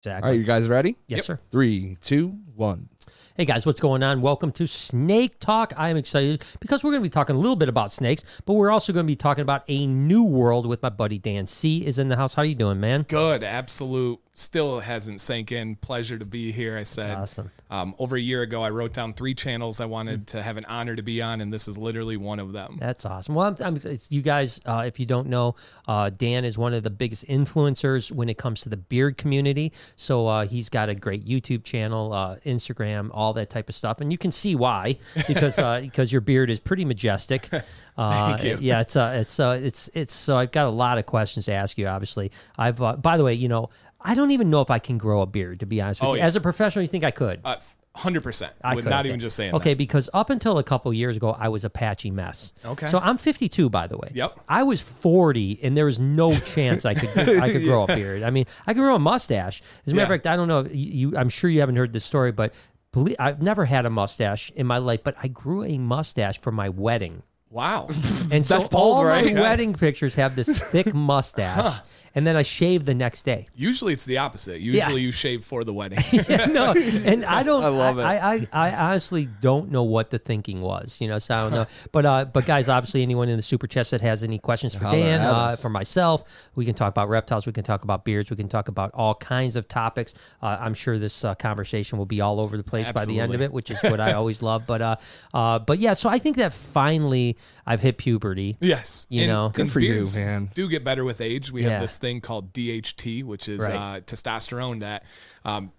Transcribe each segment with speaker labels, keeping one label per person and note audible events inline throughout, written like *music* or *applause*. Speaker 1: Exactly.
Speaker 2: All right, you guys ready?
Speaker 1: Yes, sir.
Speaker 2: Three, two, one.
Speaker 1: Hey guys, what's going on? Welcome to Snake Talk. I am excited because we're going to be talking a little bit about snakes, but we're also going to be talking about a new world with my buddy Dan C is in the house. How you doing, man?
Speaker 3: Good, absolute. Still hasn't sank in. Pleasure to be here. I said
Speaker 1: awesome. Mm-hmm.
Speaker 3: um, over a year ago, I wrote down three channels I wanted to have an honor to be on, and this is literally one of them.
Speaker 1: That's awesome. Well, I'm, I'm, it's you guys, uh, if you don't know, uh, Dan is one of the biggest influencers when it comes to the beard community. So uh, he's got a great YouTube channel, uh, Instagram, all that type of stuff, and you can see why because
Speaker 3: *laughs*
Speaker 1: uh, because your beard is pretty majestic. Uh,
Speaker 3: Thank you.
Speaker 1: Yeah, it's uh, it's uh, it's it's. So I've got a lot of questions to ask you. Obviously, I've uh, by the way, you know. I don't even know if I can grow a beard, to be honest with
Speaker 3: Oh,
Speaker 1: you.
Speaker 3: yeah.
Speaker 1: As a professional, you think I could?
Speaker 3: Uh, 100%.
Speaker 1: I
Speaker 3: with
Speaker 1: could,
Speaker 3: not
Speaker 1: okay.
Speaker 3: even just saying
Speaker 1: Okay,
Speaker 3: that.
Speaker 1: because up until a couple years ago, I was a patchy mess.
Speaker 3: Okay.
Speaker 1: So I'm 52, by the way.
Speaker 3: Yep.
Speaker 1: I was 40, and there was no chance I could I
Speaker 3: *laughs*
Speaker 1: could grow a beard. I mean, I could grow a mustache. As a matter of
Speaker 3: Yeah.
Speaker 1: fact, I don't know. if You, you- I'm sure you haven't heard this story, but belie- I've never had a mustache in my life, but I grew a mustache for my wedding. *laughs*
Speaker 3: Wow.
Speaker 1: And so
Speaker 2: That's bold,
Speaker 1: all
Speaker 2: right?
Speaker 1: my wedding pictures have this
Speaker 3: *laughs*
Speaker 1: thick mustache, and then I shave the next day.
Speaker 3: Usually it's the opposite. Usually you shave for the wedding.
Speaker 1: *laughs*
Speaker 3: *laughs*
Speaker 1: no, and I don't. I
Speaker 2: I love it.
Speaker 1: I, I, I honestly don't know what the thinking was. You know, so I don't know. But uh, but guys, obviously, anyone in the super chats that has any questions for
Speaker 2: Holler
Speaker 1: Dan,
Speaker 2: at
Speaker 1: uh,
Speaker 2: us.
Speaker 1: for myself, we can talk about reptiles. We can talk about beards. We can talk about all kinds of topics. Uh, I'm sure this uh, conversation will be all over the place by the end of
Speaker 3: Absolutely.
Speaker 1: it, which is what I always love. But uh, uh, but yeah, so I think that finally I've hit puberty.
Speaker 3: Yes,
Speaker 1: You know. Good
Speaker 2: for you,
Speaker 3: beards
Speaker 2: man.
Speaker 3: Do get better with age. We
Speaker 1: Yeah.
Speaker 3: have this thing called DHT, which is
Speaker 1: Right.
Speaker 3: uh, testosterone that. Um,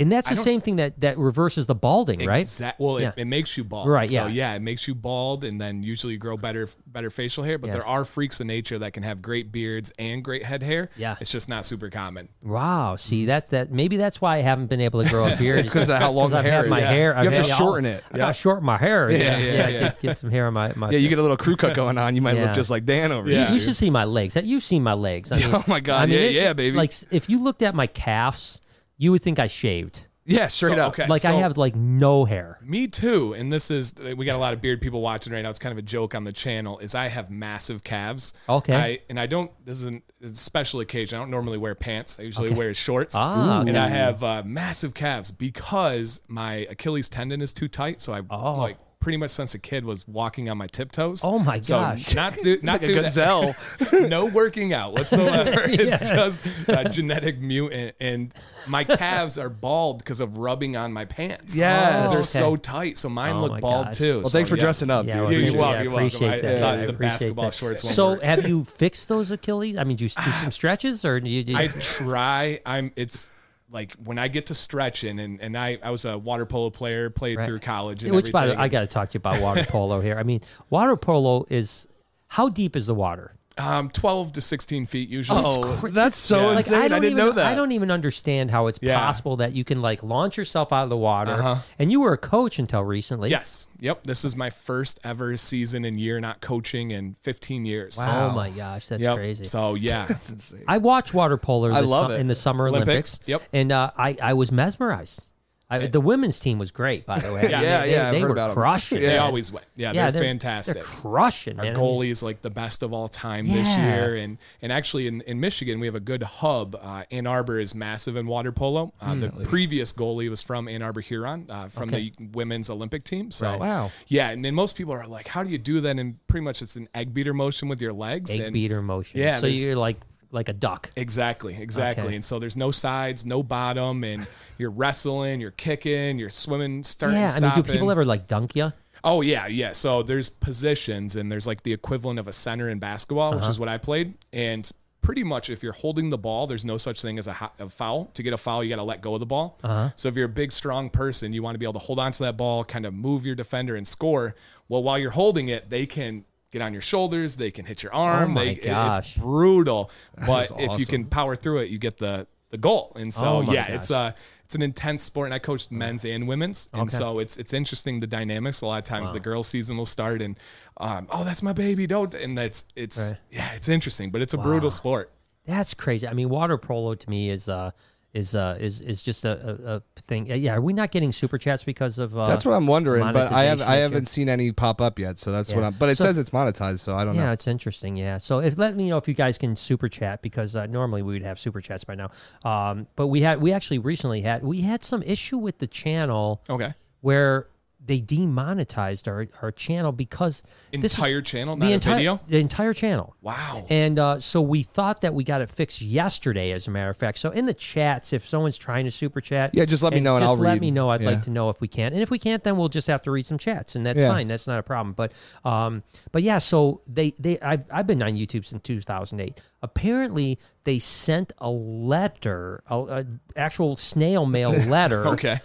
Speaker 1: And that's the
Speaker 3: don't-
Speaker 1: same thing that, that reverses the balding, right?
Speaker 3: exact- well,
Speaker 1: Yeah.
Speaker 3: it, it makes you bald.
Speaker 1: Right, yeah.
Speaker 3: So yeah, it makes you bald, and then usually you grow better better facial hair. But
Speaker 1: Yeah.
Speaker 3: there are freaks in nature that can have great beards and great head hair.
Speaker 1: Yeah.
Speaker 3: it's just not super common.
Speaker 1: Wow. See, that's that. Maybe that's why I haven't been able to grow
Speaker 2: *laughs*
Speaker 1: a beard. It's
Speaker 2: Mm-hmm. 'cause of how long
Speaker 1: I've
Speaker 2: the hair
Speaker 1: had
Speaker 2: is.
Speaker 1: my
Speaker 2: Yeah.
Speaker 1: hair.
Speaker 2: You
Speaker 1: I've
Speaker 2: have to
Speaker 1: had
Speaker 2: shorten it.
Speaker 1: I gotta shorten my hair. Yeah, yeah,
Speaker 3: yeah, yeah.
Speaker 1: Get, get some hair on my. my
Speaker 2: Yeah, you get a little crew
Speaker 1: *laughs*
Speaker 2: cut going on. You might
Speaker 1: Yeah.
Speaker 2: look just like Dan over
Speaker 3: Yeah.
Speaker 2: here.
Speaker 1: You, you should see my legs. You've seen my legs. I mean,
Speaker 2: *laughs* Oh my God. Yeah, yeah, baby.
Speaker 1: Like if you looked at my calves, you would think I shaved.
Speaker 2: Yeah, straight
Speaker 3: So,
Speaker 2: up.
Speaker 3: okay.
Speaker 1: Like I
Speaker 3: so-
Speaker 1: have like no hair.
Speaker 3: Me too. And this is we got a lot of beard people watching right now. It's kind of a joke on the channel. Is I have massive calves.
Speaker 1: Okay.
Speaker 3: I, and I don't. This is an, it's a special occasion. I don't normally wear pants. I usually wear shorts.
Speaker 1: Ah,
Speaker 3: And I have uh, massive calves because my Achilles tendon is too tight. So I like pretty much since a kid was walking on my tiptoes.
Speaker 1: Oh my
Speaker 3: So
Speaker 1: gosh. *laughs*
Speaker 3: not do,
Speaker 2: Like
Speaker 3: not
Speaker 2: a
Speaker 3: do that.
Speaker 2: gazelle.
Speaker 3: *laughs* no working out
Speaker 1: *laughs*
Speaker 3: whatsoever. It's just a genetic mutant, and my calves are bald because of rubbing on my pants.
Speaker 2: Yes.
Speaker 3: they're
Speaker 1: Oh, okay.
Speaker 3: so tight. So
Speaker 1: Oh
Speaker 3: mine
Speaker 1: my
Speaker 3: look bald
Speaker 1: gosh.
Speaker 3: too.
Speaker 2: Well, thanks for dressing up,
Speaker 1: Yeah,
Speaker 2: dude.
Speaker 1: I
Speaker 3: You're
Speaker 1: appreciate-
Speaker 3: welcome,
Speaker 1: yeah,
Speaker 3: you're
Speaker 1: I
Speaker 3: welcome.
Speaker 1: appreciate
Speaker 3: I
Speaker 1: that.
Speaker 3: thought
Speaker 1: I
Speaker 3: the
Speaker 1: appreciate
Speaker 3: basketball
Speaker 1: that.
Speaker 3: shorts won't
Speaker 1: So,
Speaker 3: work.
Speaker 1: have
Speaker 2: *laughs*
Speaker 1: you fixed those Achilles? I mean, do you do
Speaker 2: Ah.
Speaker 1: some stretches, or do you? Do you
Speaker 3: I try. I'm. It's like when I get to stretching, and and I I was a water polo player, played
Speaker 1: Right.
Speaker 3: through college, and
Speaker 1: Which, by the way,
Speaker 3: everything.
Speaker 1: I got to talk to you about water polo here. I mean, water polo is how deep is the water?
Speaker 3: um, twelve to sixteen feet usually.
Speaker 2: Oh, that's so
Speaker 3: Yeah. Like,
Speaker 2: insane. I,
Speaker 1: don't
Speaker 2: didn't
Speaker 1: even,
Speaker 2: know that.
Speaker 1: I don't even understand how it's
Speaker 3: Yeah. Uh-huh.
Speaker 1: possible that you can like launch yourself out of the water. And you were a coach until recently.
Speaker 3: Yes. Yep. This is my first ever season and year not coaching in 15 years.
Speaker 1: Oh my gosh, that's
Speaker 3: Yep.
Speaker 1: crazy. *laughs*
Speaker 3: So yeah,
Speaker 2: That's insane.
Speaker 1: I watched water polo this
Speaker 2: love
Speaker 1: sum-
Speaker 2: it.
Speaker 1: in the Summer Olympics.
Speaker 3: Olympics, yep.
Speaker 1: And uh, I, I was mesmerized. I, the women's team was great, by the way. I mean,
Speaker 3: Yeah,
Speaker 1: they,
Speaker 2: yeah, I've
Speaker 1: They
Speaker 2: heard
Speaker 1: were
Speaker 2: about 'em.
Speaker 1: crushing.
Speaker 3: they
Speaker 1: man.
Speaker 3: always win. Yeah,
Speaker 1: Yeah,
Speaker 3: they're, fantastic.
Speaker 1: They're crushing. man. I
Speaker 3: Our
Speaker 1: mean,
Speaker 3: goalie's like the best of all time this
Speaker 1: Yeah.
Speaker 3: year, and and actually in, in Michigan we have a good hub. Uh, Ann Arbor is massive in water polo. Uh, the previous goalie was from Ann Arbor Huron, uh, from
Speaker 1: Okay.
Speaker 3: the women's Olympic team. So
Speaker 1: Right.
Speaker 2: Wow.
Speaker 3: yeah, and then most people are like, how do you do that? And pretty much it's an egg beater motion with your legs.
Speaker 1: egg
Speaker 3: and
Speaker 1: beater motion.
Speaker 3: Yeah,
Speaker 1: So
Speaker 3: there's-
Speaker 1: you're like like a duck.
Speaker 3: Exactly, exactly.
Speaker 1: Okay.
Speaker 3: And so there's no sides, no bottom, and you're wrestling, you're kicking, you're swimming, starting,
Speaker 1: Yeah, I mean, do
Speaker 3: stopping.
Speaker 1: people ever like dunk you?
Speaker 3: Oh yeah, yeah. So there's positions, and there's like the equivalent of a center in basketball, which is what I played, and. Pretty much, if you're holding the ball, there's no such thing as a, ho- a foul. To get a foul, you got to let go of the ball. So, if you're a big, strong person, you want to be able to hold on to that ball, kind of move your defender and score. Well, while you're holding it, they can get on your shoulders, they can hit your arm.
Speaker 1: my
Speaker 3: they, it-
Speaker 1: gosh.
Speaker 3: it's brutal. But
Speaker 2: is
Speaker 3: if you
Speaker 2: awesome.
Speaker 3: can power through it, you get the the goal. And so
Speaker 1: Oh my
Speaker 3: yeah,
Speaker 1: gosh. Mm.
Speaker 3: it's a it's an intense sport. And I coached men's and women's, and
Speaker 1: Okay.
Speaker 3: so it's it's interesting the dynamics. A lot of times the girls season will start, and um, oh that's my baby, don't. And that's it's
Speaker 1: Right.
Speaker 3: yeah, it's interesting, but it's a brutal sport.
Speaker 1: That's crazy. I mean, water polo to me is uh i- is uh, is is just a, a, a thing. Uh, Yeah, are we not getting super chats because of? Uh,
Speaker 2: That's what I'm wondering, but I have
Speaker 1: monetization
Speaker 2: I
Speaker 1: issue.
Speaker 2: haven't seen any pop up yet, so that's what
Speaker 1: Yeah.
Speaker 2: I'm. But it
Speaker 1: So-
Speaker 2: says it's monetized, so I don't
Speaker 1: yeah,
Speaker 2: know.
Speaker 1: it's interesting. Yeah, so if, let me know if you guys can super chat because uh, normally we would have super chats by now. Um, but we had we actually recently had we had some issue with the channel
Speaker 3: Okay.
Speaker 1: where they demonetized our, our channel because this is-
Speaker 3: Entire channel, not
Speaker 1: the
Speaker 3: a
Speaker 1: entire
Speaker 3: video?
Speaker 1: the entire channel.
Speaker 3: Wow.
Speaker 1: And uh, so we thought that we got it fixed yesterday, as a matter of fact. So in the chats, if someone's trying to super chat,
Speaker 2: Yeah, just let me know and
Speaker 1: just
Speaker 2: I'll
Speaker 1: let
Speaker 2: read.
Speaker 1: me know. I'd
Speaker 2: Yeah.
Speaker 1: like to know if we can, and if we can't, then we'll just have to read some chats, and that's
Speaker 2: Yeah.
Speaker 1: fine. That's not a problem. But um, but yeah, so they they I've, I've been on YouTube since 2008. Apparently, they sent a letter, a, a actual snail
Speaker 2: *laughs*
Speaker 1: mail letter,
Speaker 3: Okay.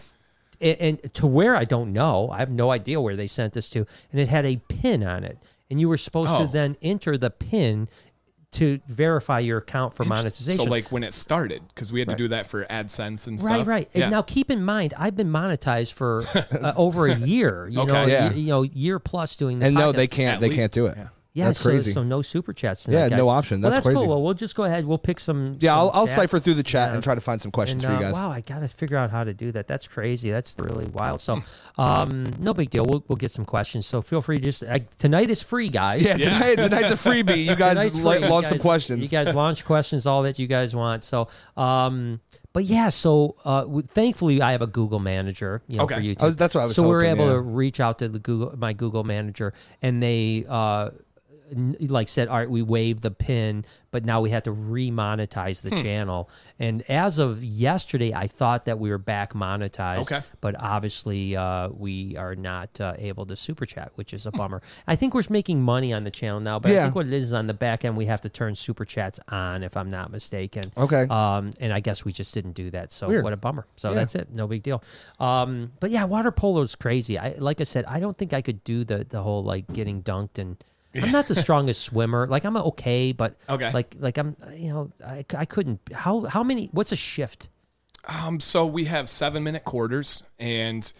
Speaker 1: and, and to where I don't know. I have no idea where they sent this to, and it had a pin on it, and you were supposed
Speaker 3: Oh.
Speaker 1: to then enter the pin to verify your account for monetization.
Speaker 3: So like when it started, because we had to do that for AdSense and stuff.
Speaker 1: Right, right.
Speaker 3: Yeah.
Speaker 1: And now keep in mind, I've been monetized
Speaker 2: *laughs*
Speaker 1: for uh, over a year. You know,
Speaker 3: Okay.
Speaker 2: Yeah.
Speaker 1: y- you know, year plus doing. The
Speaker 2: And no,
Speaker 1: podcast.
Speaker 2: they can't.
Speaker 3: At
Speaker 2: They
Speaker 3: least-
Speaker 2: can't do it.
Speaker 3: yeah.
Speaker 1: Yeah,
Speaker 2: that's
Speaker 1: so,
Speaker 2: crazy.
Speaker 1: so no super chats. Tonight,
Speaker 2: Yeah,
Speaker 1: guys.
Speaker 2: no option.
Speaker 1: Well,
Speaker 2: That's
Speaker 1: that's cool.
Speaker 2: crazy.
Speaker 1: Well, we'll just go ahead. We'll pick some.
Speaker 2: yeah,
Speaker 1: some
Speaker 2: I'll, I'll
Speaker 1: stats.
Speaker 2: cipher through the chat
Speaker 1: Yeah.
Speaker 2: and try to find some questions
Speaker 1: And,
Speaker 2: for you
Speaker 1: uh,
Speaker 2: guys.
Speaker 1: Wow, I gotta figure out how to do that. That's crazy. That's really wild. So, um, no big deal. We'll, we'll get some questions. So feel free. to Just uh, tonight is free, guys.
Speaker 2: Yeah, tonight tonight's a freebie. You
Speaker 1: *laughs*
Speaker 2: guys
Speaker 1: Tonight's
Speaker 2: la-
Speaker 1: free. You
Speaker 2: launch some
Speaker 1: guys- You
Speaker 2: questions.
Speaker 1: guys launch questions, all that you guys want. So, um, but yeah, so uh, w- thankfully I have a Google manager. You know,
Speaker 3: Okay.
Speaker 1: for YouTube.
Speaker 2: I was- that's what I was
Speaker 1: So we were
Speaker 2: hoping,
Speaker 1: able
Speaker 2: yeah.
Speaker 1: to reach out to the Google, my Google manager, and they. Uh, n- like said, all right, we waived the pin, but now we had to remonetize the
Speaker 2: Hmm.
Speaker 1: channel. And as of yesterday, I thought that we were back monetized,
Speaker 3: Okay.
Speaker 1: but obviously uh, we are not uh, able to super chat, which is a bummer. I think we're making money on the channel now, but I
Speaker 2: Hmm. Yeah.
Speaker 1: think what it is is on the back end we have to turn super chats on, if I'm not mistaken.
Speaker 2: Okay.
Speaker 1: Um, and I guess we just didn't do that. So
Speaker 2: Weird.
Speaker 1: what a bummer. So that's it. No big deal. Um, but yeah, water polo is crazy. I like I said, I don't think I could do the the whole like getting dunked and.
Speaker 2: *laughs*
Speaker 1: I'm not the strongest swimmer. Like I'm okay, but
Speaker 3: Okay.
Speaker 1: like like I'm you know I, I couldn't. How how many? What's a shift?
Speaker 3: Um, so we have seven minute quarters, and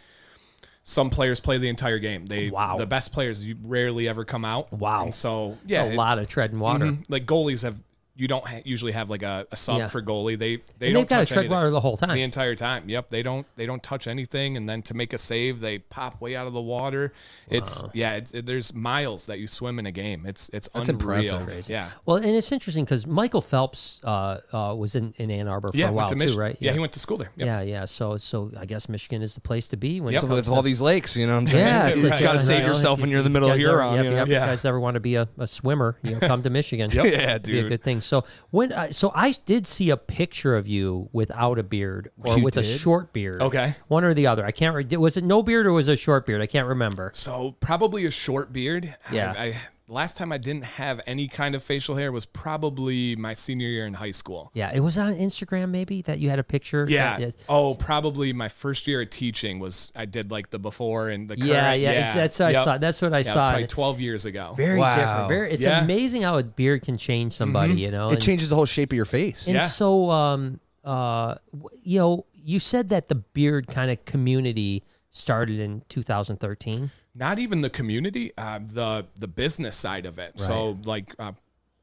Speaker 3: some players play the entire game. They
Speaker 1: Wow.
Speaker 3: the best players you rarely ever come out.
Speaker 1: Wow.
Speaker 3: And so yeah,
Speaker 1: a
Speaker 3: it-
Speaker 1: lot of tread and water.
Speaker 3: mhm, like goalies have you don't ha- usually have like a, a sub
Speaker 1: Mm-hmm. Yeah.
Speaker 3: for goalie. They they
Speaker 1: And they've
Speaker 3: don't
Speaker 1: got to
Speaker 3: touch
Speaker 1: tread
Speaker 3: anything
Speaker 1: water the whole
Speaker 3: the
Speaker 1: time.
Speaker 3: entire time. Yep, they don't they don't touch anything, and then to make a save, they pop way out of the water. It's yeah, it's, it, there's miles that you swim in a game. It's it's unreal.
Speaker 2: impressive.
Speaker 3: Yeah.
Speaker 1: Well, and it's interesting because Michael Phelps uh, uh, was in, in Ann Arbor for
Speaker 3: Yeah,
Speaker 1: a
Speaker 3: went
Speaker 1: while
Speaker 3: to
Speaker 1: too,
Speaker 3: Mich-
Speaker 1: right?
Speaker 3: Yeah. he went to school there. Yep.
Speaker 1: Yeah, yeah. So, so I guess Michigan is the place to be when it
Speaker 3: Yep.
Speaker 1: comes
Speaker 2: With
Speaker 1: to-
Speaker 2: all these lakes, you know what I'm saying?
Speaker 1: Yeah,
Speaker 3: it's
Speaker 2: you
Speaker 3: like-
Speaker 2: got to
Speaker 1: yeah,
Speaker 2: save
Speaker 1: yeah.
Speaker 2: yourself when you're in the middle of
Speaker 1: guys ever-
Speaker 2: Huron.
Speaker 1: yep,
Speaker 2: you know?
Speaker 1: yep.
Speaker 3: Yeah.
Speaker 1: If you guys ever want to be a, a swimmer, you know, come to Michigan.
Speaker 2: *laughs* Yeah,
Speaker 1: It'd be a
Speaker 2: dude.
Speaker 1: good thing. So when I, so I did see a picture of you without a beard or
Speaker 2: You
Speaker 1: with a
Speaker 2: did?
Speaker 1: short beard.
Speaker 3: Okay.
Speaker 1: one or the other. I can't. Re- was it no beard or was it a short beard? I can't remember.
Speaker 3: So probably a short beard.
Speaker 1: Yeah.
Speaker 3: I, I last time I didn't have any kind of facial hair was probably my senior year in high school.
Speaker 1: Yeah, it was on Instagram maybe that you had a picture.
Speaker 3: Yeah.
Speaker 1: that- yes.
Speaker 3: Oh, probably my first year of teaching was I did like the before and the current.
Speaker 1: Yeah, yeah, ex- that's what I
Speaker 3: Yep.
Speaker 1: saw. That's what I
Speaker 3: Yeah, it's
Speaker 1: saw.
Speaker 3: probably 12 years ago.
Speaker 1: Very different.
Speaker 2: Wow.
Speaker 1: Very. It's
Speaker 3: Yeah. Mm-hmm.
Speaker 1: amazing how a beard can change somebody. You know,
Speaker 2: It
Speaker 1: and-
Speaker 2: changes the whole shape of your face.
Speaker 1: And
Speaker 3: Yeah.
Speaker 1: so, um, uh, w- you know, you said that the beard kind of community started in 2013.
Speaker 3: not even the community, uh, the the business side of it. So like uh,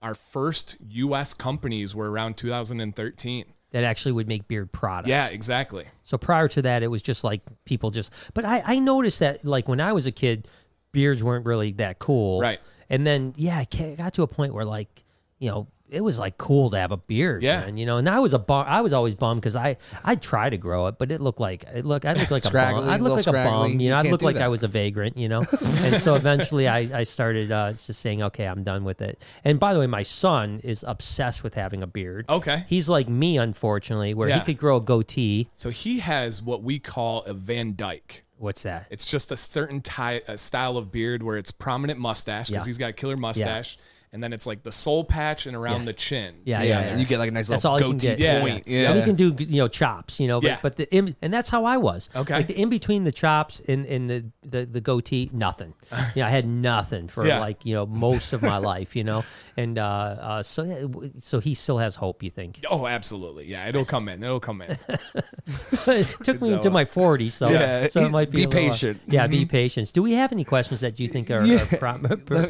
Speaker 3: our first U.S. companies were around 2013.
Speaker 1: That actually would make beard products.
Speaker 3: Yeah, exactly.
Speaker 1: So prior to that, it was just like people just. But I, I noticed that like when I was a kid, beards weren't really that cool.
Speaker 3: Right.
Speaker 1: And then yeah, it ca- got to a point where like you know it was like cool to have a beard.
Speaker 3: Yeah.
Speaker 1: man, you know, and I was a bum. I was always bummed because I I try to grow it, but it looked like it looked I looked like a bum.
Speaker 2: Scraggly,
Speaker 1: I looked
Speaker 2: little
Speaker 1: like a
Speaker 2: scraggly.
Speaker 1: bum. You
Speaker 2: You
Speaker 1: know, I
Speaker 2: can't
Speaker 1: looked
Speaker 2: do
Speaker 1: like I
Speaker 2: that.
Speaker 1: was a vagrant.
Speaker 2: *laughs*
Speaker 1: You know, and so eventually I I started uh, just saying okay, I'm done with it. And by the way, my son is obsessed with having a beard.
Speaker 3: Okay.
Speaker 1: He's like me, unfortunately, where he
Speaker 3: Yeah.
Speaker 1: could grow a goatee.
Speaker 3: So he has what we call a Van Dyke.
Speaker 1: What's that?
Speaker 3: It's just a certain tie, a style of beard where it's prominent mustache because
Speaker 1: Yeah.
Speaker 3: he's got a killer mustache, and then it's like the soul patch and around the chin.
Speaker 1: Yeah, yeah,
Speaker 2: Yeah,
Speaker 1: yeah.
Speaker 2: you get like a nice
Speaker 1: That's
Speaker 2: little
Speaker 1: all you can
Speaker 2: goatee
Speaker 1: get.
Speaker 3: Yeah.
Speaker 2: point.
Speaker 1: Yeah.
Speaker 2: Yeah,
Speaker 1: And you can do you know chops, you know, but,
Speaker 3: Yeah.
Speaker 1: but the in, and that's how I was.
Speaker 3: Okay.
Speaker 1: Like the in between the chops and, and the, the the goatee,
Speaker 2: *laughs*
Speaker 1: nothing. You know, I had nothing for
Speaker 3: Yeah.
Speaker 1: like you know most of my life, you know, and uh, uh so yeah, w- so he still has hope. You think?
Speaker 3: Oh, absolutely. Yeah, it'll come in. It'll come in.
Speaker 1: *laughs* it took me into my forties, so
Speaker 2: Yeah.
Speaker 1: so it might be
Speaker 2: Be
Speaker 1: a little-
Speaker 2: patient.
Speaker 1: yeah, be patient. Do we have any questions that you think are, are prom-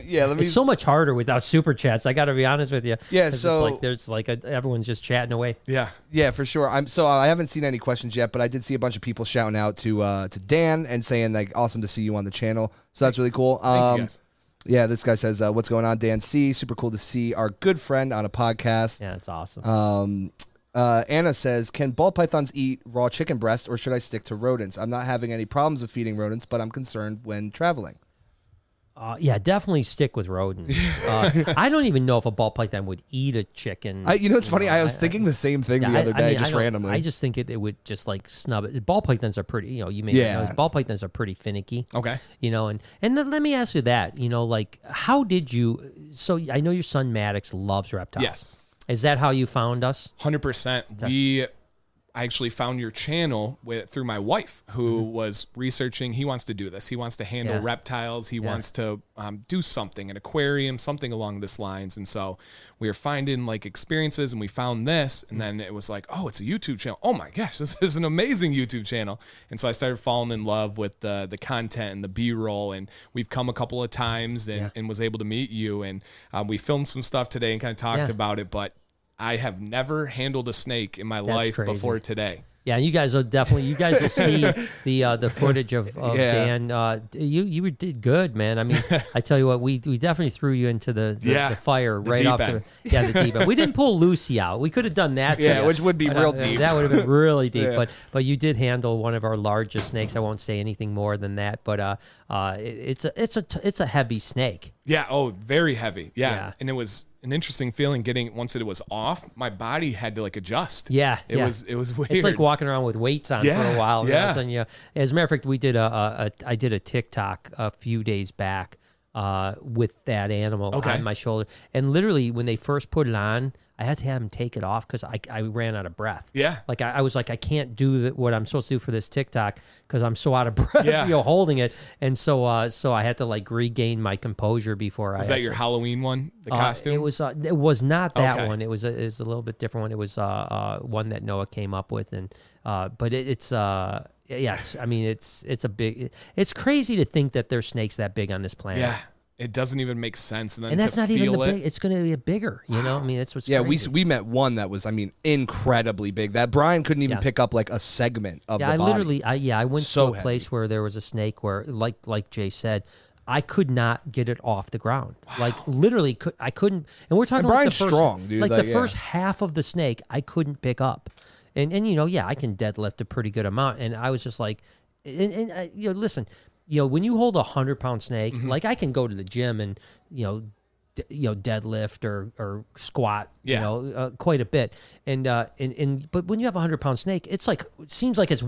Speaker 2: yeah, *laughs* *laughs* let me-
Speaker 1: It's so much harder without super chats. I got to be honest with you.
Speaker 2: Yeah,
Speaker 1: 'Cause it's
Speaker 2: so-
Speaker 1: like there's like a, everyone's just chatting away.
Speaker 3: Yeah.
Speaker 2: Yeah, for sure. I'm so I haven't seen any questions yet, but I did see a bunch of people shouting out to uh, to Dan and saying like, "Awesome to see you on the channel." So that's really cool. Um,
Speaker 3: Thank you guys.
Speaker 2: Yeah, this guy says, uh, "What's going on, Dan C? Super cool to see our good friend on a podcast."
Speaker 1: Yeah, it's awesome.
Speaker 2: Um, uh, Anna says, "Can ball pythons eat raw chicken breast, or should I stick to rodents? I'm not having any problems with feeding rodents, but I'm concerned when traveling."
Speaker 1: Uh, yeah, definitely stick with
Speaker 2: *laughs*
Speaker 1: rodents. Uh, I don't even know if a ball python would eat a chicken.
Speaker 2: I, you know, it's funny. I was thinking the same thing
Speaker 1: Yeah,
Speaker 2: the
Speaker 1: I-
Speaker 2: other
Speaker 1: I
Speaker 2: day,
Speaker 1: mean, I
Speaker 2: just
Speaker 1: don't-
Speaker 2: randomly.
Speaker 1: I just think it, it would just like snub it. Ball pythons are pretty, you know, you may
Speaker 2: Yeah. Oh.
Speaker 1: not know, ball pythons are pretty finicky.
Speaker 3: Okay.
Speaker 1: You know, and and then let me ask you that. You know, like how did you? So I know your son Maddox loves reptiles.
Speaker 3: Yes.
Speaker 1: Is that how you found us?
Speaker 3: Hundred percent. We I actually found your channel with through my wife, who was researching. He wants to do this. He wants to handle
Speaker 1: Yeah.
Speaker 3: reptiles. He wants to um, do something, an aquarium, something along this lines. And so we were finding like experiences, and we found this, and then it was like, oh, it's a YouTube channel. Oh my gosh, *laughs* this is an amazing YouTube channel. And so I started falling in love with the the content and the B roll, and we've come a couple of times, and, and was able to meet you, and um, we filmed some stuff today and kind of talked
Speaker 1: Yeah.
Speaker 3: about it, but. I have never handled a snake in my life
Speaker 1: crazy.
Speaker 3: before today.
Speaker 1: Yeah, you guys will definitely. You guys will
Speaker 2: *laughs*
Speaker 1: see the uh, the footage of, of
Speaker 2: Yeah.
Speaker 1: Dan. Uh, d- you you were- did good, man.
Speaker 2: *laughs*
Speaker 1: I mean, I tell you what, we we definitely threw you into the the,
Speaker 3: Yeah,
Speaker 1: the fire
Speaker 3: the
Speaker 1: right
Speaker 3: deep
Speaker 1: off
Speaker 3: end.
Speaker 1: the *laughs* yeah the deep end. We didn't pull Lucy out. We could have done that. to
Speaker 2: Yeah,
Speaker 1: you.
Speaker 2: which would be
Speaker 1: But,
Speaker 2: real
Speaker 1: uh,
Speaker 2: deep.
Speaker 1: That would have been
Speaker 2: *laughs*
Speaker 1: really deep. But but you did handle one of our largest snakes. I won't say anything more than that. But uh, uh, it, it's a it's a t- it's a heavy snake.
Speaker 3: Yeah. Oh, very heavy. Yeah.
Speaker 1: Yeah.
Speaker 3: And it was an interesting feeling getting once it was off. My body had to like adjust.
Speaker 1: Yeah,
Speaker 3: It
Speaker 1: yeah.
Speaker 3: was. It was weird.
Speaker 1: It's like walking around with weights on for
Speaker 3: Yeah,
Speaker 1: a while. And all of
Speaker 3: yeah.
Speaker 1: a sudden you, as a matter of fact, we did a, a, a I did a TikTok a few days back uh, with that animal
Speaker 3: Okay.
Speaker 1: on my shoulder, and literally when they first put it on, I had to have him take it off because I, I ran out of breath.
Speaker 3: Yeah.
Speaker 1: like I, I was like I can't do the, what I'm supposed to do for this TikTok because I'm so out of *laughs* breath,
Speaker 3: Yeah.
Speaker 1: you know, holding it, and so uh, so I had to like regain my composure before I
Speaker 3: Is that your Halloween one? The
Speaker 1: uh,
Speaker 3: costume.
Speaker 1: It was. Uh, it was not that
Speaker 3: Okay.
Speaker 1: one. It was. A, it was a little bit different one. It was uh, uh, one that Noah came up with, and uh, but it, it's. Uh, yes, I mean it's it's a big. It's crazy to think that there's snakes that big on this planet.
Speaker 3: Yeah. It doesn't even make sense. And then
Speaker 1: And that's
Speaker 3: to
Speaker 1: not even the
Speaker 3: feel it-
Speaker 1: big. It's going to be bigger. You know. I mean that's what's.
Speaker 2: yeah, we,
Speaker 1: crazy.
Speaker 2: we met one that was, I mean, incredibly big. That Brian couldn't even
Speaker 1: Yeah.
Speaker 2: pick up like a segment of
Speaker 1: Yeah,
Speaker 2: the
Speaker 1: I
Speaker 2: body.
Speaker 1: literally. I yeah, I went
Speaker 2: So
Speaker 1: to a place where there was a snake where, like like Jay said. I could not get it off the ground. Like literally, could, I couldn't. And we're talking
Speaker 2: And
Speaker 1: like the
Speaker 2: Brian's
Speaker 1: first,
Speaker 2: strong, dude,
Speaker 1: Like,
Speaker 2: like,
Speaker 1: the
Speaker 2: yeah.
Speaker 1: first half of the snake, I couldn't pick up. And and you know, yeah, I can deadlift a pretty good amount. And I was just like, and, and I, you know, listen, you know, when you hold a hundred pound snake,
Speaker 2: Mm-hmm.
Speaker 1: like I can go to the gym and you know, d- you know, deadlift or or squat,
Speaker 3: Yeah.
Speaker 1: you know, know, uh, quite a bit. And uh, and and but when you have a hundred pound snake, it's like it seems like it's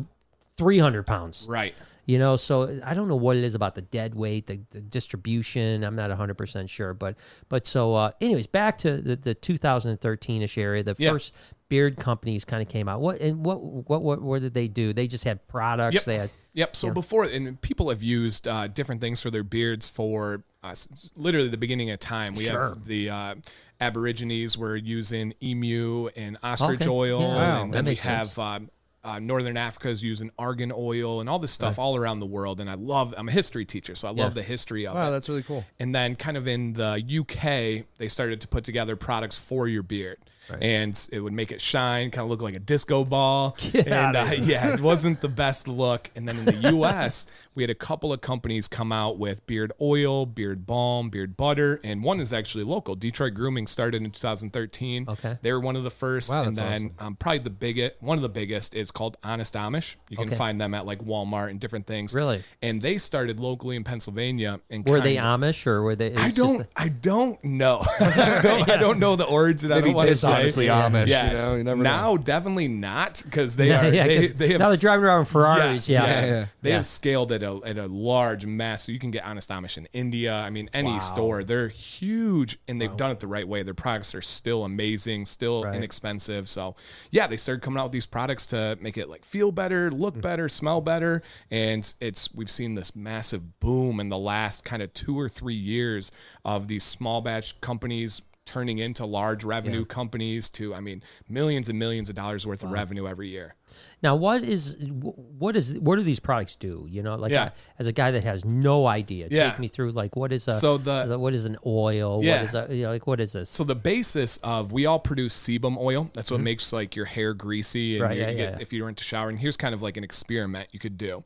Speaker 1: three hundred pounds,
Speaker 3: Right.
Speaker 1: you know. So I don't know what it is about the dead weight, the, the distribution. I'm not hundred percent sure, but but so uh, anyways, back to the, the 2013 ish area. The
Speaker 3: Yeah.
Speaker 1: first beard companies kind of came out. What and what what what what did they do? They just had products.
Speaker 3: Yep.
Speaker 1: They had
Speaker 3: Yep. So before, and people have used uh, different things for their beards for uh, s- s- literally the beginning of time. We
Speaker 1: Sure.
Speaker 3: have the uh, Aborigines were using emu and ostrich
Speaker 1: Okay.
Speaker 3: oil.
Speaker 1: Yeah. Wow.
Speaker 3: And
Speaker 1: That
Speaker 3: then we
Speaker 1: makes sense.
Speaker 3: have um, uh, Northern Africa is using argan oil and all this stuff all around the world. And I love, I'm a history teacher, so I love the history of it.
Speaker 2: Wow, Oh, that's really cool.
Speaker 3: And then, kind of in the UK, they started to put together products for your beard, and it would make it shine, kind of look like a
Speaker 1: *laughs*
Speaker 3: disco ball. and uh, yeah, it wasn't the best look. And then in the US, *laughs* we had a couple of companies come out with beard oil, beard balm, beard butter, and one is actually local. Detroit Grooming started in 2013.
Speaker 1: Okay.
Speaker 3: they were one of the first.
Speaker 2: Wow,
Speaker 3: and
Speaker 2: that's
Speaker 3: then um, probably the biggest, one of the biggest, is called Honest Amish. You can
Speaker 1: Okay.
Speaker 3: find them at like Walmart and different things.
Speaker 1: Really?
Speaker 3: And they started locally in Pennsylvania. And
Speaker 1: were they
Speaker 3: kinda-
Speaker 1: Amish or were they? it
Speaker 3: I
Speaker 1: was just
Speaker 3: don't. I don't know. *laughs*
Speaker 2: *laughs*
Speaker 3: I, don't, I don't know the origin. I
Speaker 2: Maybe
Speaker 3: don't want to
Speaker 2: dishonestly
Speaker 3: say.
Speaker 1: Yeah.
Speaker 2: Amish,
Speaker 3: Yeah.
Speaker 2: you know, you never know.
Speaker 3: now, definitely not
Speaker 2: *laughs*
Speaker 3: because they are.
Speaker 1: *laughs* yeah,
Speaker 3: they,
Speaker 1: 'cause
Speaker 3: they have
Speaker 1: now they're
Speaker 3: s-
Speaker 1: driving around in Ferraris.
Speaker 3: yes,
Speaker 1: yeah.
Speaker 2: yeah.
Speaker 3: They
Speaker 1: Yeah.
Speaker 3: have scaled at a at a large mass. So you can get Honest Amish in India. I mean, any store. They're huge, and they've done it the right way. Their products are still amazing, still inexpensive. So yeah, they started coming out with these products to make it like feel better, look
Speaker 1: Mm.
Speaker 3: better, smell better, and it's we've seen this massive boom in the last kind of two or three years of these small batch companies turning into large revenue companies to, I mean, millions and millions of dollars worth of revenue every year.
Speaker 1: Now, what is wh- what is what do these products do? You know, like
Speaker 3: Yeah.
Speaker 1: I- as a guy that has no idea,
Speaker 3: Yeah.
Speaker 1: take me through like what is a
Speaker 3: So the-
Speaker 1: is a- what is an oil?
Speaker 3: Yeah.
Speaker 1: What is a you know, like what is this?
Speaker 3: So the basis of we all produce sebum oil. That's what makes like your hair greasy, and
Speaker 1: Mm-hmm. Right,
Speaker 3: you
Speaker 1: yeah,
Speaker 3: you
Speaker 1: yeah,
Speaker 3: get-
Speaker 1: yeah.
Speaker 3: if you weren't to shower. And here's kind of like an experiment you could do.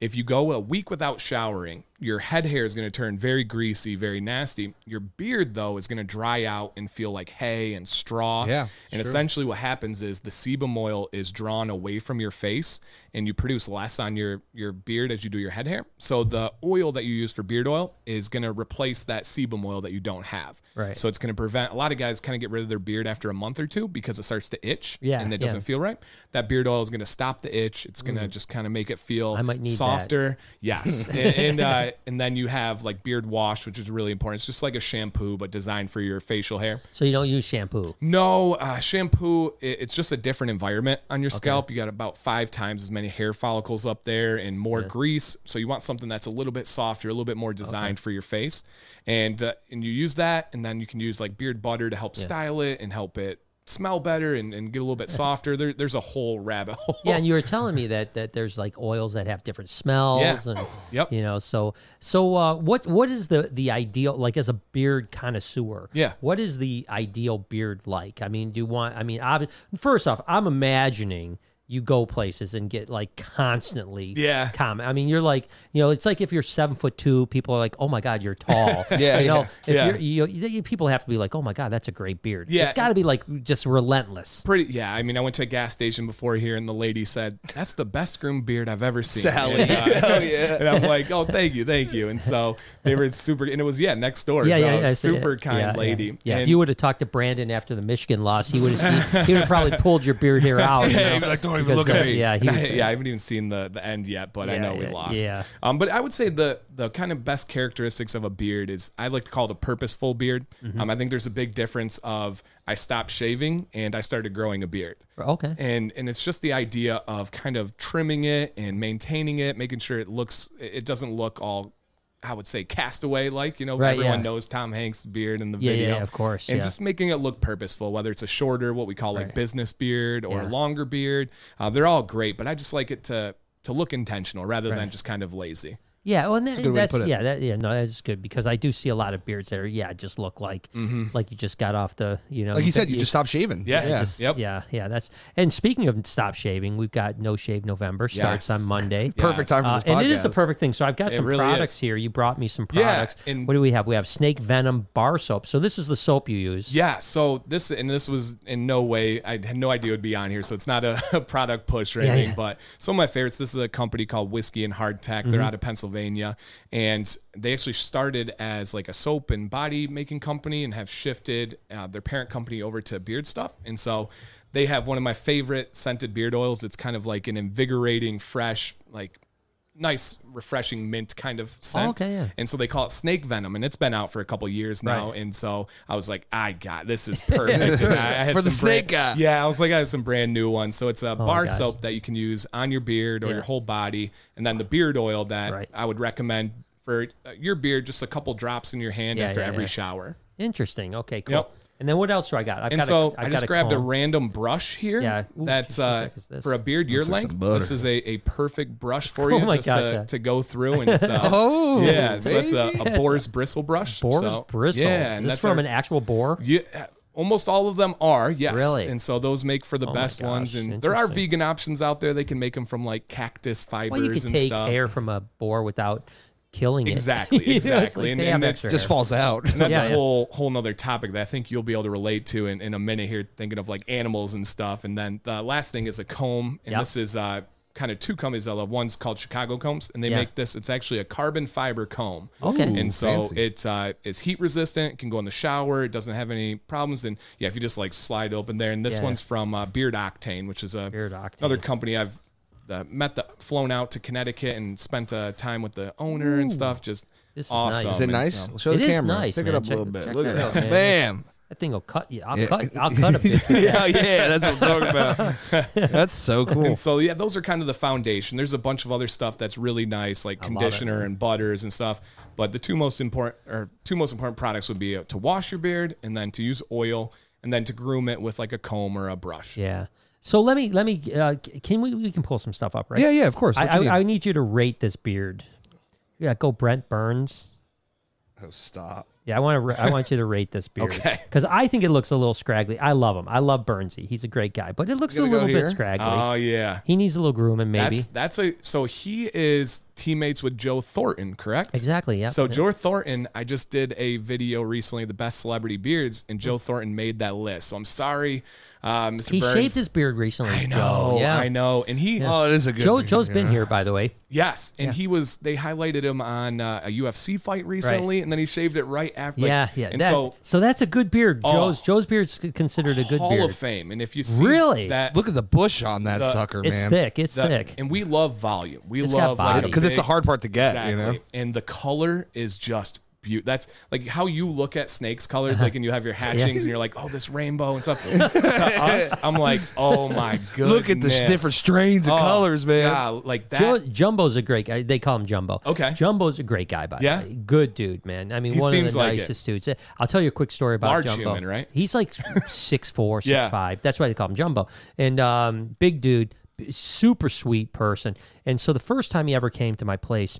Speaker 3: If you go a week without showering, your head hair is going to turn very greasy, very nasty. Your beard though is going to dry out and feel like hay and straw.
Speaker 2: Yeah,
Speaker 3: And essentially, what happens is the sebum oil is drawn away from your face, and you produce less on your your beard as you do your head hair. So the oil that you use for beard oil is going to replace that sebum oil that you don't have.
Speaker 1: Right.
Speaker 3: So it's going to prevent a lot of guys kind of get rid of their beard after a month or two because it starts to itch.
Speaker 1: Yeah,
Speaker 3: And it
Speaker 1: yeah. Mm.
Speaker 3: doesn't feel right. That beard oil is going to stop the itch. It's going to just kind of make it feel
Speaker 1: I might need that.
Speaker 3: softer.
Speaker 1: *laughs*
Speaker 3: Yes. and and, uh, and then you have like beard wash, which is really important. It's just like a shampoo, but designed for your facial hair.
Speaker 1: So you don't use shampoo.
Speaker 3: No, uh, shampoo, it, it's just a different environment on your scalp. You got about five times as many hair follicles up there and more grease. So you want something that's a little bit softer, a little bit more designed for your face. And uh, and you use that, and then you can use like beard butter to help style it and help it smell better and, and get a little bit softer. There, there's a whole rabbit hole. *laughs*
Speaker 1: Yeah, and you were telling me that that there's like oils that have different smells and
Speaker 3: Yep.
Speaker 1: you know, so so uh what what is the the ideal like as a beard connoisseur?
Speaker 3: Yeah.
Speaker 1: What is the ideal beard like? I mean, do you want I mean, obvi- first off, I'm imagining you go places and get like constantly
Speaker 3: Yeah.
Speaker 1: comment. I mean, you're like, you know, it's like if you're seven foot two, people are like, oh my God, you're tall.
Speaker 2: Yeah,
Speaker 1: You know,
Speaker 2: yeah,
Speaker 1: if
Speaker 3: *laughs* yeah.
Speaker 1: You're, you, you, you- people have to be like, oh my God, that's a great beard.
Speaker 3: Yeah.
Speaker 1: It's got to be like just relentless.
Speaker 3: Pretty, yeah. I mean, I went to a gas station before here, and the lady said, "That's the best groomed beard I've ever seen."
Speaker 2: Sally.
Speaker 3: And, uh,
Speaker 2: *laughs* oh yeah.
Speaker 3: and I'm like, oh, thank you, thank you. And so they were super, and it was yeah, next door.
Speaker 1: Yeah,
Speaker 3: so
Speaker 1: yeah, yeah, so, yeah,
Speaker 3: super kind
Speaker 1: yeah,
Speaker 3: lady.
Speaker 1: Yeah, Yeah, if
Speaker 3: And-
Speaker 1: you would have talked to Brandon after the Michigan loss, he would have he would have
Speaker 2: *laughs*
Speaker 1: probably pulled your beard hair out. you know,
Speaker 2: like, "Don't even
Speaker 1: because,
Speaker 2: look at
Speaker 1: uh,
Speaker 2: me."
Speaker 1: Yeah, he
Speaker 2: *laughs*
Speaker 1: was,
Speaker 3: *laughs* yeah, I haven't even seen the the end yet, but I
Speaker 1: Yeah,
Speaker 3: know we
Speaker 1: yeah,
Speaker 3: lost.
Speaker 1: yeah.
Speaker 3: Um, but I would say the the kind of best characteristics of a beard is I like to call it a purposeful beard.
Speaker 1: Mm-hmm.
Speaker 3: Um, I think there's a big difference of I stopped shaving and I started growing a beard.
Speaker 1: okay.
Speaker 3: And and it's just the idea of kind of trimming it and maintaining it, making sure it looks it doesn't look all I would say castaway like, you know,
Speaker 1: Right,
Speaker 3: everyone
Speaker 1: yeah.
Speaker 3: knows Tom Hanks' beard in the
Speaker 1: Yeah, yeah,
Speaker 3: video.
Speaker 1: yeah, of course,
Speaker 3: And
Speaker 1: yeah.
Speaker 3: just making it look purposeful, whether it's a shorter, what we call like business beard or
Speaker 1: Yeah.
Speaker 3: a longer beard. Uh, they're all great, but I just like it to to look intentional rather than just kind of lazy.
Speaker 1: Yeah, well, and that,
Speaker 2: good way to
Speaker 1: that's
Speaker 2: put it.
Speaker 1: yeah, that, yeah, no, that's good because I do see a lot of beards that are yeah, just look like like you just got off the you know
Speaker 2: Mm-hmm. Like you said, you just stop shaving.
Speaker 3: Yeah,
Speaker 2: yeah.
Speaker 1: just-
Speaker 3: Yep.
Speaker 1: yeah yeah that's and speaking of stop shaving, we've got No Shave November starts
Speaker 3: Yes.
Speaker 1: on Monday.
Speaker 2: *laughs* Perfect time for
Speaker 1: Uh,
Speaker 2: this podcast.
Speaker 1: and it is the perfect thing. So I've got some
Speaker 3: really
Speaker 1: products
Speaker 3: is.
Speaker 1: here. You brought me some
Speaker 3: Yeah,
Speaker 1: products.
Speaker 3: and-
Speaker 1: what do we have? We have Snake Venom Bar Soap. So this is the soap you use.
Speaker 3: Yeah, so this and this was in no way I had no idea it would be on here, so it's not a, *laughs* a product push or
Speaker 1: Yeah,
Speaker 3: anything.
Speaker 1: yeah.
Speaker 3: But some of my favorites. This is a company called Whiskey and Hardtack.
Speaker 1: Mm-hmm.
Speaker 3: They're out of Pennsylvania, and they actually started as like a soap and body making company, and have shifted uh, their parent company over to beard stuff. And so they have one of my favorite scented beard oils. It's kind of like an invigorating, fresh, like nice, refreshing mint kind of scent.
Speaker 1: Oh, okay, yeah.
Speaker 3: And so they call it snake venom, and it's been out for a couple years now. And so I was like, I got
Speaker 1: *laughs*
Speaker 3: this is perfect And I, I had
Speaker 2: For the
Speaker 3: some brand-
Speaker 2: snake guy.
Speaker 3: Yeah, I was like, I have some brand new ones. So it's a bar
Speaker 1: Oh gosh.
Speaker 3: soap that you can use on your beard or
Speaker 1: Yeah.
Speaker 3: your whole body, and then the beard oil that
Speaker 1: Right.
Speaker 3: I would recommend for uh, your beard, just a couple drops in your hand
Speaker 1: Yeah,
Speaker 3: after
Speaker 1: yeah,
Speaker 3: every
Speaker 1: yeah.
Speaker 3: shower.
Speaker 1: Interesting. Okay, cool.
Speaker 3: Yep.
Speaker 1: And then what else do I got? I've
Speaker 3: And
Speaker 1: got
Speaker 3: so
Speaker 1: a, I've
Speaker 3: I
Speaker 1: got
Speaker 3: just
Speaker 1: a
Speaker 3: grabbed a
Speaker 1: comb.
Speaker 3: random brush here.
Speaker 1: Yeah. Ooh, jeez, what
Speaker 3: that's
Speaker 1: the
Speaker 3: uh,
Speaker 1: heck is this?
Speaker 3: for a beard your
Speaker 2: like
Speaker 3: length.
Speaker 2: some butter.
Speaker 3: this is a, a
Speaker 1: *laughs*
Speaker 3: perfect brush for
Speaker 1: Oh
Speaker 3: you
Speaker 1: my
Speaker 3: just
Speaker 1: gosh,
Speaker 3: to,
Speaker 1: yeah.
Speaker 3: to go through. And it's, uh,
Speaker 2: *laughs* Oh,
Speaker 3: yeah, so that's a,
Speaker 2: baby.
Speaker 3: a boar's bristle brush.
Speaker 1: boar's
Speaker 3: so,
Speaker 1: bristle.
Speaker 3: Yeah,
Speaker 1: is
Speaker 3: and
Speaker 1: this
Speaker 3: that's
Speaker 1: from
Speaker 3: our-
Speaker 1: an actual boar.
Speaker 3: yeah, almost all of them are yes.
Speaker 1: Really? Oh
Speaker 3: and so those make for the
Speaker 1: my
Speaker 3: best ones.
Speaker 1: gosh,
Speaker 3: And there are
Speaker 1: interesting.
Speaker 3: vegan options out there. They can make them from like cactus fibers
Speaker 1: Well, you could
Speaker 3: and
Speaker 1: take
Speaker 3: stuff.
Speaker 1: hair from a boar without killing it.
Speaker 3: Exactly,
Speaker 1: *laughs* You know, it's
Speaker 3: exactly.
Speaker 1: like
Speaker 3: And-
Speaker 1: they
Speaker 3: and
Speaker 1: have
Speaker 3: that's
Speaker 1: extra
Speaker 2: Just
Speaker 1: hair. *laughs*
Speaker 2: falls out.
Speaker 3: And that's
Speaker 1: Yeah,
Speaker 3: a
Speaker 1: yeah.
Speaker 3: whole whole nother topic that I think you'll be able to relate to in, in a minute here, thinking of like animals and stuff. And then the last thing is a comb, and
Speaker 1: Yep.
Speaker 3: this is uh, kind of two companies I love. One's called Chicago Combs, and they
Speaker 1: Yeah.
Speaker 3: make this. It's actually a carbon fiber comb.
Speaker 1: Okay.
Speaker 3: and so
Speaker 2: fancy.
Speaker 3: it uh, is heat resistant, can go in the shower, it doesn't have any problems. And yeah, if you just like slide open there, and this
Speaker 1: Yeah.
Speaker 3: one's from uh, Beard Octane, which is a
Speaker 1: Beard Octane.
Speaker 3: another company I've uh, met the flown out to Connecticut and spent uh, time with the owner and stuff. Just
Speaker 1: This is nice.
Speaker 3: awesome.
Speaker 1: Is
Speaker 2: Is it
Speaker 3: And
Speaker 2: nice?
Speaker 3: so-
Speaker 2: Show
Speaker 1: It
Speaker 2: the
Speaker 1: is
Speaker 2: camera.
Speaker 1: nice,
Speaker 2: Pick
Speaker 1: man.
Speaker 2: it up
Speaker 1: Check-
Speaker 2: a little bit.
Speaker 1: check
Speaker 2: Look
Speaker 1: that
Speaker 2: at
Speaker 1: out,
Speaker 2: that.
Speaker 1: man.
Speaker 2: Bam.
Speaker 1: That thing will cut you. I'll cut. I'll cut a *laughs*
Speaker 2: *laughs*
Speaker 1: bitch.
Speaker 2: yeah, yeah, that's what I'm talking about. *laughs* That's so cool.
Speaker 3: And so yeah, those are kind of the foundation. There's a bunch of other stuff that's really nice, like conditioner and butters and stuff. But the two most important or two most important products would be uh, to wash your beard and then to use oil and then to groom it with like a comb or a brush.
Speaker 1: Yeah. So let me let me. Uh, c- can we we can pull some stuff up, right?
Speaker 2: Yeah, yeah, of course.
Speaker 1: I,
Speaker 2: What you need?
Speaker 1: I, I need you to rate this beard. Yeah, go Brent Burns.
Speaker 2: oh, stop.
Speaker 1: Yeah, I want to. I want you to rate this beard
Speaker 3: *laughs* Okay.
Speaker 1: because I think it looks a little scraggly. I love him. I love Burnsy. He's a great guy, but it looks a
Speaker 2: gonna go
Speaker 1: little bit
Speaker 2: here?
Speaker 1: scraggly.
Speaker 3: Oh yeah.
Speaker 1: he needs a little grooming, maybe.
Speaker 3: That's that's a so he is teammates with Joe Thornton, correct?
Speaker 1: exactly. Yeah.
Speaker 3: So Joe Thornton, I just did a video recently, the best celebrity beards, and Joe Thornton made that list. So I'm sorry, uh, Mr.
Speaker 1: Mm. he
Speaker 3: Burns.
Speaker 1: shaved his beard recently.
Speaker 3: I know,
Speaker 1: Joe. Yeah.
Speaker 3: I know, and he
Speaker 2: Oh, it is a good.
Speaker 1: Joe
Speaker 2: beard,
Speaker 1: Joe's been
Speaker 2: yeah.
Speaker 1: here, by the way.
Speaker 3: Yes, and he was. They highlighted him on uh, a UFC fight recently, and then he shaved it right after. like-
Speaker 1: yeah, yeah.
Speaker 3: And
Speaker 1: that- so,
Speaker 3: so Oh.
Speaker 1: that's a good beard. Joe's Joe's beard's c- considered a good
Speaker 3: Hall
Speaker 1: beard.
Speaker 3: of Fame, and if you see
Speaker 1: Really?
Speaker 3: that,
Speaker 2: Look at the bush on that sucker,
Speaker 1: it's
Speaker 2: man.
Speaker 1: thick. It's
Speaker 3: that-
Speaker 1: thick.
Speaker 3: and we love volume. We
Speaker 1: It's got
Speaker 3: love like,
Speaker 1: body.
Speaker 3: a
Speaker 2: because it's the
Speaker 3: big-
Speaker 2: hard part to get.
Speaker 3: Exactly.
Speaker 2: You know,
Speaker 3: And the color is just beautiful. That's like how you look at snakes' colors,
Speaker 1: Uh-huh.
Speaker 3: like, and you have your hatchings, and you're like, oh, this rainbow and
Speaker 1: *laughs*
Speaker 3: stuff. to us, I'm like, oh my goodness.
Speaker 2: look at the sh- different strains of
Speaker 3: Oh,
Speaker 2: colors, man.
Speaker 3: God, like that.
Speaker 1: Joe, Jumbo's a great guy. They call him Jumbo.
Speaker 3: Okay.
Speaker 1: Jumbo's a great guy, by
Speaker 3: Yeah?
Speaker 1: the way. Good dude, man. I mean,
Speaker 3: He
Speaker 1: one of
Speaker 3: seems
Speaker 1: the
Speaker 3: like it.
Speaker 1: nicest dudes. I'll tell you a quick story about
Speaker 3: Large
Speaker 1: Jumbo.
Speaker 3: human, right?
Speaker 1: He's
Speaker 3: *laughs*
Speaker 1: like six four, six five.
Speaker 3: Yeah.
Speaker 1: That's why they call him Jumbo. And um, big dude, b- super sweet person. And so the first time he ever came to my place,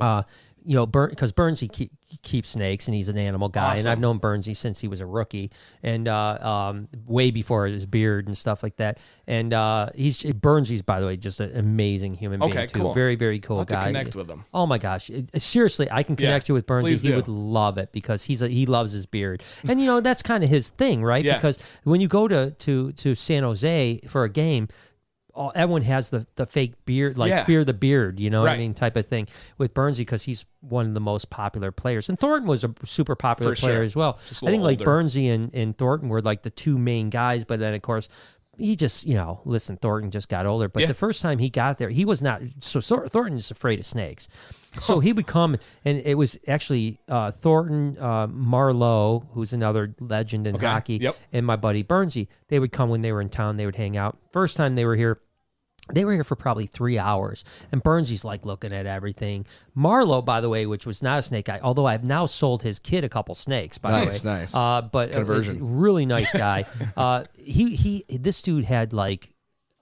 Speaker 1: uh, you know, because Burnsy keep, keeps snakes and he's an animal guy, and I've known Burnsy since he was a rookie and uh, um, way before his beard and stuff like that. And uh, he's Burnsy's, by the way, just an amazing human
Speaker 3: Okay,
Speaker 1: being too.
Speaker 3: cool.
Speaker 1: Very, very cool
Speaker 3: I'll have to
Speaker 1: guy.
Speaker 3: connect with him.
Speaker 1: Oh my gosh! It- it- seriously, I can connect you with Burnsy.
Speaker 3: please
Speaker 1: He
Speaker 3: do.
Speaker 1: would love it because he's a, he loves his beard, and you know that's kind of his thing, right?
Speaker 3: Yeah.
Speaker 1: Because when you go to to to San Jose for a game. All, everyone has the, the fake beard, like
Speaker 3: Yeah.
Speaker 1: fear the beard, you know what I
Speaker 3: Right.
Speaker 1: mean, type of thing with Burnsy because he's one of the most popular players. And Thornton was a super popular
Speaker 3: For
Speaker 1: player
Speaker 3: sure.
Speaker 1: as well.
Speaker 3: Just a
Speaker 1: I think
Speaker 3: little
Speaker 1: like
Speaker 3: older.
Speaker 1: Burnsy and, and Thornton were like the two main guys, but then of course he just, you know, listen, Thornton just got older. But
Speaker 3: Yeah.
Speaker 1: the first time he got there, he was not so Thor- Thornton is afraid of snakes. So he would come, and it was actually uh, Thornton, uh, Marlowe, who's another legend in hockey,
Speaker 3: Yep.
Speaker 1: and my buddy Burnsy. They would come when they were in town. They would hang out. First time they were here, they were here for probably three hours, and Burnsy's like looking at everything. Marlowe, by the way, which was not a snake guy, although I've now sold his kid a couple snakes. By
Speaker 2: Nice,
Speaker 1: the way,
Speaker 2: nice.
Speaker 1: Uh, but
Speaker 2: Conversion.
Speaker 1: he's a really nice guy. uh, he he, this dude had like.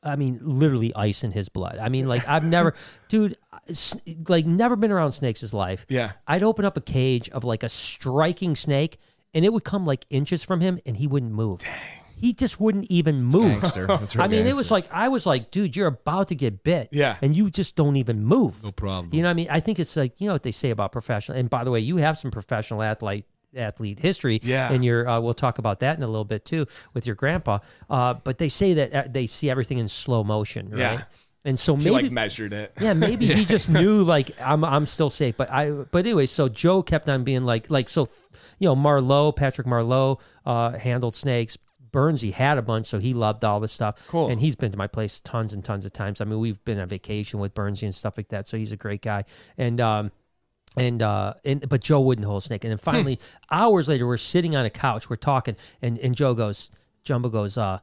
Speaker 1: I mean, literally ice in his blood. I mean, like I've never, *laughs* dude, s- like never been around snakes his life.
Speaker 3: Yeah.
Speaker 1: I'd open up a cage of like a striking snake, and it would come like inches from him, and he wouldn't move. Dang. He just wouldn't even move.
Speaker 2: *laughs* Gangster. That's real
Speaker 1: I mean, it was
Speaker 2: gangster.
Speaker 1: like I was like, dude, you're about to get bit,
Speaker 3: Yeah.
Speaker 1: and you just don't even move. No
Speaker 2: problem.
Speaker 1: You know, what I mean, I think it's like you know what they say about professional. And by the way, you have some professional athlete athlete history,
Speaker 3: Yeah.
Speaker 1: And your uh, we'll talk about that in a little bit too with your grandpa. Uh, but they say that uh, they see everything in slow motion, right?
Speaker 3: Yeah.
Speaker 1: And so
Speaker 3: he
Speaker 1: maybe
Speaker 3: like measured it.
Speaker 1: yeah, maybe
Speaker 3: *laughs*
Speaker 1: he just knew like I'm I'm still safe. But I but anyway, so Joe kept on being like like so you know, Marlowe, Patrick Marlowe, uh, handled snakes. Burnsy had a bunch, so he loved all this stuff. Cool. And he's been to my place tons and tons of times. I mean, we've been on vacation with Burnsy and stuff like that. So he's a great guy. And um and uh and but Joe wouldn't hold a snake. And then
Speaker 3: Hmm.
Speaker 1: finally, hours later, we're sitting on a couch, we're talking, and and Joe goes, Jumbo goes, uh,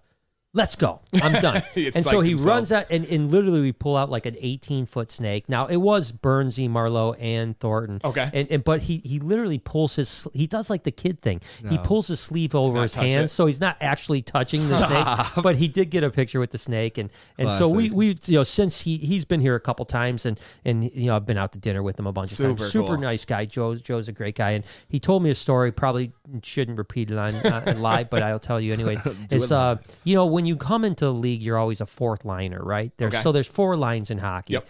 Speaker 1: let's go. I'm done.
Speaker 3: *laughs* He
Speaker 1: and so
Speaker 3: psyched
Speaker 1: he
Speaker 3: himself.
Speaker 1: runs out and, and literally we pull out like an 18 foot snake. Now it was Bernsey, Marlowe, and Thornton.
Speaker 3: Okay.
Speaker 1: And, and but he he literally pulls his sl- he does like the kid thing. He pulls his sleeve over his
Speaker 3: touch
Speaker 1: hand,
Speaker 3: it.
Speaker 1: so he's not actually touching the snake. But he did get a picture with the snake, and and so we
Speaker 2: Classic.
Speaker 1: we you know since he he's been here a couple times, and and you know I've been out to dinner with him a bunch of
Speaker 3: Super
Speaker 1: times. Super
Speaker 3: cool.
Speaker 1: nice guy. Joe's Joe's a great guy, and he told me a story. Probably shouldn't repeat it on, on live, but I'll tell you
Speaker 3: *laughs*
Speaker 1: anyways. it's uh, you know, when you come into the league, you're always a fourth liner, right? There's
Speaker 3: Okay.
Speaker 1: so there's four lines in hockey.
Speaker 3: Yep.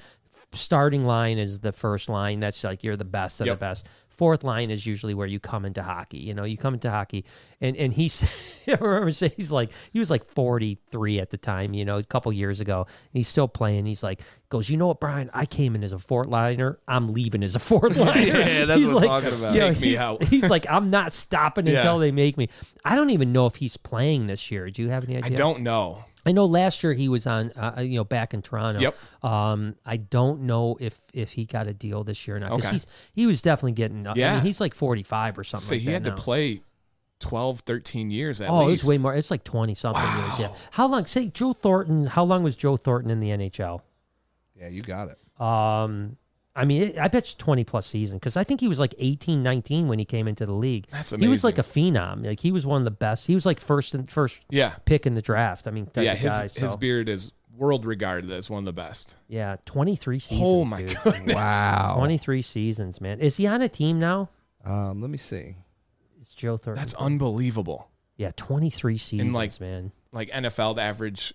Speaker 1: Starting line is the first line. That's like you're the best of
Speaker 3: Yep.
Speaker 1: the best. Fourth line is usually where you come into hockey. You know, you come into hockey, and and he's *laughs* I remember saying he's like he was like 43 at the time. You know, a couple years ago, and he's still playing. He's like goes, you know what, Brian? I came in as a fourth liner. I'm leaving as a fourth liner.
Speaker 2: Yeah, that's
Speaker 1: He's
Speaker 2: what I'm
Speaker 1: like,
Speaker 2: talking about.
Speaker 1: you know,
Speaker 3: Take me
Speaker 1: he's-
Speaker 3: out.
Speaker 1: He's like, I'm not stopping
Speaker 3: Yeah.
Speaker 1: until they make me. I don't even know if he's playing this year. Do you have any
Speaker 3: I
Speaker 1: idea?
Speaker 3: don't know.
Speaker 1: I know last year he was on, uh, you know, back in Toronto.
Speaker 3: Yep.
Speaker 1: Um, I don't know if if he got a deal this year or not. 'cause
Speaker 3: Okay.
Speaker 1: he's he was definitely getting. Uh, I
Speaker 3: Yeah.
Speaker 1: mean, he's like 45 or something.
Speaker 3: So
Speaker 1: like
Speaker 3: he
Speaker 1: that
Speaker 3: had
Speaker 1: now.
Speaker 3: to play 12, 13 years at
Speaker 1: Oh,
Speaker 3: least.
Speaker 1: it's way more. It's like twenty something years. Yeah. How long? Say Joe Thornton. How long was Joe Thornton in the NHL?
Speaker 2: Yeah, you got it.
Speaker 1: Um, I mean, it, I bet you 20 plus season because I think he was like 18, 19 when he came into the league.
Speaker 3: That's
Speaker 1: He was like a phenom. Like he was one of the best. He was like first and first
Speaker 3: yeah.
Speaker 1: pick in the draft. I mean, type
Speaker 3: Yeah.
Speaker 1: of
Speaker 3: His,
Speaker 1: guy,
Speaker 3: his
Speaker 1: so-
Speaker 3: beard is world regarded as one of the best.
Speaker 1: yeah, 23 seasons.
Speaker 3: Oh, my
Speaker 1: dude.
Speaker 3: goodness.
Speaker 2: Wow.
Speaker 1: 23 seasons, man. Is he on a team now?
Speaker 2: *laughs* Um, let me see.
Speaker 1: It's Joe Thornton.
Speaker 3: That's unbelievable.
Speaker 1: yeah, 23 seasons,
Speaker 3: like-
Speaker 1: man.
Speaker 3: Like NFL, the average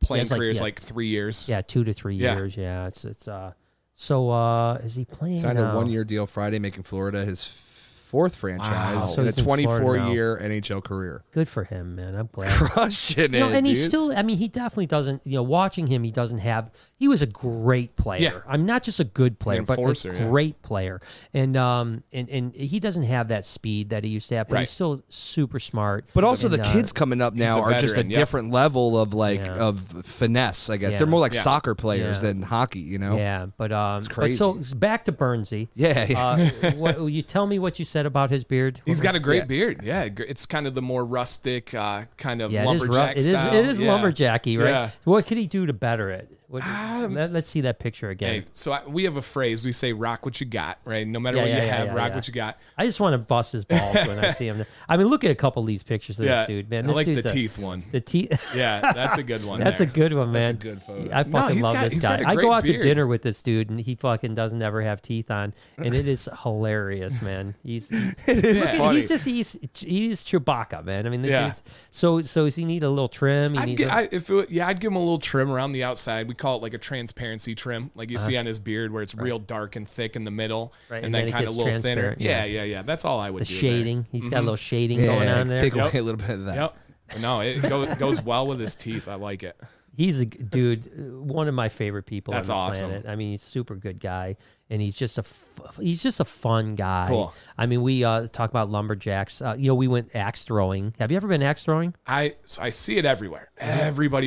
Speaker 3: playing
Speaker 1: it's like-
Speaker 3: career is
Speaker 1: yeah.
Speaker 3: like three years.
Speaker 1: Yeah, two to three
Speaker 3: Yeah.
Speaker 1: years. Yeah, it's it's uh. So uh, is he playing?
Speaker 2: Signed
Speaker 1: now?
Speaker 2: a one-year deal Friday, making Florida his fourth franchise
Speaker 1: So
Speaker 2: in a
Speaker 1: he's in Florida now.
Speaker 2: 24-year NHL career.
Speaker 1: Good for him, man. I'm glad.
Speaker 2: *laughs* Crushing it,
Speaker 1: No, and he's
Speaker 2: dude.
Speaker 1: still. I mean, he definitely doesn't. You know, watching him, he doesn't have. He was a great player.
Speaker 3: Yeah.
Speaker 1: I'm not just a good player, but
Speaker 3: enforcer,
Speaker 1: a
Speaker 3: yeah.
Speaker 1: great player. And um, and and he doesn't have that speed that he used to have, but
Speaker 3: Right.
Speaker 1: he's still super smart.
Speaker 2: But also
Speaker 1: And,
Speaker 2: the
Speaker 1: uh,
Speaker 2: kids coming up now
Speaker 3: a
Speaker 2: are just a
Speaker 3: veteran, yeah.
Speaker 2: different level of like
Speaker 1: Yeah.
Speaker 2: of finesse, I guess.
Speaker 1: Yeah.
Speaker 2: They're more like
Speaker 3: Yeah.
Speaker 2: soccer players
Speaker 1: Yeah.
Speaker 2: than hockey, you know?
Speaker 1: Yeah, but um, it's
Speaker 2: crazy.
Speaker 1: But so back to Bernsey.
Speaker 2: Yeah, yeah.
Speaker 1: Uh, what, will you tell me what you said about his beard?
Speaker 3: He's got a great
Speaker 2: Yeah.
Speaker 3: beard. Yeah, gr- it's kind of the more rustic uh, kind of
Speaker 1: yeah, it is rough.
Speaker 3: lumberjack
Speaker 1: It is
Speaker 3: style.
Speaker 1: it is
Speaker 3: Yeah.
Speaker 1: lumberjacky, right?
Speaker 3: Yeah. Um,
Speaker 1: What could he do to better it? What, let, us see that picture again.
Speaker 3: Hey, so I, we have a phrase we say, "Rock what you got," right? No matter
Speaker 1: Yeah,
Speaker 3: what
Speaker 1: yeah,
Speaker 3: you
Speaker 1: yeah,
Speaker 3: have,
Speaker 1: yeah,
Speaker 3: rock
Speaker 1: yeah.
Speaker 3: what you got.
Speaker 1: I just want to bust his balls when I see
Speaker 3: *laughs*
Speaker 1: him. I mean, look at a couple of these pictures of
Speaker 3: Yeah,
Speaker 1: this dude, man.
Speaker 3: I
Speaker 1: This
Speaker 3: like the
Speaker 1: dude's a- *laughs*
Speaker 3: teeth one.
Speaker 1: The teeth.
Speaker 3: Yeah, that's
Speaker 1: *laughs*
Speaker 3: a good one.
Speaker 1: That's a
Speaker 3: there.
Speaker 1: good one, man.
Speaker 2: good photo.
Speaker 1: I
Speaker 3: No,
Speaker 1: fucking
Speaker 3: he's
Speaker 1: love
Speaker 3: got-
Speaker 1: this
Speaker 3: he's got
Speaker 1: guy.
Speaker 3: a
Speaker 1: I go
Speaker 3: great
Speaker 1: out to
Speaker 3: beard.
Speaker 1: dinner with this dude, and he fucking doesn't ever have teeth on, and it
Speaker 3: *laughs*
Speaker 1: is hilarious, man. He's
Speaker 2: it is
Speaker 1: look at,
Speaker 2: funny.
Speaker 1: he's just he's he's Chewbacca, man. I mean, the
Speaker 3: Yeah.
Speaker 1: dude's, so so does he need a little trim? He
Speaker 3: I'd
Speaker 1: needs
Speaker 3: gi-
Speaker 1: a-
Speaker 3: I- if it, wa- yeah, I'd give him a little trim around the outside. We call it like a transparency trim, like you see on his beard, where it's real dark and thick in the middle,
Speaker 1: Right,
Speaker 3: and,
Speaker 1: and
Speaker 3: then,
Speaker 1: then it
Speaker 3: kind of
Speaker 1: gets
Speaker 3: a little thinner.
Speaker 1: transparent,
Speaker 3: Yeah.
Speaker 1: yeah.
Speaker 3: yeah, yeah, That's all I would
Speaker 1: the
Speaker 3: do. there.
Speaker 1: shading. He's got a little shading going on there.
Speaker 2: Mm-hmm. Take
Speaker 3: Yep.
Speaker 2: away a little bit of that.
Speaker 3: Yep. No, it go, goes well with his teeth. I like it.
Speaker 1: He's a g- dude, uh, one of my favorite people
Speaker 3: That's
Speaker 1: on the
Speaker 3: awesome.
Speaker 1: planet. I mean, he's a super good guy, and he's just a f- he's just a fun guy.
Speaker 3: Cool.
Speaker 1: I mean, we uh, talk about lumberjacks. Uh, you know, we went axe throwing. Have you ever been axe throwing?
Speaker 3: I so I see it everywhere. Everybody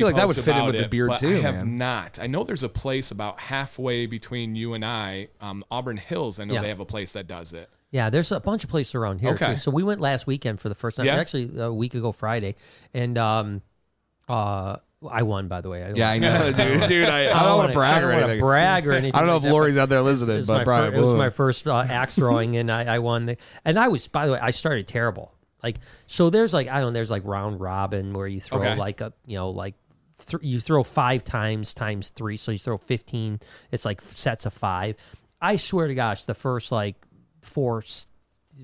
Speaker 2: I feel like that
Speaker 3: posts
Speaker 2: would fit in
Speaker 3: about
Speaker 2: with the
Speaker 3: it,
Speaker 2: beard
Speaker 3: but
Speaker 2: too,
Speaker 3: I have
Speaker 2: man.
Speaker 3: not. I know there's a place about halfway between you and I, um, Auburn Hills. I know
Speaker 1: Yeah.
Speaker 3: they have a place that does it.
Speaker 1: Yeah, there's a bunch of places around here.
Speaker 3: Okay.
Speaker 1: Too. So we went last weekend for the first time,
Speaker 3: Yeah.
Speaker 1: actually a week ago Friday, and um, uh, I won by the way. I
Speaker 2: Yeah, I know, dude. Dude, I, I don't
Speaker 1: wanna- I
Speaker 2: want to brag
Speaker 1: don't
Speaker 2: or
Speaker 1: wanna
Speaker 2: anything.
Speaker 1: brag or anything.
Speaker 2: *laughs* I don't know
Speaker 1: like
Speaker 2: if
Speaker 1: that, but-
Speaker 2: Lori's out there
Speaker 1: It
Speaker 2: listening,
Speaker 1: was,
Speaker 2: but
Speaker 1: my
Speaker 2: Brian,
Speaker 1: fir- it was
Speaker 2: boom.
Speaker 1: my first uh, axe throwing, and I, I won the. And I was, by the way, I started terrible. Like, so there's like I don't. know, There's like round robin where you throw
Speaker 3: Okay.
Speaker 1: like a you know like th- you throw five times times three, so you throw fifteen. It's like sets of five. I swear to gosh, the first like four s-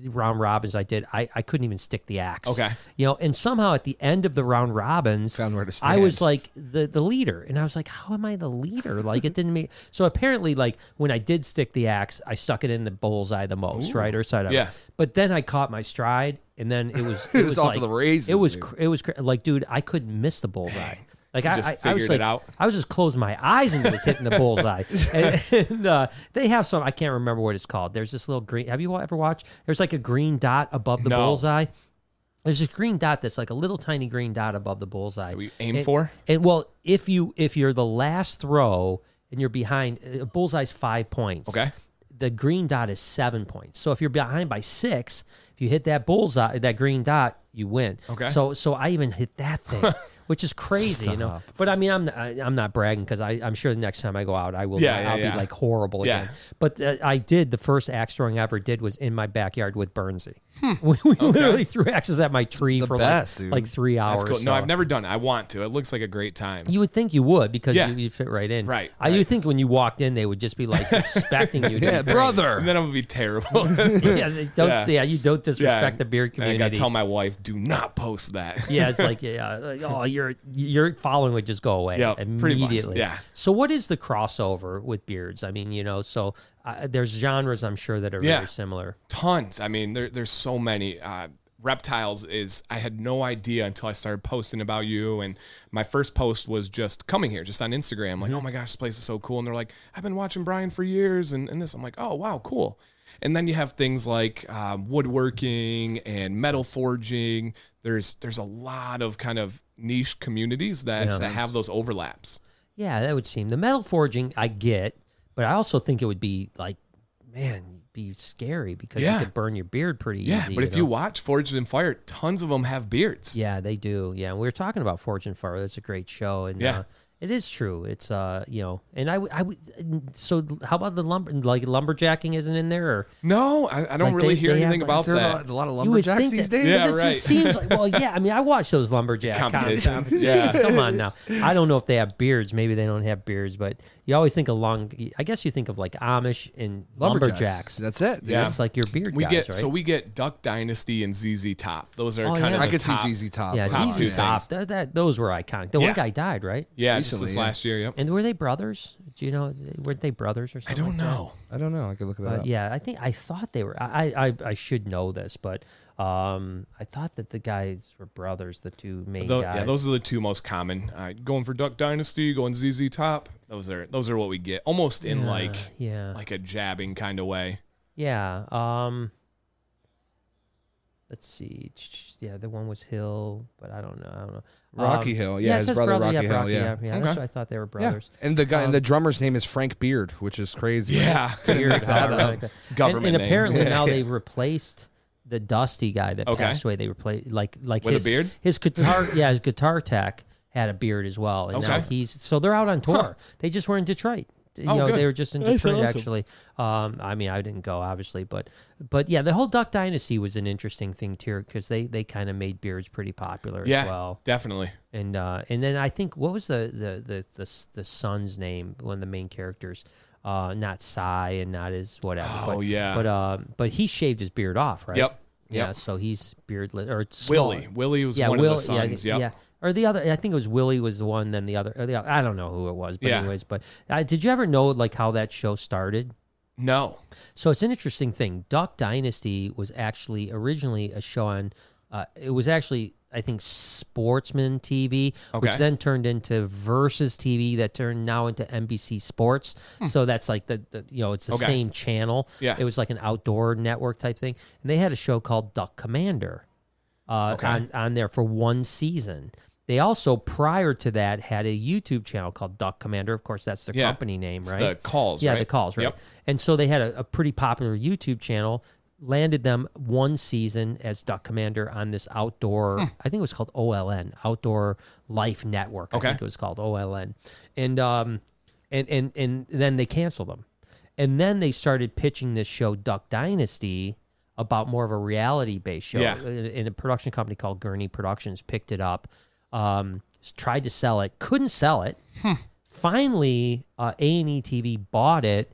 Speaker 1: round robins I did, I I couldn't even stick the axe.
Speaker 3: Okay.
Speaker 1: you know, and somehow at the end of the round robins,
Speaker 2: Found where to
Speaker 1: I was
Speaker 2: stand.
Speaker 1: like like the the leader and i was like how am i the leader like it didn't make *laughs* so apparently like when i did stick the axe i stuck it in the bullseye the most right or side of
Speaker 3: Yeah.
Speaker 1: but then i caught my stride and then it was it,
Speaker 2: was off
Speaker 1: like,
Speaker 2: to the races,
Speaker 1: it was
Speaker 2: dude.
Speaker 1: cr- it was cr- like dude i couldn't miss the
Speaker 3: *laughs*
Speaker 1: bullseye like I,
Speaker 3: just
Speaker 1: I, I was like,
Speaker 3: figured it out.
Speaker 1: I was just closing my eyes and it was hitting the
Speaker 3: *laughs*
Speaker 1: bullseye. and and, uh, they have some I can't remember what it's called. There's this little green. Have you ever watched? There's like a green dot above the
Speaker 3: No.
Speaker 1: bullseye. There's this green dot that's like a little tiny green dot above the bullseye.
Speaker 3: we aim
Speaker 1: And-
Speaker 3: for?
Speaker 1: and well, if you if you're the last throw and you're behind, a bullseye's five points.
Speaker 3: Okay.
Speaker 1: The green dot is seven points. So if you're behind by six, if you hit that bullseye, that green dot, you win.
Speaker 3: Okay.
Speaker 1: So so I even hit that thing,
Speaker 3: *laughs*
Speaker 1: which is crazy, you know. But I mean, I'm I, I'm not bragging because I I'm sure the next time I go out, I will.
Speaker 3: Yeah,
Speaker 1: not-
Speaker 3: yeah,
Speaker 1: I'll
Speaker 3: yeah.
Speaker 1: be like horrible
Speaker 3: Yeah.
Speaker 1: again. But uh, I did the first axe throwing I ever did was in my backyard with Bernsey.
Speaker 3: Hmm.
Speaker 1: *laughs* We, we literally threw axes at my tree for
Speaker 2: best,
Speaker 1: like,
Speaker 2: dude.
Speaker 1: like three hours.
Speaker 3: That's cool.
Speaker 1: so.
Speaker 3: No, I've never done it. I want to. It looks like a great time.
Speaker 1: You would think you would because
Speaker 3: Yeah.
Speaker 1: you, you fit right in.
Speaker 3: Right,
Speaker 1: I you think when you walked in, they would just be
Speaker 3: *laughs*
Speaker 1: like expecting
Speaker 2: *laughs*
Speaker 1: you. To
Speaker 2: yeah,
Speaker 1: be great.
Speaker 2: brother.
Speaker 3: And then I'm gonna be terrible.
Speaker 1: Yeah, they don't. Yeah.
Speaker 3: Yeah.
Speaker 1: you don't disrespect the beard
Speaker 3: And I
Speaker 1: community.
Speaker 3: gotta tell my wife, do not post that. *laughs*
Speaker 1: yeah, it's like yeah, like, oh, your your following would just go away
Speaker 3: Yeah, pretty much,
Speaker 1: immediately.
Speaker 3: yeah.
Speaker 1: So what is the crossover with beards? I mean, you know, so uh, there's genres I'm sure that are
Speaker 3: Yeah.
Speaker 1: very similar.
Speaker 3: Tons. I mean, there, there's so many. Uh, reptiles is I had no idea until I started posting about you. And my first post was just coming here, just on Instagram.
Speaker 1: Mm-hmm.
Speaker 3: Like, oh my gosh, this place is so cool. And they're like, I've been watching Brian for years, and, and this. I'm like, oh wow, cool. And then you have things like um, woodworking and metal forging. There's there's a lot of kind of niche communities that, that have those overlaps.
Speaker 1: Yeah, that would seem the metal forging I get, but I also think it would be like, man, be be scary because
Speaker 3: Yeah.
Speaker 1: you could burn your beard pretty
Speaker 3: Yeah,
Speaker 1: easy.
Speaker 3: but if you
Speaker 1: know?
Speaker 3: watch Forged in Fire, tons of them have beards.
Speaker 1: Yeah, they do. Yeah, and we were talking about Fortune Fire. That's a great show, and
Speaker 3: Yeah.
Speaker 1: uh, it is true. It's uh, you know, and I, w- I, w- and so how about the lumber? Like lumberjacking isn't in there, or
Speaker 3: No, I, I don't
Speaker 1: Like,
Speaker 3: really
Speaker 1: they-
Speaker 3: hear
Speaker 1: they have,
Speaker 3: anything
Speaker 1: like,
Speaker 3: about
Speaker 2: Is there
Speaker 3: that.
Speaker 2: a lot of
Speaker 1: you would
Speaker 2: lumberjacks
Speaker 1: think
Speaker 2: these
Speaker 1: that-
Speaker 2: days?
Speaker 3: Yeah,
Speaker 1: because it just
Speaker 3: right.
Speaker 1: seems like
Speaker 3: *laughs*
Speaker 1: well, yeah. I mean, I watch those lumberjack
Speaker 3: Competitions,
Speaker 1: com- competitions.
Speaker 3: yeah.
Speaker 1: *laughs* Come on now. I don't know if they have beards. Maybe they don't have beards, but you always think of long. I guess you think of like Amish and lumberjacks.
Speaker 2: That's it. dude.
Speaker 3: Yeah.
Speaker 1: That's like your beard
Speaker 3: We
Speaker 1: guys,
Speaker 3: get
Speaker 1: right?
Speaker 3: so we get Duck Dynasty and ZZ Top. Those are
Speaker 1: Oh,
Speaker 3: kind
Speaker 1: yeah.
Speaker 3: of
Speaker 2: I
Speaker 3: the
Speaker 2: could
Speaker 3: top.
Speaker 2: see ZZ Top.
Speaker 1: yeah,
Speaker 3: top
Speaker 1: ZZ
Speaker 3: two
Speaker 1: Top.
Speaker 3: things.
Speaker 1: That, that, those were iconic. The
Speaker 3: Yeah.
Speaker 1: one guy died, right?
Speaker 3: Yeah,
Speaker 2: Recently,
Speaker 3: just this
Speaker 2: yeah.
Speaker 3: last year. Yep.
Speaker 1: And were they brothers? Do you know? Weren't they brothers or
Speaker 3: I
Speaker 1: something? like
Speaker 3: don't
Speaker 1: that?
Speaker 3: know.
Speaker 2: I don't know. I could look that
Speaker 1: But
Speaker 2: up.
Speaker 1: yeah, I think I thought they were. I I, I- I should know this, but um, I thought that the guys were brothers, the two main
Speaker 3: Tho-
Speaker 1: guys.
Speaker 3: yeah, those are the two most common. Uh, going for Duck Dynasty, going ZZ Top. Those are those are what we get almost in like
Speaker 1: yeah,
Speaker 3: like a jabbing kind of way.
Speaker 1: yeah. Um, let's see. Ch- ch- Yeah, the one was Hill, but I don't know. I don't know.
Speaker 2: Rocky
Speaker 1: Um,
Speaker 2: Hill.
Speaker 1: yeah,
Speaker 2: Yeah,
Speaker 1: it
Speaker 2: his
Speaker 1: says
Speaker 2: brother
Speaker 1: brother,
Speaker 2: Rocky
Speaker 1: yeah,
Speaker 2: Hill. Yeah.
Speaker 1: Yeah, that's what I thought they were brothers.
Speaker 2: And the guy and the drummer's name is Frank Beard, which is crazy.
Speaker 3: Yeah, *laughs*
Speaker 1: Weird how ironic that- and-
Speaker 3: Government
Speaker 1: and,
Speaker 3: name.
Speaker 1: apparently now
Speaker 3: *laughs*
Speaker 1: they replaced the Dusty guy that
Speaker 3: Okay.
Speaker 1: passed away. They replaced like like
Speaker 3: With a
Speaker 1: his,
Speaker 3: beard?
Speaker 1: His
Speaker 3: *laughs*
Speaker 1: guitar, yeah, his guitar tech had a beard as well, and now
Speaker 3: Okay.
Speaker 1: he's so they're out on tour. They just were in Detroit. You
Speaker 3: Oh,
Speaker 1: know, they
Speaker 3: good.
Speaker 1: were just in
Speaker 2: That's
Speaker 1: Detroit
Speaker 2: awesome.
Speaker 1: actually. Um, I mean, I didn't go obviously, but but yeah, the whole Duck Dynasty was an interesting thing too because they they kind of made beards pretty popular
Speaker 3: yeah,
Speaker 1: as well.
Speaker 3: definitely.
Speaker 1: And uh, and then I think what was the the the the, s- the son's name? One of the main characters, uh, not Psy and not his whatever.
Speaker 3: Oh,
Speaker 1: but,
Speaker 3: yeah.
Speaker 1: But uh, but he shaved his beard off, right?
Speaker 3: Yep,
Speaker 1: Yeah.
Speaker 3: yep.
Speaker 1: So he's beardless or smaller.
Speaker 3: Willie, Willie was
Speaker 1: Yeah,
Speaker 3: one
Speaker 1: Will.
Speaker 3: of the
Speaker 1: yeah,
Speaker 3: sons. Yeah,
Speaker 1: yeah. Or the other, I think it was Willie was the one. Then the other, or the other I don't know who it was, but
Speaker 3: Yeah.
Speaker 1: anyways. But uh, did you ever know like how that show started?
Speaker 3: No,
Speaker 1: So it's an interesting thing. Duck Dynasty was actually originally a show on. Uh, it was actually I think Sportsman TV, which
Speaker 3: Okay.
Speaker 1: then turned into Versus TV, that turned now into NBC Sports. So that's like the, the you know it's the
Speaker 3: Hmm. Okay.
Speaker 1: same channel.
Speaker 3: Yeah.
Speaker 1: it was like an outdoor network type thing, and they had a show called Duck Commander uh,
Speaker 3: Okay.
Speaker 1: on, on there for one season. They also, prior to that, had a YouTube channel called Duck Commander. Of course, that's their
Speaker 3: Yeah.
Speaker 1: company name,
Speaker 3: It's
Speaker 1: right?
Speaker 3: the calls.
Speaker 1: Yeah,
Speaker 3: right?
Speaker 1: the calls, right?
Speaker 3: Yep.
Speaker 1: And so they had a, a pretty popular YouTube channel, landed them one season as Duck Commander on this
Speaker 3: Hmm.
Speaker 1: outdoor, I think it was called OLN, Outdoor Life Network.
Speaker 3: Okay.
Speaker 1: I think it was called OLN. And um and and and then they canceled them. And then they started pitching this show Duck Dynasty about more of a reality based show.
Speaker 3: Yeah.
Speaker 1: And and a production company called Gurney Productions picked it up. Um, s- tried to sell it, couldn't sell it finally uh, a&e tv bought it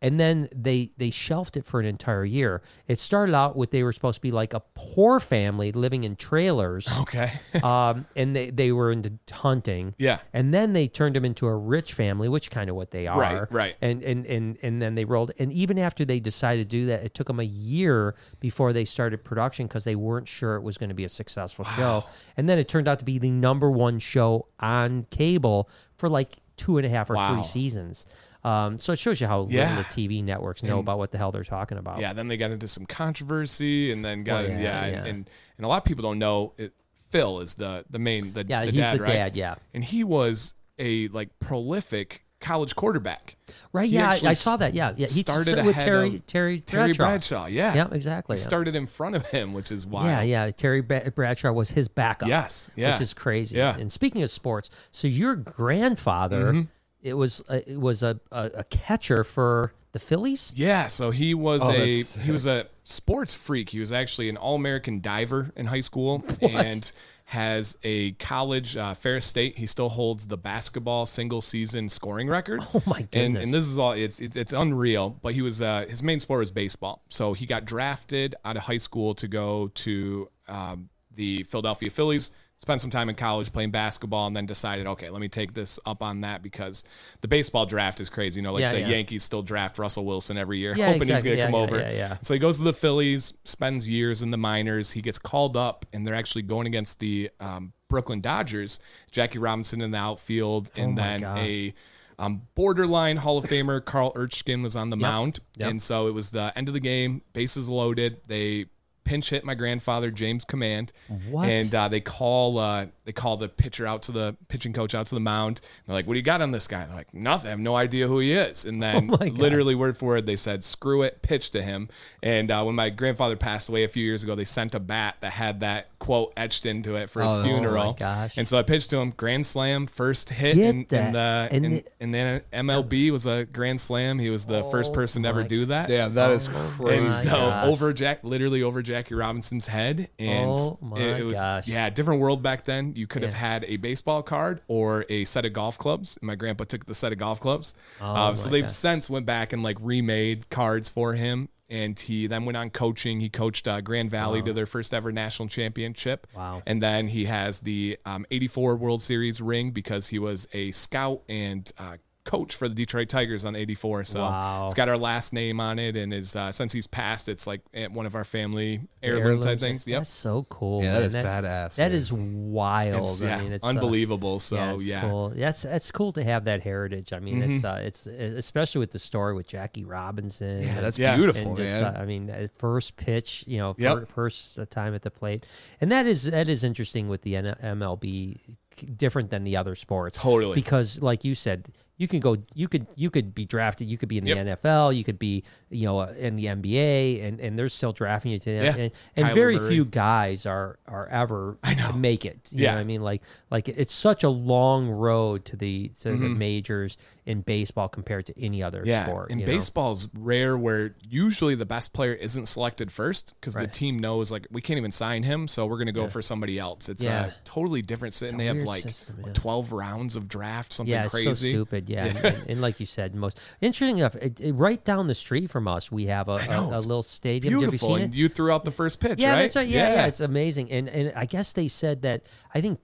Speaker 1: and then they they shelved it for an entire year it started out with they were supposed to be like a poor family living in trailers
Speaker 3: Okay.
Speaker 1: um, and they, they were into hunting
Speaker 3: Yeah.
Speaker 1: and then they turned them into a rich family which kind of what they are
Speaker 3: Right, right.
Speaker 1: and and and and then they rolled and even after they decided to do that it took them a year before they started production because they weren't sure it was going to be a successful show and then it turned out to be the number one show on cable for like two and a half or
Speaker 3: Wow.
Speaker 1: three seasons um, so it shows you how
Speaker 3: Yeah.
Speaker 1: little the TV networks know about what the hell they're talking about.
Speaker 3: Yeah, then they got into some controversy, and then got
Speaker 1: Oh. Well, yeah,
Speaker 3: yeah,
Speaker 1: yeah.
Speaker 3: And, and and a lot of people don't know it, Phil is the the main the
Speaker 1: Yeah,
Speaker 3: the
Speaker 1: he's
Speaker 3: dad,
Speaker 1: the
Speaker 3: right?
Speaker 1: dad, yeah.
Speaker 3: and he was a like prolific college quarterback.
Speaker 1: Right?
Speaker 3: He
Speaker 1: Yeah, I,
Speaker 3: actually
Speaker 1: I saw that. Yeah, yeah. He
Speaker 3: started
Speaker 1: with
Speaker 3: ahead
Speaker 1: Terry,
Speaker 3: of
Speaker 1: Terry
Speaker 3: Terry
Speaker 1: Bradshaw.
Speaker 3: Bradshaw, yeah,
Speaker 1: Yeah, exactly.
Speaker 3: He
Speaker 1: yeah.
Speaker 3: started in front of him, which is wild.
Speaker 1: Yeah, yeah. Terry Ba- Bradshaw was his backup.
Speaker 3: Yes, yeah.
Speaker 1: which is crazy.
Speaker 3: Yeah. Mm-hmm.
Speaker 1: And speaking of sports, so your grandfather, it was a, it was a, a, a catcher for the Phillies.
Speaker 3: Yeah, so he was
Speaker 2: Oh,
Speaker 3: a
Speaker 2: that's
Speaker 3: he was a sports freak. He was actually an all American diver in high school and has a college uh, Ferris State. He still holds the basketball single season scoring record.
Speaker 1: Oh my
Speaker 3: And,
Speaker 1: goodness.
Speaker 3: and this is all it's it's, it's unreal. But he was uh, his main sport was baseball. So he got drafted out of high school to go to um, the Philadelphia Phillies. Spent some time in college playing basketball, and then decided, okay, let me take this up on that because the baseball draft is crazy. You know, like
Speaker 1: Yeah,
Speaker 3: the
Speaker 1: yeah.
Speaker 3: Yankees still draft Russell Wilson every year
Speaker 1: Yeah,
Speaker 3: hoping
Speaker 1: exactly.
Speaker 3: he's
Speaker 1: Yeah,
Speaker 3: gonna come
Speaker 1: yeah,
Speaker 3: over.
Speaker 1: yeah, yeah.
Speaker 3: So he goes to the Phillies, spends years in the minors. He gets called up, and they're actually going against the um, Brooklyn Dodgers. Jackie Robinson in the outfield, and
Speaker 1: Oh my
Speaker 3: then
Speaker 1: gosh.
Speaker 3: a um, borderline Hall of Famer *laughs* Carl Erchkin was on the mound, and so it was the end of the game, bases loaded. They pinch hit my grandfather James Command,
Speaker 1: What?
Speaker 3: and uh, they call uh, they call the pitcher out to the pitching coach out to the mound. They're like, "What do you got on this guy?" They're like, "Nothing. I have no idea who he
Speaker 1: *laughs*
Speaker 3: is." And then
Speaker 1: Oh my God.
Speaker 3: literally word for word, they said, "Screw it, pitch to him." And uh, when my grandfather passed away a few years ago, they sent a bat that had that quote etched into it for his
Speaker 2: that's
Speaker 1: cool.
Speaker 3: funeral.
Speaker 1: Oh my gosh.
Speaker 3: And so I pitched to him, grand slam, first hit
Speaker 1: Get
Speaker 3: in, in the
Speaker 1: that. And
Speaker 3: in,
Speaker 1: it-
Speaker 3: and then MLB was a grand slam. He was the first
Speaker 1: Oh
Speaker 3: person to ever
Speaker 1: my
Speaker 3: do that.
Speaker 2: Damn, that is
Speaker 3: And
Speaker 1: My
Speaker 2: crazy.
Speaker 3: so
Speaker 1: gosh.
Speaker 3: over Jack, literally over Jackie Robinson's head, and
Speaker 1: Oh my
Speaker 3: it, it was
Speaker 1: gosh.
Speaker 3: yeah, different world back then. You could have
Speaker 1: Yeah.
Speaker 3: had a baseball card or a set of golf clubs. And my grandpa took the set of golf clubs. um, so
Speaker 1: Oh my
Speaker 3: they've
Speaker 1: gosh.
Speaker 3: since went back and like remade cards for him, and he then went on coaching. He coached uh, Grand Valley to their first ever national championship.
Speaker 1: Wow.
Speaker 3: And then he has the um, 84 World Series ring because he was a scout and uh, coach for the Detroit Tigers on 84. So
Speaker 1: Wow.
Speaker 3: it's got our last name on it. And is, uh, since he's passed, it's like at one of our family heirloom type
Speaker 1: Heirlooms.
Speaker 3: things. Yep.
Speaker 1: That's so cool.
Speaker 2: Yeah, that
Speaker 1: man.
Speaker 2: is badass,
Speaker 1: That
Speaker 2: dude.
Speaker 1: is wild.
Speaker 3: It's,
Speaker 1: I
Speaker 3: yeah,
Speaker 1: mean, it's uh,
Speaker 3: unbelievable. So
Speaker 1: yeah,
Speaker 3: yeah. Mm-hmm.
Speaker 1: it's cool. That's that's cool to have that heritage. I mean, it's uh, it's especially with the story with Jackie Robinson.
Speaker 2: Yeah,
Speaker 1: and-
Speaker 2: that's
Speaker 3: Yeah.
Speaker 2: beautiful,
Speaker 1: and just,
Speaker 2: man. *laughs*
Speaker 1: uh, I mean, uh, first pitch, you know,
Speaker 3: Yep.
Speaker 1: fir- first uh, time at the plate, and that is that is interesting with the N- MLB, c- different than the other sports,
Speaker 3: Totally.
Speaker 1: Because, like you said, you can go, you could you could be drafted, you could be in the
Speaker 3: Yep.
Speaker 1: NFL, you could be, you know, uh, in the NBA, and and they're still drafting you to, the
Speaker 3: Yeah.
Speaker 1: and, and
Speaker 3: Kyler
Speaker 1: very
Speaker 3: Murray.
Speaker 1: few guys are are ever make it. You know
Speaker 3: Yeah.
Speaker 1: what I mean, like like it's such a long road to the to the majors in baseball compared to any other
Speaker 3: Mm-hmm. yeah,
Speaker 1: sport.
Speaker 3: and
Speaker 1: you know?
Speaker 3: baseball's rare where usually the best player isn't selected first because the
Speaker 1: Right.
Speaker 3: team knows like we can't even sign him, so we're gonna go for somebody else. It's
Speaker 1: Yeah.
Speaker 3: a totally different. And they have
Speaker 1: weird
Speaker 3: like
Speaker 1: system,
Speaker 3: what,
Speaker 1: yeah.
Speaker 3: twelve rounds of draft, something
Speaker 1: Yeah, it's
Speaker 3: crazy.
Speaker 1: so stupid. Yeah, And, and- and like you said, most interesting enough, it, it- right down the street from us, we have a,
Speaker 3: know,
Speaker 1: a, a
Speaker 3: it's
Speaker 1: little stadium. Have you
Speaker 3: Beautiful,
Speaker 1: seen
Speaker 3: and
Speaker 1: it?
Speaker 3: you threw out the first pitch,
Speaker 1: yeah,
Speaker 3: right?
Speaker 1: that's right. Yeah, yeah, it's amazing. And and I guess they said that I think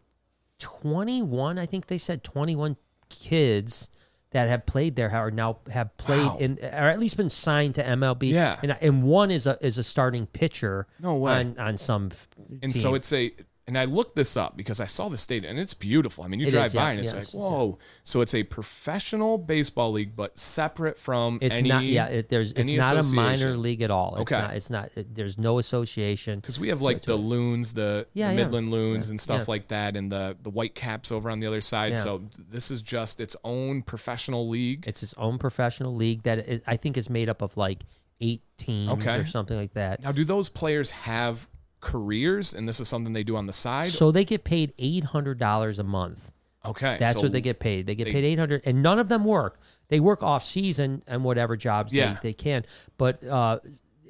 Speaker 1: twenty one. I think they said twenty one kids that have played there are now have played
Speaker 3: Wow.
Speaker 1: in or at least been signed to MLB.
Speaker 3: Yeah.
Speaker 1: and and one is a is a starting pitcher.
Speaker 3: No way.
Speaker 1: on on some. f-
Speaker 3: and
Speaker 1: team.
Speaker 3: so it's a and I looked this up because I saw this data and it's beautiful. I mean, you
Speaker 1: It
Speaker 3: drive
Speaker 1: is, yeah,
Speaker 3: by and it's
Speaker 1: yeah,
Speaker 3: like,
Speaker 1: it's-
Speaker 3: whoa. So it's a professional baseball league, but separate from
Speaker 1: It's
Speaker 3: any.
Speaker 1: not. Yeah, it, there's. It's
Speaker 3: any
Speaker 1: not a minor
Speaker 3: association.
Speaker 1: league at all. It's
Speaker 3: Okay.
Speaker 1: not. It's not. It, there's no association.
Speaker 3: Because we have like the loons, the,
Speaker 1: Yeah,
Speaker 3: the
Speaker 1: yeah.
Speaker 3: Midland loons and stuff
Speaker 1: yeah.
Speaker 3: like that, and the the white caps over on the other side.
Speaker 1: Yeah.
Speaker 3: So this is just its own professional league.
Speaker 1: It's its own professional league that is, I think is made up of like eight teams
Speaker 3: Okay.
Speaker 1: or something like that.
Speaker 3: now, do those players have careers? And this is something they do on the side.
Speaker 1: So they get paid eight hundred dollars a month.
Speaker 3: okay,
Speaker 1: That's
Speaker 3: so
Speaker 1: what they get paid. They get paid eight hundred, and none of them work. They work off season and whatever jobs
Speaker 3: Yeah.
Speaker 1: they, they can. But uh,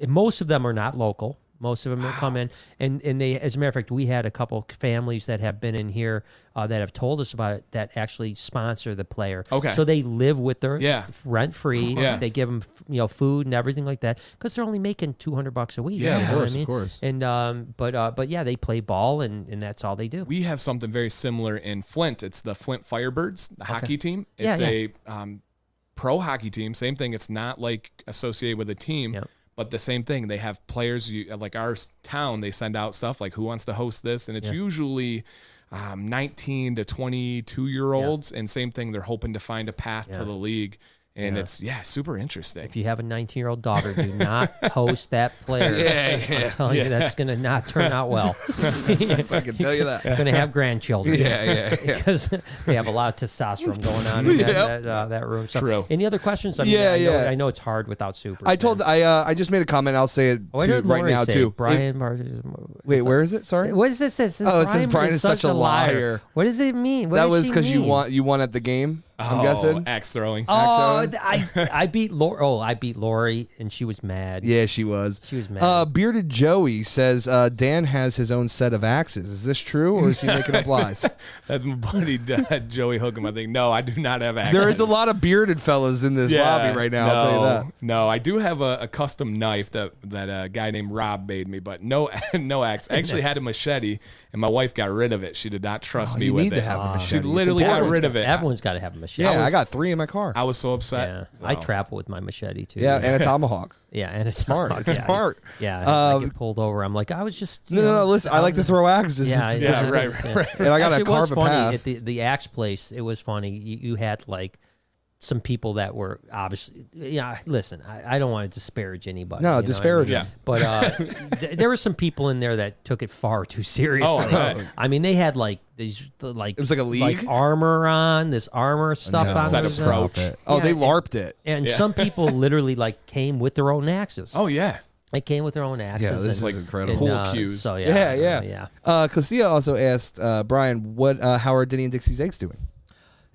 Speaker 1: most of them are not local. Most of them that come in, and and they, as a matter of fact, we had a couple families that have been in here uh, that have told us about it that actually sponsor the player.
Speaker 3: Okay.
Speaker 1: so they live with their
Speaker 3: Yeah.
Speaker 1: rent free.
Speaker 3: Yeah.
Speaker 1: they give them you know food and everything like that because they're only making two hundred bucks a week.
Speaker 3: Yeah,
Speaker 1: you
Speaker 3: of
Speaker 1: know what I
Speaker 2: course, of
Speaker 1: mean?
Speaker 2: course.
Speaker 1: And um, but uh, but yeah, they play ball and and that's all they do.
Speaker 3: we have something very similar in Flint. It's the Flint Firebirds, the hockey team.
Speaker 1: Yeah,
Speaker 3: It's a um, pro hockey team. Same thing. It's not like associated with a team,
Speaker 1: Yep.
Speaker 3: but the same thing. They have players. You uh, like our s- town. They send out stuff like who wants to host this, and it's usually. Um, 19 to 22 year olds, and same thing. They're hoping to find a path to the league, and it's yeah, super interesting.
Speaker 1: If you have a 19 year old daughter, do not
Speaker 2: *laughs*
Speaker 1: post that player. I'm telling you, that's going to not turn out well.
Speaker 2: I can tell you *laughs* that.
Speaker 1: going to have grandchildren.
Speaker 2: Yeah, yeah, yeah.
Speaker 1: Because they have a lot of testosterone going on in that, that, uh, that room. So,
Speaker 3: True.
Speaker 1: Any other questions? I mean,
Speaker 2: Yeah,
Speaker 1: I know,
Speaker 2: yeah.
Speaker 1: I know it's hard without super.
Speaker 2: I told I uh, I just made a comment. I'll say it
Speaker 1: Why
Speaker 2: too,
Speaker 1: did
Speaker 2: right
Speaker 1: Lori
Speaker 2: now
Speaker 1: say
Speaker 2: too. If-
Speaker 1: Brian. Mar- is-
Speaker 2: wait, where is it? Sorry.
Speaker 1: What is this? It says
Speaker 2: Oh, it says Brian is such a liar.
Speaker 1: What does it mean? What
Speaker 2: that
Speaker 1: does
Speaker 2: was
Speaker 1: she
Speaker 2: because you
Speaker 1: mean?
Speaker 2: won you won at the game. I'm
Speaker 3: Oh,
Speaker 2: guessing.
Speaker 3: axe throwing. *laughs*
Speaker 1: Oh,
Speaker 2: Axel?
Speaker 1: th- I I beat Lori. Oh, I beat Lori, and she was mad.
Speaker 2: Yeah, she was.
Speaker 1: She was mad.
Speaker 2: Uh, Bearded Joey says uh, Dan has his own set of axes. Is this true, or is he making up lies?
Speaker 3: That's my buddy *laughs* uh, Joey Hookham. I think no, I do not have axe.
Speaker 2: There is a lot of bearded fellas in this lobby right now.
Speaker 3: No,
Speaker 2: I'll tell you that.
Speaker 3: No, I do have a, a custom knife that that a guy named Rob made me, but no, *laughs* no axe. I actually had a machete, and my wife got rid of it. She did not trust
Speaker 2: Oh,
Speaker 3: me
Speaker 2: you
Speaker 3: with
Speaker 2: need
Speaker 3: it.
Speaker 2: to have a machete.
Speaker 3: She
Speaker 2: It's
Speaker 3: literally got
Speaker 1: Everyone's
Speaker 3: rid
Speaker 1: got-
Speaker 3: of it.
Speaker 1: Everyone's got to have a machete.
Speaker 2: Yeah, I, got three in my car.
Speaker 3: I was so upset.
Speaker 1: Yeah, I
Speaker 3: So,
Speaker 1: travel with my machete too.
Speaker 2: yeah, and a tomahawk.
Speaker 1: yeah, and it's
Speaker 2: Smart.
Speaker 1: hard.
Speaker 2: It's
Speaker 1: yeah,
Speaker 2: smart.
Speaker 1: Yeah, I
Speaker 2: Um,
Speaker 1: get pulled over. I'm like, I was just. you
Speaker 2: No, no,
Speaker 1: know,
Speaker 2: no. Listen, I like to throw axes.
Speaker 1: *laughs*
Speaker 2: *laughs*
Speaker 1: Yeah,
Speaker 2: It's-
Speaker 3: Yeah,
Speaker 1: it's-
Speaker 3: right,
Speaker 1: it's-
Speaker 3: right, right.
Speaker 2: And I gotta
Speaker 1: Actually, it was
Speaker 2: carve a
Speaker 1: funny
Speaker 2: path.
Speaker 1: at the the axe place. It was funny. You, you had like some people that were obviously yeah listen i, I don't want to disparage anybody
Speaker 2: No,
Speaker 1: you know what I mean?
Speaker 2: disparage 'em.
Speaker 3: Yeah.
Speaker 1: but
Speaker 2: *laughs*
Speaker 1: uh, th- there were some people in there that took it far too seriously
Speaker 3: Oh, I bet.
Speaker 1: i mean they had like these the, like
Speaker 2: It was like a league?
Speaker 1: armor on this armor stuff
Speaker 2: No.
Speaker 1: on
Speaker 3: Set
Speaker 1: themselves.
Speaker 3: approach.
Speaker 2: Oh,
Speaker 1: Yeah,
Speaker 2: they
Speaker 1: it-
Speaker 2: larped it.
Speaker 1: and
Speaker 3: Yeah.
Speaker 1: some
Speaker 2: *laughs*
Speaker 1: people literally like came with their own axes
Speaker 3: Oh yeah.
Speaker 1: they came with their own axes
Speaker 2: this
Speaker 1: and,
Speaker 2: is like incredible.
Speaker 1: and,
Speaker 3: Cool
Speaker 1: uh,
Speaker 3: cues.
Speaker 1: so yeah
Speaker 2: Yeah, yeah,
Speaker 1: uh, yeah
Speaker 2: Uh, Castilla also asked uh, Brian, "What? Uh, how are Denny and Dixie's eggs doing?"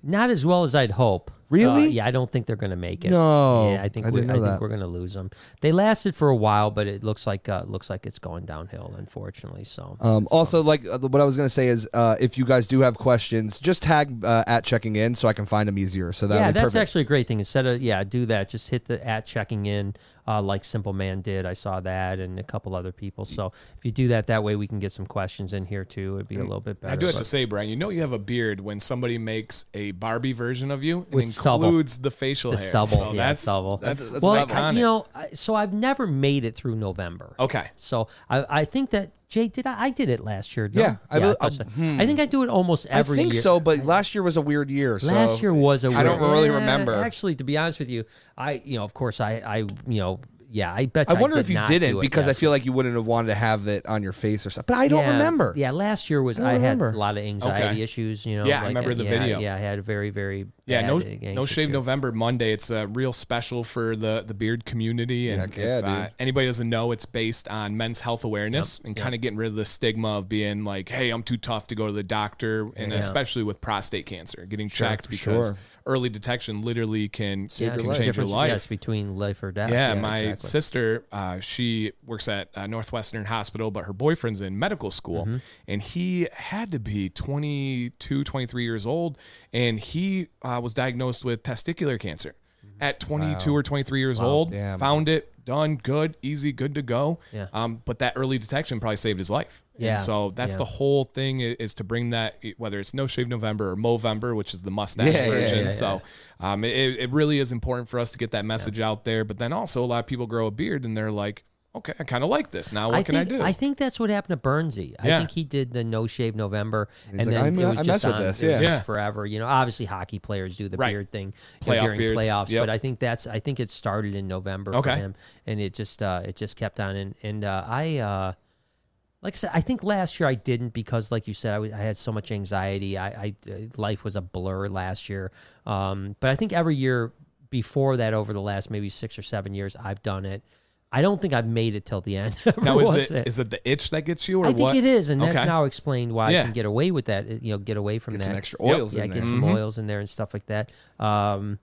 Speaker 1: Not as well as I'd hope.
Speaker 2: Really?
Speaker 1: Uh, yeah, I don't think they're going to make it.
Speaker 2: No,
Speaker 1: yeah, I think
Speaker 2: I
Speaker 1: we,
Speaker 2: didn't know
Speaker 1: I
Speaker 2: that.
Speaker 1: think we're going to lose them. They lasted for a while, but it looks like uh, looks like it's going downhill, unfortunately. So
Speaker 2: Um, also, like uh, what I was gonna say is, uh, if you guys do have questions, just tag uh, at checking in so I can find them easier. So that
Speaker 1: yeah,
Speaker 2: would be
Speaker 1: that's
Speaker 2: perfect.
Speaker 1: actually a great thing. Instead of yeah, do that. Just hit the at checking in, uh, like Simple Man did. I saw that, and a couple other people. So if you do that, that way we can get some questions in here too. It'd be a little bit better.
Speaker 3: I do have
Speaker 1: but-
Speaker 3: to say, Brian, you know you have a beard when somebody makes a Barbie version of you and
Speaker 1: With stubble.
Speaker 3: includes the facial
Speaker 1: the
Speaker 3: hair.
Speaker 1: stubble,
Speaker 3: So
Speaker 1: yeah,
Speaker 3: that's,
Speaker 1: stubble.
Speaker 3: That's, that's
Speaker 1: well, I-
Speaker 3: iconic.
Speaker 1: you know, I- so I've never made it through November.
Speaker 3: okay.
Speaker 1: So I, I think that Jay did I, I did it last year. No?
Speaker 2: Yeah, I
Speaker 1: I,
Speaker 2: will-
Speaker 1: touched it. I think I do it almost
Speaker 2: I
Speaker 1: every.
Speaker 2: think
Speaker 1: year.
Speaker 2: so, but last year was a weird year. so-
Speaker 1: Last year was a.
Speaker 2: I don't
Speaker 1: weird-
Speaker 2: really
Speaker 1: Eh,
Speaker 2: remember.
Speaker 1: Actually, to be honest with you, I you know of course I I you know yeah I bet.
Speaker 2: I wonder
Speaker 1: did
Speaker 2: if you
Speaker 1: not
Speaker 2: didn't
Speaker 1: do it,
Speaker 2: because I
Speaker 1: yes.
Speaker 2: feel like you wouldn't have wanted to have it on your face or something. But I don't
Speaker 1: Yeah,
Speaker 2: remember.
Speaker 1: Yeah, last year was
Speaker 2: don't
Speaker 1: I, had
Speaker 2: remember.
Speaker 1: a lot of anxiety
Speaker 3: Okay.
Speaker 1: issues. You know,
Speaker 3: Yeah, I
Speaker 1: like, uh,
Speaker 3: remember the
Speaker 1: yeah,
Speaker 3: video.
Speaker 1: Yeah, I had a very very
Speaker 3: Yeah,
Speaker 1: bad,
Speaker 3: no,
Speaker 1: uh,
Speaker 3: no
Speaker 1: anxious
Speaker 3: shave
Speaker 1: year.
Speaker 3: November Monday. It's a real special for the the beard community, and
Speaker 2: Heck yeah,
Speaker 3: if uh,
Speaker 2: dude.
Speaker 3: anybody doesn't know, it's based on men's health awareness and kind of getting rid of the stigma of being like, "Hey, I'm too tough to go to the doctor," and especially with prostate cancer, getting checked because
Speaker 2: sure.
Speaker 3: early detection literally
Speaker 1: Yeah,
Speaker 3: can, can
Speaker 1: it's the
Speaker 3: change your
Speaker 1: difference,
Speaker 3: life.
Speaker 1: yes, between life or death.
Speaker 3: Yeah, my
Speaker 1: exactly.
Speaker 3: sister, uh, she works at uh, Northwestern Hospital, but her boyfriend's in medical school. And he had to be 22, 23 years old. And he uh, was diagnosed with testicular cancer at 22 or 23 years old.
Speaker 2: Damn.
Speaker 3: Found it, done, good, easy, good to go.
Speaker 1: Yeah.
Speaker 3: Um, but that early detection probably saved his life.
Speaker 1: Yeah,
Speaker 3: And so that's
Speaker 1: yeah.
Speaker 3: the whole thing i- is to bring that, whether it's No Shave November or Movember, which is the mustache
Speaker 2: Yeah, yeah,
Speaker 3: version.
Speaker 2: yeah, yeah.
Speaker 3: So um, it, it really is important for us to get that message out there. But then also, a lot of people grow a beard and they're like, okay, I kind of like this. Now, what
Speaker 1: I
Speaker 3: can
Speaker 1: think,
Speaker 3: I do?
Speaker 1: think that's what happened to Bernsey. I
Speaker 3: Yeah.
Speaker 1: think he did the no shave November, and,
Speaker 2: like,
Speaker 1: then
Speaker 2: I'm-
Speaker 1: it was
Speaker 2: I
Speaker 1: just
Speaker 2: mess with
Speaker 1: on,
Speaker 2: this,
Speaker 1: it was
Speaker 2: yeah.
Speaker 1: just
Speaker 3: Yeah.
Speaker 1: forever. You know, obviously hockey players do the
Speaker 3: Right.
Speaker 1: beard thing you know,
Speaker 3: Playoff
Speaker 1: during
Speaker 3: beards,
Speaker 1: playoffs,
Speaker 3: yep.
Speaker 1: but I think that's I think it started in November for
Speaker 3: Okay.
Speaker 1: him, and it just uh, it just kept on. And and uh, I. Uh, like I said, I think last year I didn't because, like you said, I, was, I had so much anxiety. I, I uh, life was a blur last year. Um, but I think every year before that, over the last maybe six or seven years, I've done it. I don't think I've made it till the end. *laughs*
Speaker 3: now,
Speaker 1: Ever
Speaker 3: is
Speaker 1: once.
Speaker 3: it, is it the itch that gets you or
Speaker 1: I
Speaker 3: what?
Speaker 1: think it is, and that's
Speaker 3: Okay.
Speaker 1: now explained why I
Speaker 3: Yeah.
Speaker 1: can get away with that. uh, You know, get away from
Speaker 2: Get
Speaker 1: that.
Speaker 2: some extra oils
Speaker 1: yeah,
Speaker 2: in
Speaker 1: get
Speaker 2: there.
Speaker 3: Mm-hmm.
Speaker 1: some oils in there and stuff like that. Um,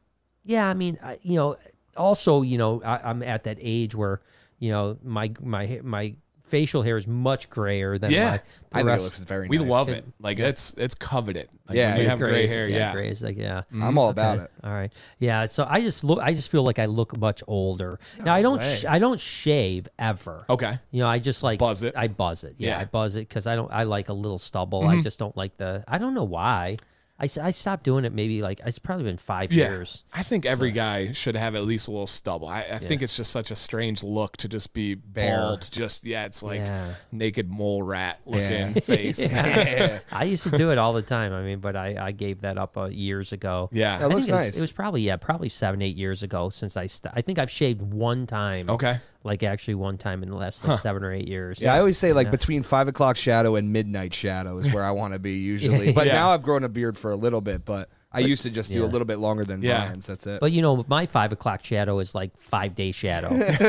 Speaker 1: yeah, I mean, I, you know, also, you know, I, I'm at that age where, you know, my my ha- my facial hair is much grayer than
Speaker 3: Yeah.
Speaker 1: my, the
Speaker 2: I think it
Speaker 1: rest-
Speaker 2: looks very.
Speaker 3: We
Speaker 2: nice.
Speaker 3: love it. Like, it's it's coveted. Like,
Speaker 2: Yeah,
Speaker 3: when you
Speaker 2: it
Speaker 3: have gray
Speaker 1: grays-
Speaker 3: hair. Yeah.
Speaker 1: grays, like yeah.
Speaker 2: I'm all about
Speaker 1: Okay.
Speaker 2: Mm, it.
Speaker 1: All right. Yeah. So I just look. I just feel like I look much older. now I don't. Sh- I don't shave ever.
Speaker 3: Okay.
Speaker 1: You know, I just like
Speaker 3: Buzz it.
Speaker 1: I buzz it. Yeah,
Speaker 3: Yeah.
Speaker 1: I buzz it because I don't. I like a little stubble. I
Speaker 2: Mm-hmm.
Speaker 1: just don't like the. I don't know why. I, s- I stopped doing it. Maybe like it's probably been five
Speaker 3: Yeah.
Speaker 1: years.
Speaker 3: I think every guy should have at least a little stubble. I, I think it's just such a strange look to just be bald. Just, yeah, it's like
Speaker 1: Yeah.
Speaker 3: naked mole rat looking
Speaker 2: Yeah.
Speaker 3: face.
Speaker 2: *laughs*
Speaker 3: yeah.
Speaker 1: I used to do it all the time. I mean, but I, I gave that up uh, years ago.
Speaker 2: That
Speaker 1: I think
Speaker 2: looks
Speaker 1: it was-
Speaker 2: nice.
Speaker 1: It was probably yeah, probably seven eight years ago since I. St- I think I've shaved one time.
Speaker 3: Okay.
Speaker 1: Like actually one time in the last like seven or eight years.
Speaker 2: Yeah, I always say like between five o'clock shadow and midnight shadow is where I want to *laughs* be usually. But
Speaker 3: Yeah.
Speaker 2: now I've grown a beard for a little bit, but I used to just do a
Speaker 1: yeah.
Speaker 2: little bit longer than
Speaker 3: Yeah.
Speaker 2: Brian's. That's it.
Speaker 1: But you know, my five o'clock shadow is like five day shadow.
Speaker 2: *laughs*
Speaker 1: like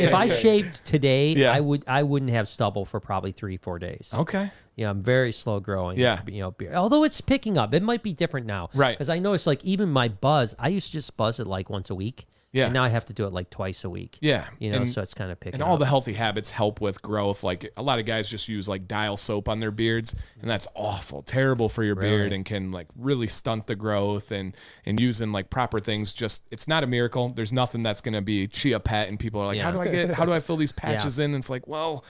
Speaker 1: if
Speaker 3: *laughs*
Speaker 1: I shaved today,
Speaker 3: Yeah.
Speaker 1: I would I wouldn't have stubble for probably three four days.
Speaker 3: Okay.
Speaker 1: Yeah, I'm very slow growing.
Speaker 3: Yeah.
Speaker 1: you know, beer. Although it's picking up, it might be different now.
Speaker 3: Right.
Speaker 1: Because I noticed, like, even my buzz, I used to just buzz it like once a week.
Speaker 3: Yeah.
Speaker 1: And now I have to do it like twice a week.
Speaker 3: Yeah.
Speaker 1: You know,
Speaker 3: And-
Speaker 1: so it's kind of picking
Speaker 3: and all
Speaker 1: up.
Speaker 3: the healthy habits help with growth. Like a lot of guys just use like dial soap on their beards, and that's awful, terrible for your beard, and can like really stunt the growth. And and using like proper things, just it's not a miracle. There's nothing that's gonna be chia pet, and people are like,
Speaker 1: Yeah.
Speaker 3: how do I get? How do
Speaker 1: *laughs*
Speaker 3: I fill these patches in? And it's like, well.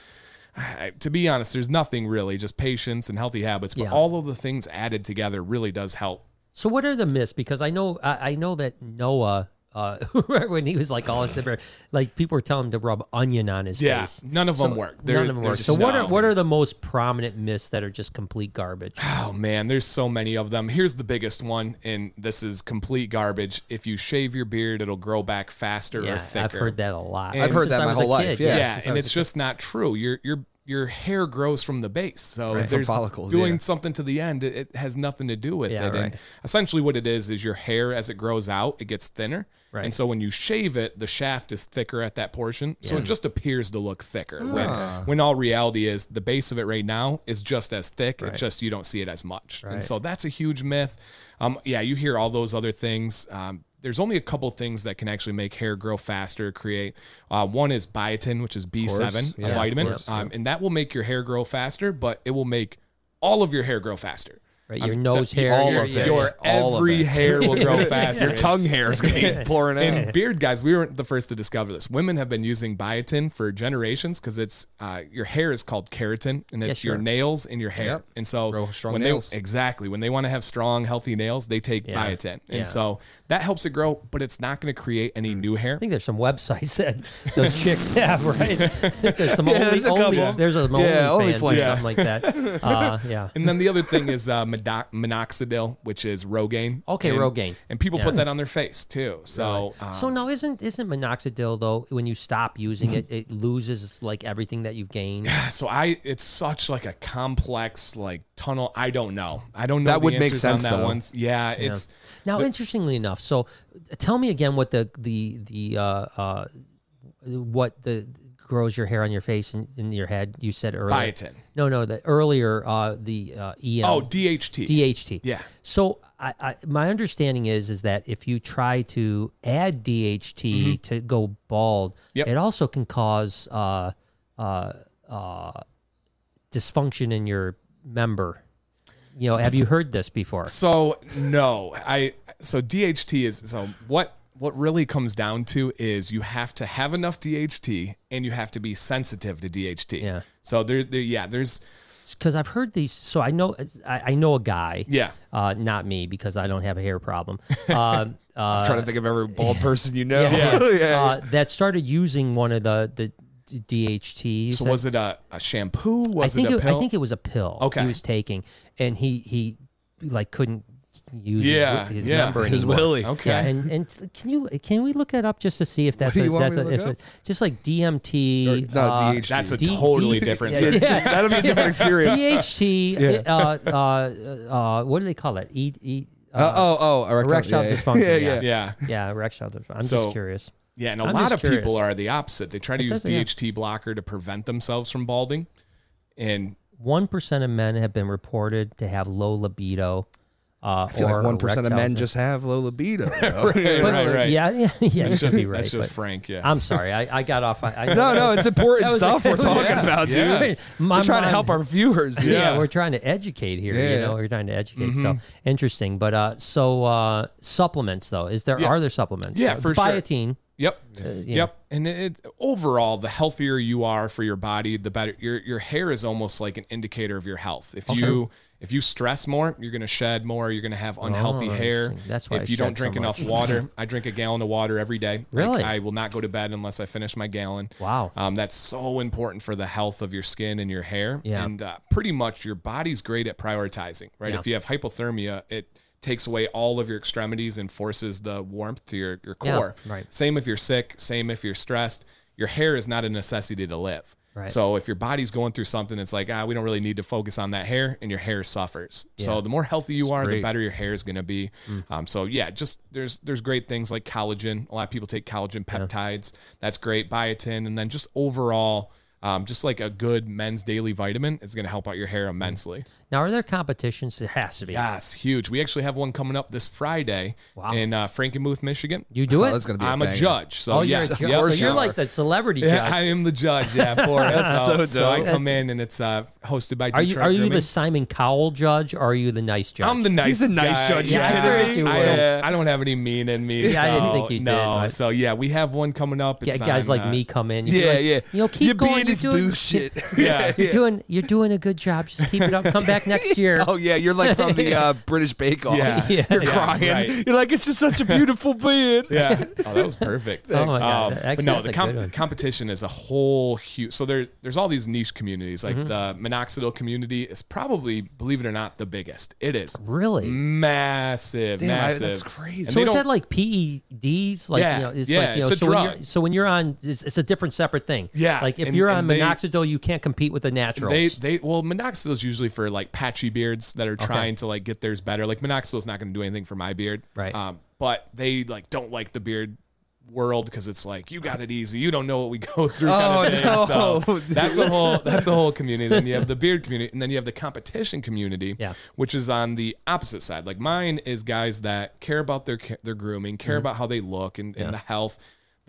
Speaker 3: I, to be honest, there's nothing really, just patience and healthy habits. But
Speaker 1: Yeah.
Speaker 3: all of the things added together really does help.
Speaker 1: so what are the myths? Because I know I, I know that Noah. uh, *laughs* when he was like all in Siberia, like people were telling him to rub onion on his
Speaker 3: Yeah,
Speaker 1: face.
Speaker 3: none of them work. They're-
Speaker 1: none of them
Speaker 3: they're
Speaker 1: work.
Speaker 3: just
Speaker 1: So what
Speaker 3: not-
Speaker 1: are what are the most prominent myths that are just complete garbage?
Speaker 3: *sighs* Oh man, there's so many of them. Here's the biggest one, and this is complete garbage. If you shave your beard, it'll grow back faster or
Speaker 1: Yeah,
Speaker 3: thicker.
Speaker 1: I've heard that a lot.
Speaker 3: I've heard
Speaker 1: Since
Speaker 2: that
Speaker 1: I
Speaker 2: my
Speaker 1: was a
Speaker 2: whole life,
Speaker 1: kid,
Speaker 2: yeah.
Speaker 3: Yeah,
Speaker 1: since I
Speaker 3: and
Speaker 1: was
Speaker 3: it's
Speaker 1: a kid.
Speaker 3: just not true. Your your your hair grows from the base, so
Speaker 2: Right, from
Speaker 3: if there's
Speaker 2: follicles,
Speaker 3: doing
Speaker 2: yeah.
Speaker 3: something to the end, it, it has nothing to do with
Speaker 1: Yeah,
Speaker 3: it. And
Speaker 1: right.
Speaker 3: essentially, what it is is your hair as it grows out, it gets thinner,
Speaker 1: Right.
Speaker 3: and so when you shave it, the shaft is thicker at that portion, so it just appears to look thicker.
Speaker 2: Ah.
Speaker 3: When when all reality is the base of it right now is just as thick. It's just you don't see it as much,
Speaker 1: Right.
Speaker 3: and so that's a huge myth. Um, yeah, you hear all those other things. Um, there's only a couple things that can actually make hair grow faster. Create uh, one is biotin, which is B7,
Speaker 2: yeah,
Speaker 3: a
Speaker 2: of
Speaker 3: vitamin,
Speaker 1: course,
Speaker 3: um, and that will make your hair grow faster, but it will make all of your hair grow faster. Um,
Speaker 1: right, your nose hair,
Speaker 2: all
Speaker 1: your-
Speaker 2: of
Speaker 1: your-
Speaker 2: it.
Speaker 3: Your
Speaker 2: All of
Speaker 3: every
Speaker 2: it.
Speaker 3: hair will grow faster.
Speaker 2: Your tongue hair is going to
Speaker 1: *laughs*
Speaker 2: be pouring out.
Speaker 3: And beard guys, we weren't the first to discover this. Women have been using biotin for generations because it's uh, your hair is called keratin, and it's
Speaker 1: Yeah, sure.
Speaker 3: your nails and your hair.
Speaker 2: Yep.
Speaker 3: And so
Speaker 2: Grow strong
Speaker 3: when
Speaker 2: nails.
Speaker 3: They, exactly when they want to have strong, healthy nails, they take
Speaker 1: Yeah.
Speaker 3: biotin, and
Speaker 1: Yeah.
Speaker 3: so that helps it grow, but it's not going to create any
Speaker 2: Mm.
Speaker 3: new hair.
Speaker 1: I think there's some websites *laughs* that
Speaker 2: *laughs*
Speaker 1: those chicks have, right? I think *laughs* there's some only,
Speaker 2: there's a
Speaker 1: only-
Speaker 2: couple.
Speaker 1: there's a
Speaker 2: Yeah,
Speaker 1: OnlyFans or
Speaker 2: OnlyFans.
Speaker 1: something like
Speaker 2: *laughs*
Speaker 1: that. Uh, yeah.
Speaker 3: And then the other thing is uh, mono- minoxidil, which is Rogaine.
Speaker 1: Okay,
Speaker 3: and,
Speaker 1: Rogaine.
Speaker 3: And people
Speaker 1: Yeah.
Speaker 3: put that on their face too. So, um,
Speaker 1: So now isn't isn't minoxidil though when you stop using it it loses like everything that you've gained.
Speaker 3: uh, so I it's such like a complex like tunnel. I don't know. I don't know.
Speaker 2: That
Speaker 3: the
Speaker 2: would make
Speaker 3: answers
Speaker 2: sense,
Speaker 3: on that
Speaker 2: though.
Speaker 3: one. Yeah, it's
Speaker 1: Now interestingly enough, so uh, tell me again what the the the uh, uh, what the grows your hair on your face and in your head you said earlier.
Speaker 3: biotin.
Speaker 1: No, no, the earlier uh, the uh, EM
Speaker 3: Oh, DHT.
Speaker 1: DHT.
Speaker 3: Yeah.
Speaker 1: So I, I, my understanding is is that if you try to add DHT to go bald,
Speaker 3: Yep.
Speaker 1: it also can cause uh, uh, uh, dysfunction in your member. You know, have you heard this before?
Speaker 3: So no, I so DHT is so what what really comes down to is you have to have enough DHT and you have to be sensitive to DHT.
Speaker 1: Yeah.
Speaker 3: So there, there yeah, there's
Speaker 1: Because I've heard these. So I know I, I know a guy.
Speaker 3: yeah.
Speaker 1: Uh, not me because I don't have a hair problem. Uh, uh,
Speaker 2: trying to think of every bald person you
Speaker 1: *laughs*
Speaker 2: know.
Speaker 1: yeah,
Speaker 2: *laughs* Yeah.
Speaker 1: Uh, that started using one of the the DHTs.
Speaker 3: So was it a, a shampoo?
Speaker 1: I
Speaker 3: Was
Speaker 1: think
Speaker 3: it a
Speaker 1: it,
Speaker 3: pill?
Speaker 1: I think it was a pill.
Speaker 3: Okay.
Speaker 1: he was taking, and he he like couldn't use
Speaker 3: Yeah,
Speaker 1: his, his
Speaker 3: yeah.
Speaker 1: number
Speaker 2: His
Speaker 1: anymore.
Speaker 2: willy.
Speaker 3: okay.
Speaker 1: Yeah, and and can you can we look that up just to see if that's
Speaker 2: do
Speaker 1: a,
Speaker 2: you
Speaker 1: that's
Speaker 2: want me
Speaker 1: a,
Speaker 2: to
Speaker 1: if
Speaker 2: look
Speaker 1: it- just like DMT?
Speaker 2: No,
Speaker 1: uh,
Speaker 2: DHT.
Speaker 3: That's a
Speaker 1: D-
Speaker 3: totally
Speaker 1: D-
Speaker 3: different
Speaker 1: yeah,
Speaker 3: search.
Speaker 1: yeah.
Speaker 2: *laughs* That'll be
Speaker 1: *laughs*
Speaker 2: a different experience.
Speaker 1: DHT.
Speaker 3: *laughs*
Speaker 1: Uh, uh, uh, what do they call it? E, e, uh,
Speaker 2: Uh, oh, oh, erectile,
Speaker 1: erectile
Speaker 2: yeah, yeah.
Speaker 1: dysfunction.
Speaker 2: Yeah,
Speaker 1: Yeah,
Speaker 2: yeah.
Speaker 3: Yeah.
Speaker 1: Yeah, erectile dysfunction. I'm
Speaker 3: So-
Speaker 1: just curious.
Speaker 3: Yeah, and a
Speaker 1: I'm
Speaker 3: lot
Speaker 1: just
Speaker 3: of
Speaker 1: curious.
Speaker 3: people are the opposite. They try to
Speaker 1: It
Speaker 3: use
Speaker 1: says it, yeah.
Speaker 3: DHT blocker to prevent themselves from balding. And
Speaker 1: One percent of men have been reported to have low libido. Uh,
Speaker 2: I feel
Speaker 1: or
Speaker 2: like one percent of
Speaker 1: erectile
Speaker 2: men
Speaker 1: dysfunction.
Speaker 2: just have low *laughs* libido. though.
Speaker 1: But-
Speaker 3: right, right.
Speaker 1: Yeah, *laughs* yeah, yeah.
Speaker 3: that's
Speaker 1: you could
Speaker 3: just,
Speaker 1: be right.
Speaker 3: that's just
Speaker 1: but-
Speaker 3: Frank, yeah.
Speaker 1: I'm sorry, I, I got off. I, I *laughs*
Speaker 2: no, no, it's important
Speaker 1: That was
Speaker 2: stuff
Speaker 1: a-
Speaker 2: we're talking
Speaker 3: Yeah.
Speaker 2: about, dude.
Speaker 3: Yeah.
Speaker 1: My
Speaker 2: We're trying to
Speaker 1: mind-
Speaker 2: help our
Speaker 1: *laughs*
Speaker 2: viewers.
Speaker 1: Yeah.
Speaker 2: Yeah.
Speaker 3: Yeah.
Speaker 1: we're trying to educate here. You
Speaker 2: Yeah. Mm-hmm.
Speaker 1: know, we're trying to educate. So interesting, but uh, so uh, supplements though, is there are there supplements?
Speaker 3: Yeah,
Speaker 1: So
Speaker 3: for sure.
Speaker 1: biotin.
Speaker 3: Yep.
Speaker 1: yeah.
Speaker 3: Yep. And it, it- overall, the healthier you are for your body, the better. Your your hair is almost like an indicator of your health. If you if you stress more, you're going to shed more. You're going to have unhealthy
Speaker 1: Oh,
Speaker 3: hair.
Speaker 1: interesting. That's why I
Speaker 3: If you don't
Speaker 1: shed so
Speaker 3: drink enough
Speaker 1: much. *laughs*
Speaker 3: water, I drink a gallon of water every day. Like,
Speaker 1: Really?
Speaker 3: I will not go to bed unless I finish my gallon.
Speaker 1: Wow.
Speaker 3: Um, that's so important for the health of your skin and your hair.
Speaker 1: Yeah.
Speaker 3: And uh, pretty much your body's great at prioritizing, right?
Speaker 1: Yeah.
Speaker 3: If you have hypothermia, it takes away all of your extremities and forces the warmth to your, your
Speaker 1: Yeah,
Speaker 3: core.
Speaker 1: right.
Speaker 3: Same if you're sick, same if you're stressed. Your hair is not a necessity to live.
Speaker 1: Right.
Speaker 3: So if your body's going through something, it's like, ah, we don't really need to focus on that hair, and your hair suffers. So the more healthy you are, the
Speaker 2: great.
Speaker 3: better your hair is going to be.
Speaker 1: Mm.
Speaker 3: Um, so yeah, just there's there's great things like collagen. A lot of people take collagen peptides. That's great. Biotin, and then just overall, um, just like a good men's daily vitamin is going to help out your
Speaker 1: Mm.
Speaker 3: hair immensely.
Speaker 1: Now, are there competitions? There has to be.
Speaker 3: Yes, huge. We actually have one coming up this Friday
Speaker 1: Wow.
Speaker 3: in uh, Frankenmuth, Michigan.
Speaker 1: You do
Speaker 2: Oh,
Speaker 1: it.
Speaker 2: that's gonna be.
Speaker 3: I'm a
Speaker 2: banger.
Speaker 3: judge, so
Speaker 1: oh, you're, a
Speaker 3: yes,
Speaker 1: judge.
Speaker 3: yes,
Speaker 1: so
Speaker 3: I
Speaker 1: you're
Speaker 3: am.
Speaker 1: like the celebrity
Speaker 3: Yeah,
Speaker 1: judge.
Speaker 3: I am the judge.
Speaker 1: *laughs*
Speaker 3: Yeah, for it. so,
Speaker 2: so
Speaker 3: so I
Speaker 2: dope.
Speaker 3: come in and it's uh, hosted by.
Speaker 1: are you
Speaker 3: Detroit
Speaker 1: are you
Speaker 3: Grooming.
Speaker 1: the Simon Cowell judge? or Are you the nice judge?
Speaker 3: I'm the nice.
Speaker 2: a nice
Speaker 3: guy.
Speaker 2: judge,
Speaker 1: you
Speaker 3: Yeah,
Speaker 1: kidding
Speaker 3: I,
Speaker 1: me?
Speaker 3: I
Speaker 2: Yeah.
Speaker 3: don't, I don't have any mean in me.
Speaker 1: Yeah, I didn't
Speaker 3: so
Speaker 1: think you did,
Speaker 3: No,
Speaker 1: but-
Speaker 3: so yeah, we have one coming up.
Speaker 1: Get
Speaker 3: It's
Speaker 1: guys
Speaker 3: on,
Speaker 1: like
Speaker 3: uh,
Speaker 1: me come in.
Speaker 2: Yeah,
Speaker 1: you're like,
Speaker 2: yeah.
Speaker 1: You know, keep
Speaker 2: You're
Speaker 1: going.
Speaker 2: being
Speaker 1: you
Speaker 2: Always
Speaker 1: doing-
Speaker 2: boo shit.
Speaker 3: *laughs*
Speaker 2: *laughs*
Speaker 3: Yeah.
Speaker 1: *laughs* You're doing you're doing a good job. Just keep it up. Come back next year.
Speaker 2: *laughs* Oh yeah, you're like from the uh, British Bake Off.
Speaker 3: Yeah.
Speaker 1: *laughs*
Speaker 2: *laughs*
Speaker 1: Yeah.
Speaker 2: You're
Speaker 3: Yeah,
Speaker 2: crying.
Speaker 1: *laughs*
Speaker 3: right.
Speaker 2: You're like, it's just such a beautiful beard.
Speaker 3: *laughs* Yeah. Oh, that was
Speaker 1: *laughs*
Speaker 3: perfect. Um,
Speaker 1: Oh my God. Actually,
Speaker 3: but no,
Speaker 1: that's
Speaker 3: the
Speaker 1: a good one.
Speaker 3: competition is a whole huge. So there, there's all these niche communities. Like
Speaker 1: Mm-hmm.
Speaker 3: the minoxidil community is probably, believe it or not, the biggest. It is
Speaker 1: Really?
Speaker 3: massive,
Speaker 2: Damn, I-
Speaker 3: massive.
Speaker 2: that's crazy.
Speaker 3: And
Speaker 1: So
Speaker 3: they
Speaker 1: is
Speaker 3: don't-
Speaker 1: that like PEDs? Like
Speaker 3: Yeah,
Speaker 1: you know, it's
Speaker 3: yeah,
Speaker 1: like you know,
Speaker 3: it's a
Speaker 1: so when
Speaker 3: drug.
Speaker 1: you're so when you're on it's, it's a different separate thing.
Speaker 3: Yeah,
Speaker 1: Like if
Speaker 3: and-
Speaker 1: you're
Speaker 3: and
Speaker 1: on
Speaker 3: they-
Speaker 1: minoxidil, you can't compete with the naturals.
Speaker 3: They they well minoxidil is usually for like patchy beards that are trying to like get theirs better. Like minoxidil is not going to do anything for my beard,
Speaker 1: Right.
Speaker 3: Um, but they like don't like the beard world because it's like you got it easy. You don't know what we go *laughs* through. kind of
Speaker 2: Oh,
Speaker 3: thing.
Speaker 2: no.
Speaker 1: *laughs*
Speaker 3: So that's a whole that's a whole community. Then you have the beard community, and then you have the competition community,
Speaker 1: Yeah.
Speaker 3: which is on the opposite side. Like mine is guys that care about their ca- their grooming,
Speaker 1: Mm-hmm.
Speaker 3: care about how they look and, and the health.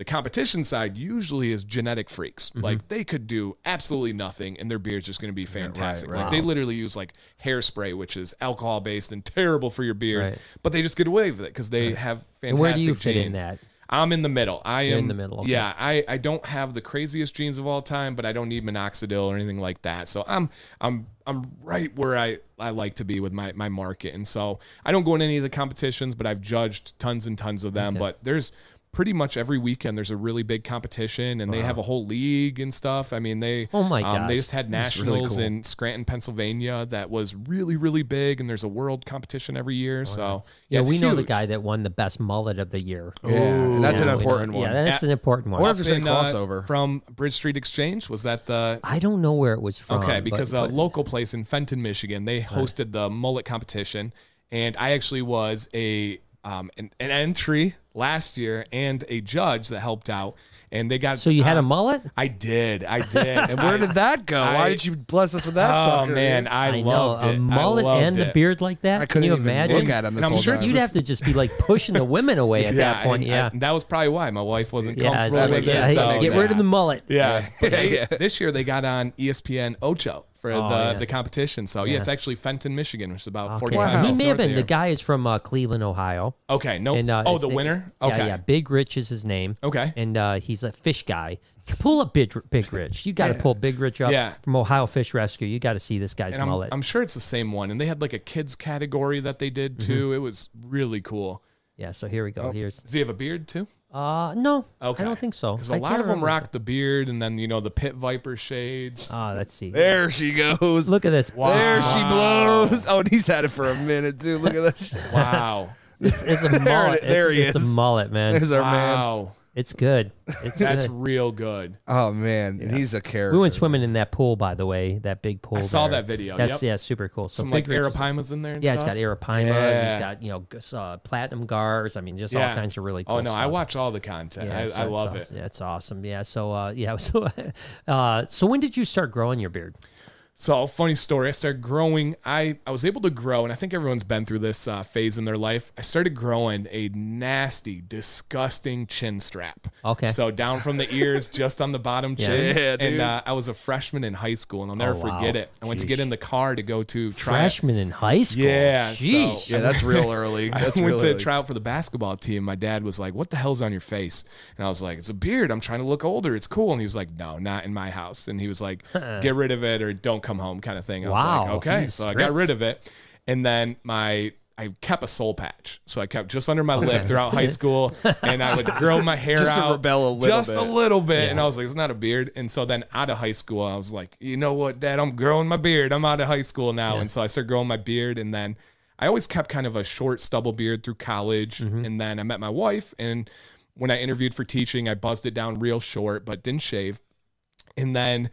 Speaker 3: The competition side usually is genetic freaks.
Speaker 1: Mm-hmm.
Speaker 3: Like they could do absolutely nothing, and their beard's just going to be fantastic. Like they literally use like hairspray, which is alcohol based and terrible for your beard,
Speaker 1: Right.
Speaker 3: but they just get away with it because they have fantastic.
Speaker 1: where do you fit in
Speaker 3: genes.
Speaker 1: that?
Speaker 3: I'm in the middle. I am
Speaker 1: in the middle, okay.
Speaker 3: Yeah, I, I don't have the craziest genes of all time, but I don't need minoxidil or anything like that. So I'm I'm I'm right where I, I like to be with my, my market. And so I don't go in any of the competitions, but I've judged tons and tons of them. But there's pretty much every weekend there's a really big competition and they have a whole league and stuff. I mean they
Speaker 1: Oh my
Speaker 3: um, they
Speaker 1: gosh.
Speaker 3: just had
Speaker 2: That's really
Speaker 3: nationals
Speaker 2: cool.
Speaker 3: in Scranton, Pennsylvania that was really, really big and there's a world competition every year. so
Speaker 1: yeah,
Speaker 3: it's
Speaker 1: we know the
Speaker 3: huge.
Speaker 1: guy that won the best mullet of the year.
Speaker 2: Yeah, that's an
Speaker 1: Yeah, we know-
Speaker 2: important one.
Speaker 1: Yeah, that's an important
Speaker 2: I wonder
Speaker 1: one.
Speaker 2: if there's any
Speaker 3: in, uh,
Speaker 2: crossover.
Speaker 3: from Bridge Street Exchange. Was that the
Speaker 1: I don't know where it was
Speaker 2: Uh,
Speaker 1: from.
Speaker 3: okay?
Speaker 1: but-
Speaker 3: because uh,
Speaker 1: but,
Speaker 3: a local place in Fenton, Michigan, they hosted the mullet competition, and I actually was a um, an, an entry last year and a judge that helped out, and they got
Speaker 1: so you had a
Speaker 3: um,
Speaker 1: mullet?
Speaker 3: I did, I did.
Speaker 2: *laughs* And where did that go? Why
Speaker 3: I-
Speaker 2: did you bless us with that
Speaker 3: Oh
Speaker 2: sucker?
Speaker 3: man,
Speaker 2: dude?
Speaker 3: I,
Speaker 1: I
Speaker 3: loved
Speaker 1: know
Speaker 3: it.
Speaker 1: a
Speaker 3: I
Speaker 1: mullet
Speaker 3: loved
Speaker 1: and the
Speaker 3: it.
Speaker 1: beard like that.
Speaker 2: I
Speaker 1: Can
Speaker 2: couldn't
Speaker 1: you
Speaker 2: even
Speaker 1: imagine?
Speaker 2: look at him this
Speaker 3: And I'm
Speaker 2: whole
Speaker 3: sure
Speaker 2: time.
Speaker 3: it's
Speaker 1: You'd have to just be like pushing the women away
Speaker 3: *laughs*
Speaker 1: at that point.
Speaker 3: and-
Speaker 1: yeah.
Speaker 3: and that was probably why my wife wasn't
Speaker 1: yeah.
Speaker 3: comfortable
Speaker 1: that
Speaker 3: with
Speaker 1: makes
Speaker 3: it.
Speaker 1: sense.
Speaker 3: so-
Speaker 2: That
Speaker 1: Hey,
Speaker 2: makes
Speaker 1: Get rid of
Speaker 2: sense.
Speaker 1: the mullet. *laughs*
Speaker 3: Yeah. But they-
Speaker 2: Yeah.
Speaker 3: This year they got on E ESPN Ocho for
Speaker 1: Oh,
Speaker 3: the,
Speaker 1: yeah.
Speaker 3: the competition. So yeah.
Speaker 1: Yeah.
Speaker 3: it's actually Fenton, Michigan, which is about
Speaker 1: Okay.
Speaker 3: 45
Speaker 1: He
Speaker 3: miles
Speaker 1: may have
Speaker 3: north
Speaker 1: been.
Speaker 3: of
Speaker 1: The
Speaker 3: here.
Speaker 1: guy is from uh, Cleveland, Ohio.
Speaker 3: Okay. No.
Speaker 1: And uh,
Speaker 3: oh,
Speaker 1: his
Speaker 3: the
Speaker 1: name-
Speaker 3: winner.
Speaker 1: yeah,
Speaker 3: Okay.
Speaker 1: Yeah, Big Rich is his name.
Speaker 3: Okay.
Speaker 1: and uh, he's a fish guy. Pull up Big, Big Rich. You got to pull Big Rich up
Speaker 3: Yeah.
Speaker 1: from Ohio Fish Rescue. You got to see this guy's
Speaker 3: And I'm,
Speaker 1: mullet.
Speaker 3: I'm sure it's the same one. And they had like a kids category that they did
Speaker 1: Mm-hmm.
Speaker 3: too. It was really cool.
Speaker 1: yeah, so here we go. Here's
Speaker 3: Does he have a beard too?
Speaker 1: uh no,
Speaker 3: Oh. Okay.
Speaker 1: I don't think so.
Speaker 3: Because
Speaker 1: I
Speaker 3: a lot
Speaker 1: can't
Speaker 3: of them
Speaker 1: remember.
Speaker 3: rock the beard and then, you know, the pit viper shades.
Speaker 1: *laughs* Ah, let's see.
Speaker 2: there she goes.
Speaker 1: Look at this.
Speaker 2: There she blows. Oh, and he's had it for a minute too. Look at that. shit.
Speaker 3: Wow. *laughs*
Speaker 1: It's a mullet.
Speaker 2: there he
Speaker 1: it's, it's
Speaker 2: is.
Speaker 1: a mullet, man.
Speaker 2: There's our man.
Speaker 3: wow.
Speaker 1: it's good. It's *laughs*
Speaker 3: That's
Speaker 1: good.
Speaker 3: real good.
Speaker 2: Oh man, and he's a character.
Speaker 1: We went swimming in that pool, by the way. That big pool. I
Speaker 3: saw that video,
Speaker 1: That's
Speaker 3: yep.
Speaker 1: yeah, super cool. So
Speaker 3: Some like
Speaker 1: Big Rich is-
Speaker 3: arapimas in there. And
Speaker 1: Yeah,
Speaker 3: stuff.
Speaker 1: it's got arapimas.
Speaker 3: Yeah.
Speaker 1: It's got you know g- uh, platinum gars. I mean, just all kinds of really. cool
Speaker 3: Oh no, I
Speaker 1: stuff.
Speaker 3: watch all the content. I,
Speaker 1: so
Speaker 3: I
Speaker 1: it's
Speaker 3: love
Speaker 1: awesome.
Speaker 3: it.
Speaker 1: Yeah, it's awesome. Yeah. So uh, *laughs* yeah. So uh, so when did you start growing your beard?
Speaker 3: So funny story. I started growing. I I was able to grow, and I think everyone's been through this uh, phase in their life. I started growing a nasty, disgusting chin strap.
Speaker 1: Okay.
Speaker 3: So down from the
Speaker 1: *laughs*
Speaker 3: ears, just on the bottom chin.
Speaker 2: Yeah, dude.
Speaker 3: and uh, I was a freshman in high school, and I'll never
Speaker 1: Oh, wow.
Speaker 3: forget it. I went to
Speaker 1: Jeez.
Speaker 3: get in the car to go to try.
Speaker 1: Freshman in high school.
Speaker 3: Yeah, so-
Speaker 1: Jeez.
Speaker 2: Yeah, that's real early.
Speaker 3: I
Speaker 2: That's
Speaker 3: went
Speaker 2: real
Speaker 3: to
Speaker 2: early.
Speaker 3: try out for the basketball team. My dad was like, "What the hell's on your face?" And I was like, "It's a beard. I'm trying to look older. It's cool." And he was like, "No, not in my house." And he
Speaker 1: *laughs*
Speaker 3: was like, "Get rid of it or don't come home," kind of thing. I was like,
Speaker 1: Wow,
Speaker 3: "Okay."
Speaker 1: he's
Speaker 3: So I
Speaker 1: strict.
Speaker 3: got rid of it, and then my I kept a soul patch, so I kept
Speaker 1: *laughs*
Speaker 3: just under my lip throughout high school, and I would grow my hair
Speaker 2: Just to
Speaker 3: out,
Speaker 2: rebel a little
Speaker 3: just
Speaker 2: bit.
Speaker 3: a little bit. And I was like, "It's not a beard." And so then out of high school, I was like, "You know what, Dad? I'm growing my beard. I'm out of high school now." And so I started growing my beard, and then. I always kept kind of a short stubble beard through college.
Speaker 2: Mm-hmm.
Speaker 3: And then I met my wife. And when I interviewed for teaching, I buzzed it down real short, but didn't shave. And then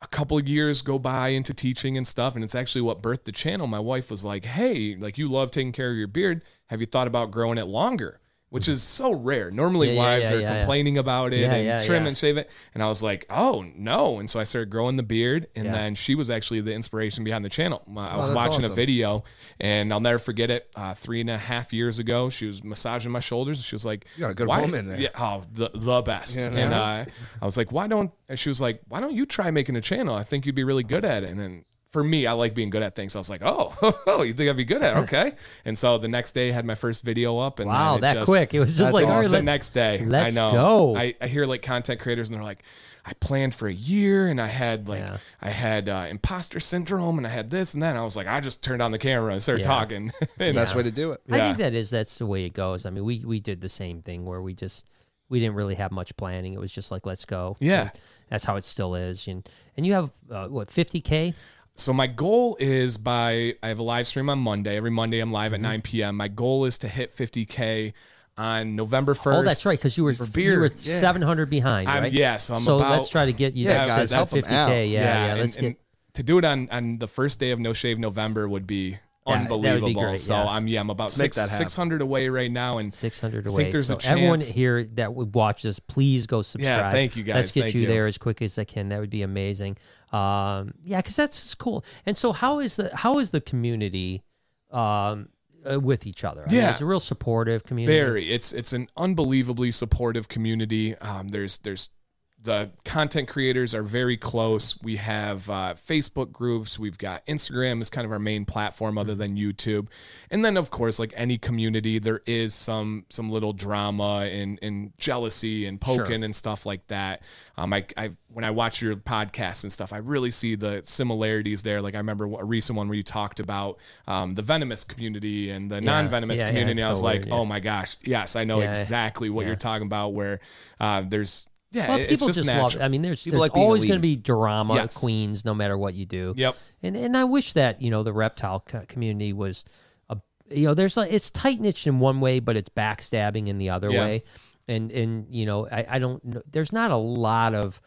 Speaker 3: a couple years go by into teaching and stuff. And it's actually what birthed the channel. My wife was like, Hey, like you love taking care of your beard. Have you thought about growing it longer? Which is so rare. Normally,
Speaker 1: Yeah, yeah,
Speaker 3: wives
Speaker 1: yeah,
Speaker 3: are
Speaker 1: yeah, yeah.
Speaker 3: complaining about it
Speaker 1: Yeah,
Speaker 3: and
Speaker 1: yeah,
Speaker 3: trim
Speaker 1: yeah.
Speaker 3: and shave it. And I was like, oh no. And so I started growing the beard. And
Speaker 1: Yeah.
Speaker 3: then she was actually the inspiration behind the channel. My- I
Speaker 2: Oh,
Speaker 3: was
Speaker 2: that's
Speaker 3: watching a
Speaker 2: awesome.
Speaker 3: video and I'll never forget it. Uh, three and a half years ago, she was massaging my shoulders. And she was like,
Speaker 2: You got a good
Speaker 3: why-
Speaker 2: woman there.
Speaker 3: Yeah, oh, the, the best. And uh, I was like, why don't, and she was like, why don't you try making a channel? I think you'd be really good at it. And then for me, I like being good at things. I was like, oh, *laughs* oh, you think I'd be good at it? Okay. and so the next day, I had my first video up. And
Speaker 1: Wow,
Speaker 3: then it
Speaker 1: that
Speaker 3: just-
Speaker 1: quick. It was just
Speaker 2: That's
Speaker 1: like all right,
Speaker 2: awesome.
Speaker 3: the
Speaker 1: let's-
Speaker 3: next day.
Speaker 1: let's
Speaker 3: I know.
Speaker 1: go.
Speaker 3: I, I hear like content creators and they're like, I planned for a year and I had like
Speaker 1: Yeah.
Speaker 3: I had uh, imposter syndrome and I had this and that. And I was like, I just turned on the camera and started
Speaker 1: Yeah.
Speaker 3: talking. *laughs* And-
Speaker 2: Best way to do it.
Speaker 1: I
Speaker 3: Yeah.
Speaker 1: think that is that's the way it goes. I mean, we we did the same thing where we just we didn't really have much planning. It was just like let's go.
Speaker 3: Yeah.
Speaker 1: And that's how it still is. And and you have uh, what fifty k?
Speaker 3: So my goal is by I have a live stream on Monday. Every Monday I'm
Speaker 1: Mm-hmm.
Speaker 3: live at 9 p.m. My goal is to hit 50k on November 1st.
Speaker 1: Oh, that's right, because you were you
Speaker 2: beer,
Speaker 1: were
Speaker 2: yeah.
Speaker 1: seven hundred behind.
Speaker 3: I'm-
Speaker 1: right?
Speaker 3: yeah, so I'm
Speaker 1: so
Speaker 3: about-
Speaker 1: let's try to get you. that-
Speaker 2: Yeah, guys,
Speaker 1: that
Speaker 2: help 'em
Speaker 1: 50K.
Speaker 2: out.
Speaker 1: Yeah, yeah.
Speaker 3: and-
Speaker 1: let's
Speaker 3: and
Speaker 1: get.
Speaker 3: to do it on on the first day of No Shave November would be
Speaker 1: Yeah, that would be
Speaker 3: unbelievable.
Speaker 1: great,
Speaker 3: so
Speaker 1: yeah.
Speaker 3: I'm yeah I'm about
Speaker 2: make
Speaker 3: six,
Speaker 2: that happen.
Speaker 3: 600 away right now and
Speaker 1: 600
Speaker 3: I
Speaker 1: away.
Speaker 3: think there's
Speaker 1: so
Speaker 3: a
Speaker 1: everyone
Speaker 3: chance-
Speaker 1: here that would watch this, please go subscribe.
Speaker 3: thank you,
Speaker 1: Let's
Speaker 3: guys.
Speaker 1: get
Speaker 3: Thank
Speaker 1: you,
Speaker 3: you.
Speaker 1: there as quick as I can. That would be amazing. Um, yeah, because that's just cool. And so, how is the how is the community um, uh, with each other? I mean,
Speaker 3: Yeah.
Speaker 1: it's a real supportive community.
Speaker 3: Very. It's it's an unbelievably supportive community. Um, there's there's the content creators are very close. We have uh, Facebook groups. We've got Instagram is kind of our main platform,
Speaker 1: Mm-hmm.
Speaker 3: other than YouTube. And then, of course, like any community, there is some some little drama and and jealousy and poking and stuff like that. Um, I I when I watch your podcasts and stuff, I really see the similarities there. Like I remember a recent one where you talked about um, the venomous community and the non-venomous
Speaker 1: Yeah, yeah,
Speaker 3: community.
Speaker 1: it's
Speaker 3: I was
Speaker 1: so
Speaker 3: like,
Speaker 1: weird, yeah.
Speaker 3: oh oh my gosh, yes, I know
Speaker 1: Yeah,
Speaker 3: exactly what
Speaker 1: yeah.
Speaker 3: you're talking about. Where uh, there's yeah,
Speaker 1: Well,
Speaker 3: it- it's
Speaker 1: people
Speaker 3: just,
Speaker 1: just,
Speaker 3: natural.
Speaker 1: love. I mean, there's,
Speaker 2: People
Speaker 1: there's
Speaker 2: like being
Speaker 1: always
Speaker 2: elite.
Speaker 1: going to be drama
Speaker 3: Yes.
Speaker 1: queens, no matter what you do.
Speaker 3: Yep.
Speaker 1: And and I wish that you know the reptile co- community was a you know there's like it's tight knitched in one way, but it's backstabbing in the other
Speaker 3: Yeah.
Speaker 1: way. And and you know I I don't know, there's not a lot of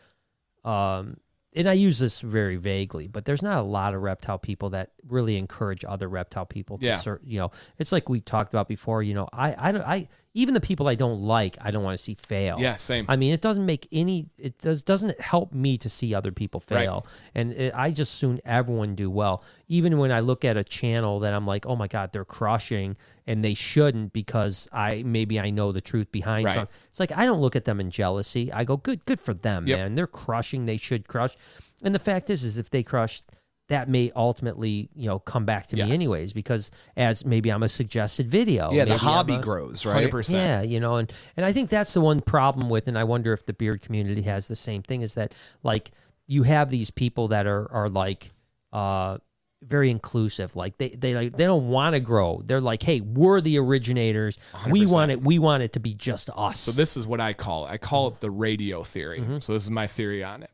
Speaker 1: um and I use this very vaguely, but there's not a lot of reptile people that really encourage other reptile people to
Speaker 3: Yeah.
Speaker 1: cer- you know, it's like we talked about before, you know, I I don't I even the people I don't like, I don't want to see fail.
Speaker 3: Yeah, same.
Speaker 1: I mean, it doesn't make any. It does doesn't help me to see other people fail, and it, I just soon everyone do well. Even when I look at a channel that I'm like, oh my god, they're crushing, and they shouldn't because I maybe I know the truth behind
Speaker 3: Right.
Speaker 1: something. It's like I don't look at them in jealousy. I go, good, good for them,
Speaker 3: Yep.
Speaker 1: man. They're crushing. They should crush. And the fact is, is if they crush. That may ultimately, you know, come back to me
Speaker 3: Yes.
Speaker 1: anyways, because as maybe I'm a suggested video.
Speaker 2: yeah,
Speaker 1: maybe
Speaker 2: the
Speaker 1: I'm
Speaker 2: hobby
Speaker 1: a-
Speaker 2: grows,
Speaker 3: Hundred
Speaker 2: right?
Speaker 3: percent.
Speaker 1: yeah, you know, and and I think that's the one problem with, and I wonder if the beard community has the same thing, is that like you have these people that are are like uh very inclusive. Like they they like they don't want to grow. They're like, hey, we're the originators. We
Speaker 3: 100%.
Speaker 1: want it. We want it to be just us.
Speaker 3: So this is what I call it. I call it the radio theory.
Speaker 1: Mm-hmm.
Speaker 3: So this is my theory on it.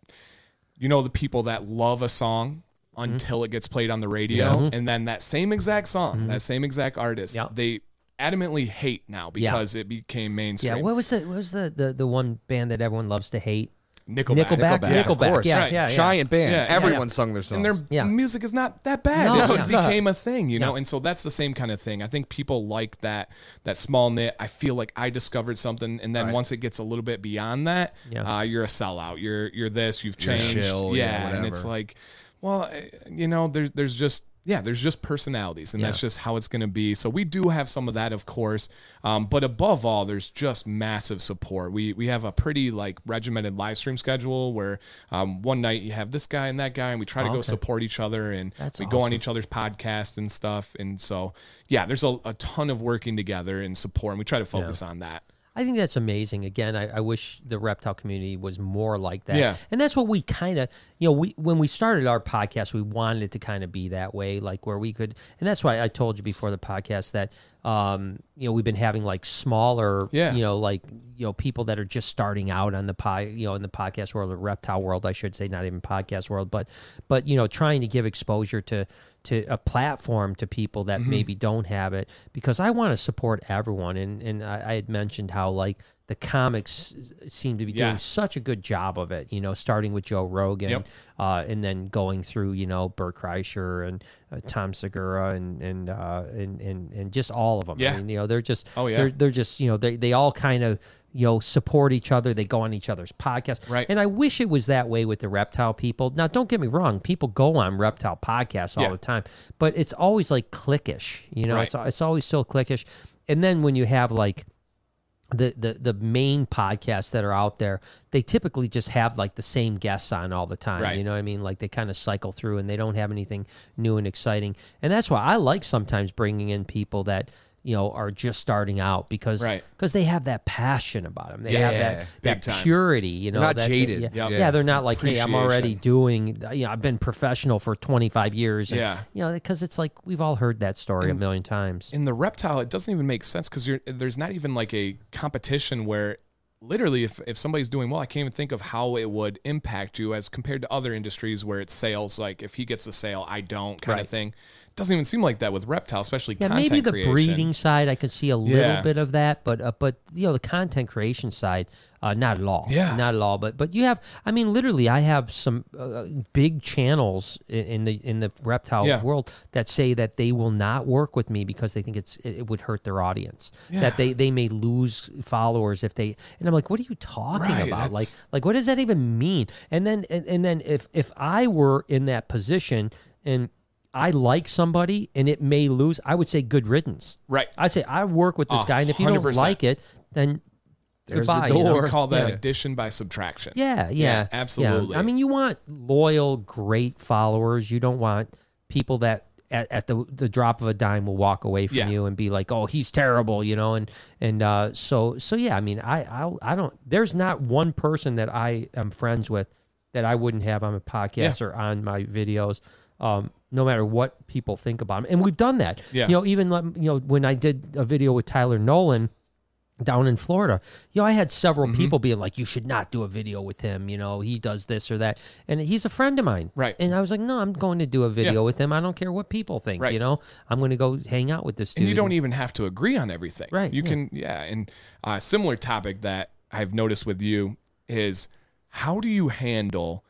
Speaker 3: You know the people that love a song
Speaker 1: Mm-hmm.
Speaker 3: until it gets played on the radio, and then that same exact song, that same exact artist,
Speaker 1: Mm-hmm. Yeah.
Speaker 3: they adamantly hate now because it became mainstream.
Speaker 1: yeah, what was the what was the, the the one band that everyone loves to hate? Nickelback.
Speaker 3: Nickelback.
Speaker 2: Nickelback,
Speaker 1: Yeah,
Speaker 2: of
Speaker 1: Nickelback,
Speaker 2: course.
Speaker 1: yeah, Right. yeah, yeah.
Speaker 2: Giant band.
Speaker 3: Yeah, yeah,
Speaker 2: Everyone
Speaker 1: yeah.
Speaker 2: song their songs.
Speaker 3: and their
Speaker 1: Yeah.
Speaker 3: music is not that bad.
Speaker 1: No,
Speaker 3: it
Speaker 1: it's
Speaker 3: just
Speaker 2: not.
Speaker 3: became a thing, you know.
Speaker 1: Yeah.
Speaker 3: And so that's the same kind of thing. I think people like that that small knit. I feel like I discovered something, and then once it gets a little bit beyond that,
Speaker 1: Yeah.
Speaker 3: uh, you're a sellout. You're you're this. You've
Speaker 2: You're a
Speaker 3: changed.
Speaker 2: shill, yeah,
Speaker 3: yeah, and it's
Speaker 2: whatever.
Speaker 3: like, well, eh, you know, there's there's just. Yeah, there's just personalities, and that's just how it's going to be. So we do have some of that, of course, um, but above all, there's just massive support. We we have a pretty like regimented live stream schedule where um, one night you have this guy and that guy, and we try to go
Speaker 1: Okay.
Speaker 3: support each other and
Speaker 1: That's
Speaker 3: we go on
Speaker 1: awesome.
Speaker 3: each other's podcasts and stuff. And so, yeah, there's a, a ton of working together and support, and we try to focus on that.
Speaker 1: I think that's amazing. Again, I, I wish the reptile community was more like that.
Speaker 3: Yeah.
Speaker 1: And that's what we kind of, you know, we when we started our podcast, we wanted it to kind of be that way, like where we could. And that's why I told you before the podcast that, um, you know, we've been having like smaller,
Speaker 3: Yeah.
Speaker 1: you know, like you know, people that are just starting out on the pie, you know, in the podcast world, the reptile world, I should say, not even podcast world, but but you know, trying to give exposure to to a platform to people
Speaker 3: Mm-hmm.
Speaker 1: that maybe don't have it because I want to support everyone. And and I, I had mentioned how like the comics s- seem to be doing
Speaker 3: Yes.
Speaker 1: such a good job of it. You know, starting with Joe Rogan,
Speaker 3: Yep.
Speaker 1: uh, and then going through you know Bert Kreischer and uh, Tom Segura and and, uh, and and and just all of them.
Speaker 3: Yeah.
Speaker 1: I mean, you know, they're just
Speaker 3: Oh, yeah.
Speaker 1: they're they're just you know they they all kind of you know support each other. They go on each other's podcasts.
Speaker 3: Right.
Speaker 1: And I wish it was that way with the reptile people. Now, don't get me wrong, people go on reptile podcasts all
Speaker 3: Yeah.
Speaker 1: the time, but it's always like clickish. You know,
Speaker 3: Right.
Speaker 1: it's it's always still clickish. And then when you have like the, the the main podcasts that are out there, they typically just have like the same guests on all the time.
Speaker 3: Right.
Speaker 1: You know what I mean? Like they kind of cycle through and they don't have anything new and exciting. And that's why I like sometimes bringing in people that you know are just starting out because
Speaker 3: Right.
Speaker 1: cause they have that passion about them. They have
Speaker 3: Yeah,
Speaker 1: that, that
Speaker 3: big time.
Speaker 1: purity. You know,
Speaker 2: not
Speaker 1: that,
Speaker 2: jaded.
Speaker 1: Yeah,
Speaker 3: Yep.
Speaker 1: yeah, they're not like, hey, I'm already doing. You know, I've been professional for 25 years. and,
Speaker 3: Yeah.
Speaker 1: you know, because it's like we've all heard that story a million times.
Speaker 3: in the reptile, it doesn't even make sense because there's not even like a competition where literally if, if somebody's doing well, I can't even think of how it would impact you as compared to other industries where it's sales. Like if he gets the sale, I don't kind
Speaker 1: Right.
Speaker 3: of thing. doesn't even seem like that with reptile, especially
Speaker 1: Yeah,
Speaker 3: content
Speaker 1: maybe the
Speaker 3: creation.
Speaker 1: breeding side I could see a little
Speaker 3: Yeah.
Speaker 1: bit of that, but uh, but you know the content creation side, uh, not at all.
Speaker 3: Yeah.
Speaker 1: not at all. But but you have, I mean, literally, I have some uh, big channels i- in the in the reptile
Speaker 3: Yeah.
Speaker 1: world that say that they will not work with me because they think it's it it would hurt their audience. That they they may lose followers if they. And I'm like, what are you talking
Speaker 3: Right,
Speaker 1: about? Like
Speaker 3: that's-
Speaker 1: like what does that even mean? And then and, and then if if I were in that position and I like somebody and it may lose, I would say good riddance.
Speaker 3: Right.
Speaker 1: I say I work with this
Speaker 3: A
Speaker 1: guy, and if you don't
Speaker 3: 100%.
Speaker 1: like it, then
Speaker 2: There's the
Speaker 1: goodbye. you know? *laughs*
Speaker 2: door.
Speaker 3: We call that
Speaker 1: Yeah.
Speaker 3: addition by subtraction.
Speaker 1: Yeah, yeah, yeah.
Speaker 3: absolutely.
Speaker 1: I mean, you want loyal, great followers. You don't want people that at, at the the drop of a dime will walk away from
Speaker 3: Yeah.
Speaker 1: you and be like, "Oh, he's terrible," you know. And and uh, so so yeah. I mean, I I'll, I don't. There's not one person that I am friends with that I wouldn't have on a podcast or on my videos. Um, no matter what people think about him, and we've done that.
Speaker 3: Yeah.
Speaker 1: You know, even let, you know when I did a video with Tyler Nolan down in Florida. You know, I had several
Speaker 3: Mm-hmm.
Speaker 1: people being like, "You should not do a video with him." You know, he does this or that, and he's a friend of mine.
Speaker 3: Right.
Speaker 1: And I was like, "No, I'm going to do a video with him. I don't care what people think.
Speaker 3: Right.
Speaker 1: You know, I'm going to go hang out with this dude."
Speaker 3: and you don't even have to agree on everything
Speaker 1: Right,
Speaker 3: you
Speaker 1: yeah.
Speaker 3: can yeah and a similar topic that i've noticed with you is how do you handle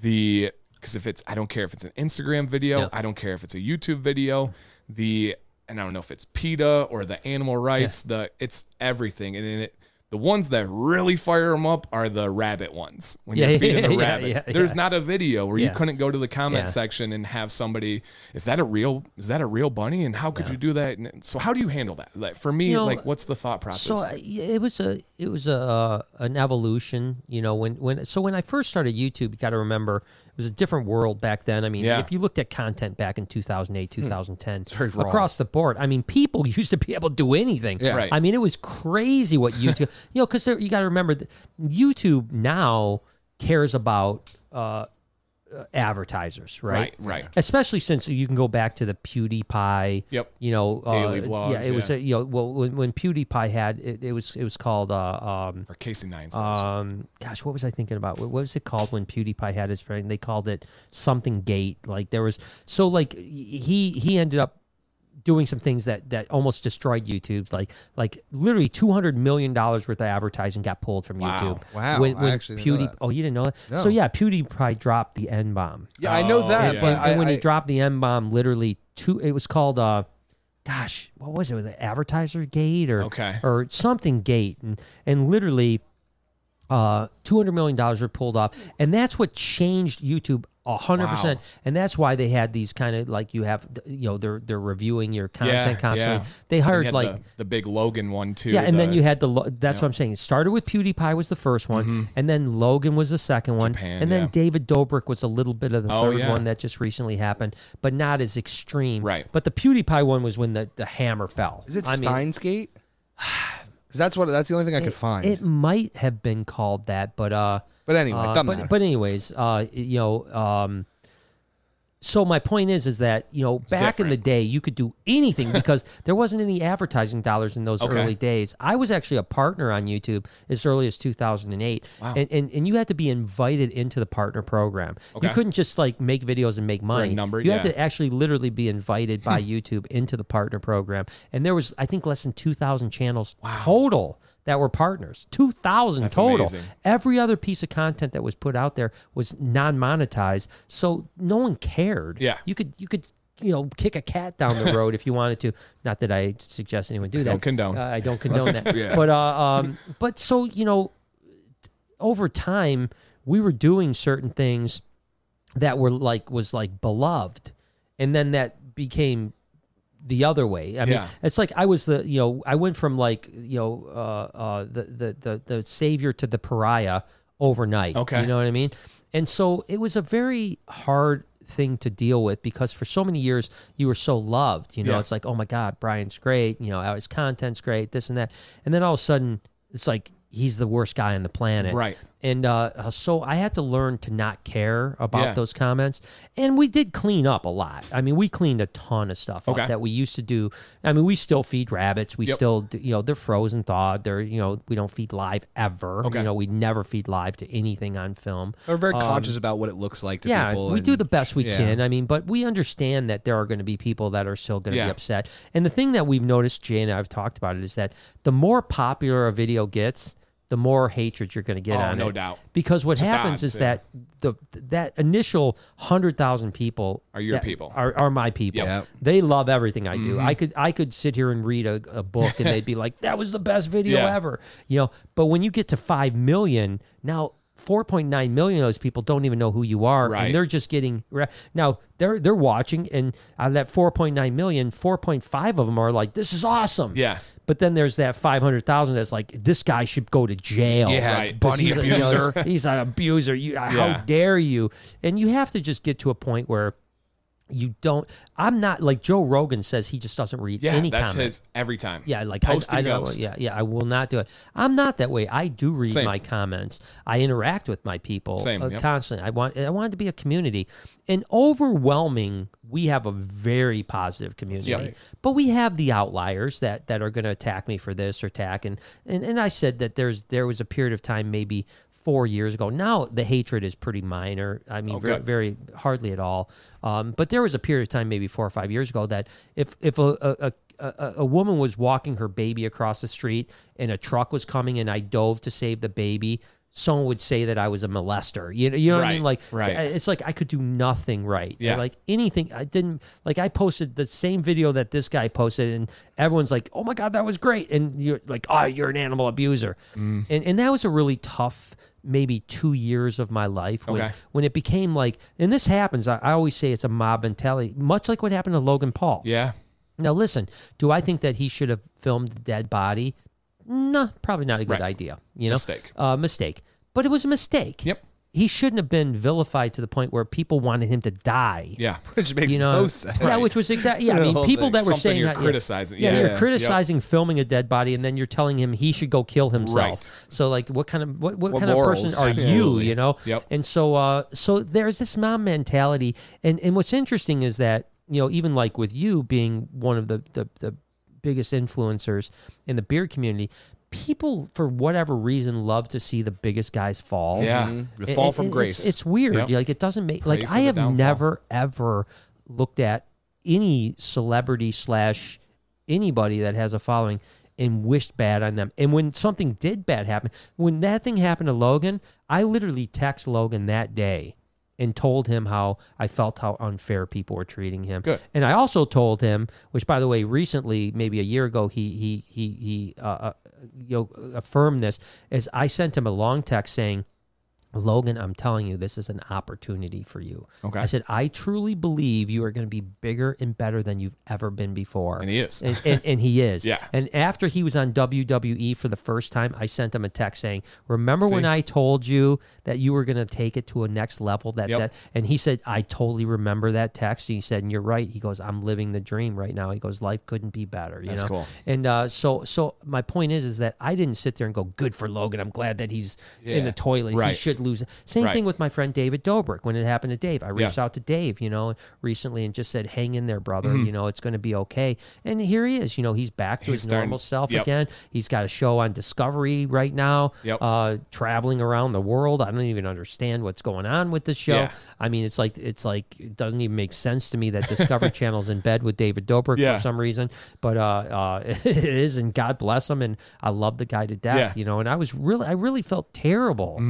Speaker 3: the because if it's i don't care if it's an instagram video
Speaker 1: Yeah.
Speaker 3: i don't care if it's a youtube video the and i don't know if it's peta or the animal rights the it's everything and then it the ones that really fire them up are the rabbit ones.
Speaker 1: *laughs*
Speaker 3: When
Speaker 1: Yeah,
Speaker 3: you're feeding the
Speaker 1: yeah,
Speaker 3: rabbits,
Speaker 1: yeah,
Speaker 3: there's
Speaker 1: yeah.
Speaker 3: not a video where
Speaker 1: Yeah.
Speaker 3: you couldn't go to the comment
Speaker 1: Yeah.
Speaker 3: section and have somebody is that a real is that a real bunny and how could you do that And so how do you handle that like for me
Speaker 1: You know,
Speaker 3: like what's the thought process
Speaker 1: So I- yeah, it was a it was a uh, an evolution, you know. When when so when I first started YouTube, you got to remember it was a different world back then. I mean,
Speaker 3: Yeah.
Speaker 1: if you looked at content back in 2008, 2010, across the board, I mean, people *laughs* used to be able to do anything.
Speaker 2: Yeah.
Speaker 3: Right.
Speaker 1: I mean, it was crazy what YouTube, *laughs* you know, because you got to remember that YouTube now cares about uh, uh, advertisers,
Speaker 3: right right
Speaker 1: especially since you can go back to the PewDiePie.
Speaker 3: Yep.
Speaker 1: You know, uh,
Speaker 3: Daily
Speaker 1: Yeah,
Speaker 3: vlogs,
Speaker 1: it was
Speaker 3: yeah.
Speaker 1: a, you know well when, when PewDiePie had it, it was it was called uh, um
Speaker 3: or casey nines
Speaker 1: um gosh what was I thinking about what, what was it called when PewDiePie had his brand? They called it something Gate. Like there was so like he he ended up doing some things that that almost destroyed YouTube. Like like literally two hundred million dollars worth of advertising got pulled from
Speaker 3: Wow.
Speaker 1: YouTube.
Speaker 2: Wow, I
Speaker 1: PewDie
Speaker 2: actually didn't know that.
Speaker 1: oh you didn't know that
Speaker 2: No.
Speaker 1: so yeah PewDiePie dropped the N bomb
Speaker 2: Yeah, I know
Speaker 3: Oh,
Speaker 2: that,
Speaker 3: yeah.
Speaker 2: but
Speaker 1: and, and
Speaker 2: I,
Speaker 1: when he
Speaker 2: I-
Speaker 1: dropped the M bomb, literally two, it was called, uh, gosh, what was it? Was it advertiser gate or
Speaker 3: Okay.
Speaker 1: or something gate? And and literally, uh, two hundred million dollars were pulled off, and that's what changed YouTube hundred percent.
Speaker 3: Wow.
Speaker 1: And that's why they had these kind of like you have, you know, they're they're reviewing your content constantly.
Speaker 3: yeah.
Speaker 1: They
Speaker 3: And
Speaker 1: hired
Speaker 3: had
Speaker 1: like
Speaker 3: the, the big logan one too
Speaker 1: yeah, and then
Speaker 3: the-
Speaker 1: you had the. Lo- That's what I'm saying. It started with PewDiePie was the first one, and then Logan was the second one,
Speaker 3: Mm-hmm. Japan,
Speaker 1: and then
Speaker 3: yeah.
Speaker 1: David Dobrik was a little bit of the
Speaker 3: Oh,
Speaker 1: third
Speaker 3: yeah.
Speaker 1: one that just recently happened, but not as extreme.
Speaker 3: Right.
Speaker 1: But the PewDiePie one was when the, the hammer fell.
Speaker 2: is it
Speaker 1: I mean,
Speaker 2: Steins Gate? Because that's what that's the only thing I could find.
Speaker 1: It might have been called that, but uh.
Speaker 2: but anyway,
Speaker 1: Uh,
Speaker 2: doesn't matter.
Speaker 1: but, but anyways, uh, you know, um, so my point is, is that you know, back in the
Speaker 3: different.
Speaker 1: day, you could do anything because *laughs* there wasn't any advertising dollars in those
Speaker 3: Okay.
Speaker 1: early days. I was actually a partner on YouTube as early as 2008, and, and and you had to be invited into the partner program. You
Speaker 3: Okay.
Speaker 1: couldn't just like make videos and make money.
Speaker 3: number,
Speaker 1: you had
Speaker 3: yeah.
Speaker 1: to actually literally be invited
Speaker 3: *laughs*
Speaker 1: by YouTube into the partner program, and there was I think less than 2,000 channels total that were partners. 2,000 total.
Speaker 3: amazing.
Speaker 1: Every other piece of content that was put out there was non-monetized, so no one cared.
Speaker 3: Yeah.
Speaker 1: you could you could you know kick a cat down the road if you wanted to. Not that I suggest anyone do that.
Speaker 3: Don't condone.
Speaker 1: Uh, I don't condone that. But uh, um, but so you know, t- over time we were doing certain things that were like was like beloved, and then that became the other way. I mean,
Speaker 3: Yeah.
Speaker 1: it's like I was the you know I went from like you know uh, uh, the, the the the savior to the pariah overnight.
Speaker 3: Okay.
Speaker 1: you know what I mean. And so it was a very hard thing to deal with because for so many years you were so loved. You know,
Speaker 3: Yeah.
Speaker 1: it's like, oh my God, Brian's great. You know, his content's great, this and that. And then all of a sudden, it's like he's the worst guy on the planet.
Speaker 3: Right.
Speaker 1: And uh, so I had to learn to not care about
Speaker 3: Yeah.
Speaker 1: those comments. And we did clean up a lot. I mean, we cleaned a ton of stuff up
Speaker 3: Okay.
Speaker 1: that we used to do. I mean, we still feed rabbits. We
Speaker 3: Yep.
Speaker 1: still, do, you know, they're frozen thawed. They're, you know, we don't feed live ever.
Speaker 3: Okay.
Speaker 1: You know, we never feed live to anything on film.
Speaker 2: We're very conscious about what it looks like to
Speaker 1: Yeah,
Speaker 2: people.
Speaker 1: we
Speaker 2: and-
Speaker 1: do the best we
Speaker 2: yeah.
Speaker 1: can. I mean, but we understand that there are going to be people that are still going to
Speaker 3: Yeah.
Speaker 1: be upset. And the thing that we've noticed, Jay and I have talked about it, is that the more popular a video gets, the more hatred you're going to get
Speaker 3: Oh,
Speaker 1: on
Speaker 3: no
Speaker 1: it.
Speaker 3: doubt.
Speaker 1: Because what happens
Speaker 3: odds,
Speaker 1: is
Speaker 3: yeah.
Speaker 1: that the that initial hundred thousand people
Speaker 3: Are your
Speaker 1: that
Speaker 3: people. Mm-hmm.
Speaker 1: are, are my people.
Speaker 2: Yep.
Speaker 1: They love everything I do. I could I could sit here and read a, a book and they'd be like, "That was the best video
Speaker 3: Yeah.
Speaker 1: ever," you know. But when you get to five million now. 4.9 million of those people don't even know who you are
Speaker 3: Right.
Speaker 1: and they're just getting re- now they're they're watching and out of that 4.9 million 4.5 of them are like this is awesome
Speaker 3: Yeah.
Speaker 1: but then there's that 500,000 that's like this guy should go to jail
Speaker 2: Yeah,
Speaker 3: Right.
Speaker 2: it's
Speaker 3: 'Cause
Speaker 2: bunny
Speaker 1: he's a- you know,
Speaker 2: abuser.
Speaker 1: *laughs* he's an abuser. You,
Speaker 3: Yeah.
Speaker 1: how dare you? And you have to just get to a point where you don't. I'm not like Joe Rogan says. He just doesn't read
Speaker 3: Yeah,
Speaker 1: any
Speaker 3: that's
Speaker 1: comment.
Speaker 3: his every time.
Speaker 1: Yeah, like
Speaker 3: Post
Speaker 1: I, I
Speaker 3: and
Speaker 1: don't.
Speaker 3: ghost.
Speaker 1: Yeah, yeah, I will not do it. I'm not that way. I do read
Speaker 3: Same.
Speaker 1: my comments. I interact with my people
Speaker 3: Same,
Speaker 1: uh,
Speaker 3: yep.
Speaker 1: constantly. I want. I want it to be a community. And overwhelming, we have a very positive community.
Speaker 3: Yep.
Speaker 1: But we have the outliers that that are going to attack me for this or attack. And, and and I said that there's there was a period of time maybe four years ago. Now the hatred is pretty minor. I mean, very,
Speaker 3: Okay.
Speaker 1: very hardly at all. Um, but there was a period of time, maybe four or five years ago, that if if a a, a a a woman was walking her baby across the street and a truck was coming and I dove to save the baby, someone would say that I was a molester. You know, you know what I mean?
Speaker 3: Right,
Speaker 1: Like,
Speaker 3: right.
Speaker 1: I- it's like I could do nothing right.
Speaker 3: Yeah.
Speaker 1: Like anything, I didn't like. I posted the same video that this guy posted, and everyone's like, "Oh my god, that was great!" And you're like, "Oh, you're an animal abuser,"
Speaker 3: Mm.
Speaker 1: and and that was a really tough maybe two years of my life when,
Speaker 3: Okay.
Speaker 1: when it became like and this happens I, I always say it's a mob mentality much like what happened to logan paul
Speaker 3: Yeah.
Speaker 1: now listen, do I think that he should have filmed the dead body? No, probably not a good
Speaker 3: Right.
Speaker 1: idea. You know,
Speaker 3: Mistake.
Speaker 1: Uh, mistake. But it was a mistake.
Speaker 3: Yep.
Speaker 1: He shouldn't have been vilified to the point where people wanted him to die.
Speaker 3: Yeah.
Speaker 2: Which makes
Speaker 1: You know,
Speaker 2: no sense.
Speaker 1: yeah, which was exactly. Yeah,
Speaker 3: *laughs*
Speaker 2: The
Speaker 1: I mean,
Speaker 2: whole
Speaker 1: people
Speaker 2: thing.
Speaker 1: that were
Speaker 3: Something
Speaker 1: saying
Speaker 3: you're
Speaker 1: that- yeah.
Speaker 3: criticizing.
Speaker 1: Yeah,
Speaker 3: Yeah.
Speaker 1: you're
Speaker 2: Yep.
Speaker 1: criticizing filming a dead body, and then you're telling him he should go kill himself.
Speaker 3: Right.
Speaker 1: So, like, what kind of what, what,
Speaker 2: What
Speaker 1: kind
Speaker 2: morals?
Speaker 1: of person are
Speaker 3: Absolutely.
Speaker 1: you? You know.
Speaker 3: Yep.
Speaker 1: And so, uh, so there's this mob mentality, and and what's interesting is that you know even like with you being one of the the, the biggest influencers in the beer community, people for whatever reason love to see the biggest guys fall.
Speaker 3: Yeah.
Speaker 2: Mm-hmm. The
Speaker 1: It-
Speaker 2: fall
Speaker 1: it-
Speaker 2: from
Speaker 1: it's-
Speaker 2: grace.
Speaker 1: It's, weird.
Speaker 3: Yep.
Speaker 1: Like it doesn't make like
Speaker 3: for
Speaker 1: I
Speaker 3: the
Speaker 1: have
Speaker 3: downfall.
Speaker 1: never ever looked at any celebrity slash anybody that has a following and wished bad on them. And when something did bad happen, when that thing happened to Logan, I literally text Logan that day and told him how I felt how unfair people were treating him.
Speaker 3: Good.
Speaker 1: And I also told him, which by the way, recently, maybe a year ago, he he he he uh, uh, you know affirmed this. As I sent him a long text saying, Logan, I'm telling you, this is an opportunity for you.
Speaker 3: Okay.
Speaker 1: I said, I truly believe you are going to be bigger and better than you've ever been before.
Speaker 3: And he is.
Speaker 1: And, and, and he is.
Speaker 3: *laughs* Yeah.
Speaker 1: And after he was on WWE for the first time, I sent him a text saying, Remember when I told you that you were going to take it to a next level? That,
Speaker 3: Yep.
Speaker 1: that And he said, I totally remember that text. And he said, And you're right. He goes, I'm living the dream right now. He goes, Life couldn't be better. You
Speaker 3: That's
Speaker 1: know?
Speaker 3: cool.
Speaker 1: And uh, so, so my point is, is that I didn't sit there and go, "Good for Logan. I'm glad that he's in the toilet. He
Speaker 3: Right.
Speaker 1: should lose." Same
Speaker 3: Right.
Speaker 1: thing with my friend David Dobrik when it happened to Dave. I reached
Speaker 3: Yeah.
Speaker 1: out to Dave, you know, recently and just said, "Hang in there, brother. You know, it's going to be okay." And here he is. You know, he's back to
Speaker 3: Mm-hmm. He's
Speaker 1: his
Speaker 3: starting-
Speaker 1: normal self
Speaker 3: yep.
Speaker 1: again. He's got a show on Discovery right now.
Speaker 3: Yep.
Speaker 1: Uh, traveling around the world. I don't even understand what's going on with the show.
Speaker 3: Yeah.
Speaker 1: I mean, it's like it's like it doesn't even make sense to me that Discovery *laughs* Channel's in bed with David Dobrik
Speaker 3: Yeah.
Speaker 1: for some reason, but uh, uh, *laughs* it is, and God bless him, and I love the guy to death,
Speaker 3: Yeah. Mm-hmm.
Speaker 1: you know. And I was really, I really felt terrible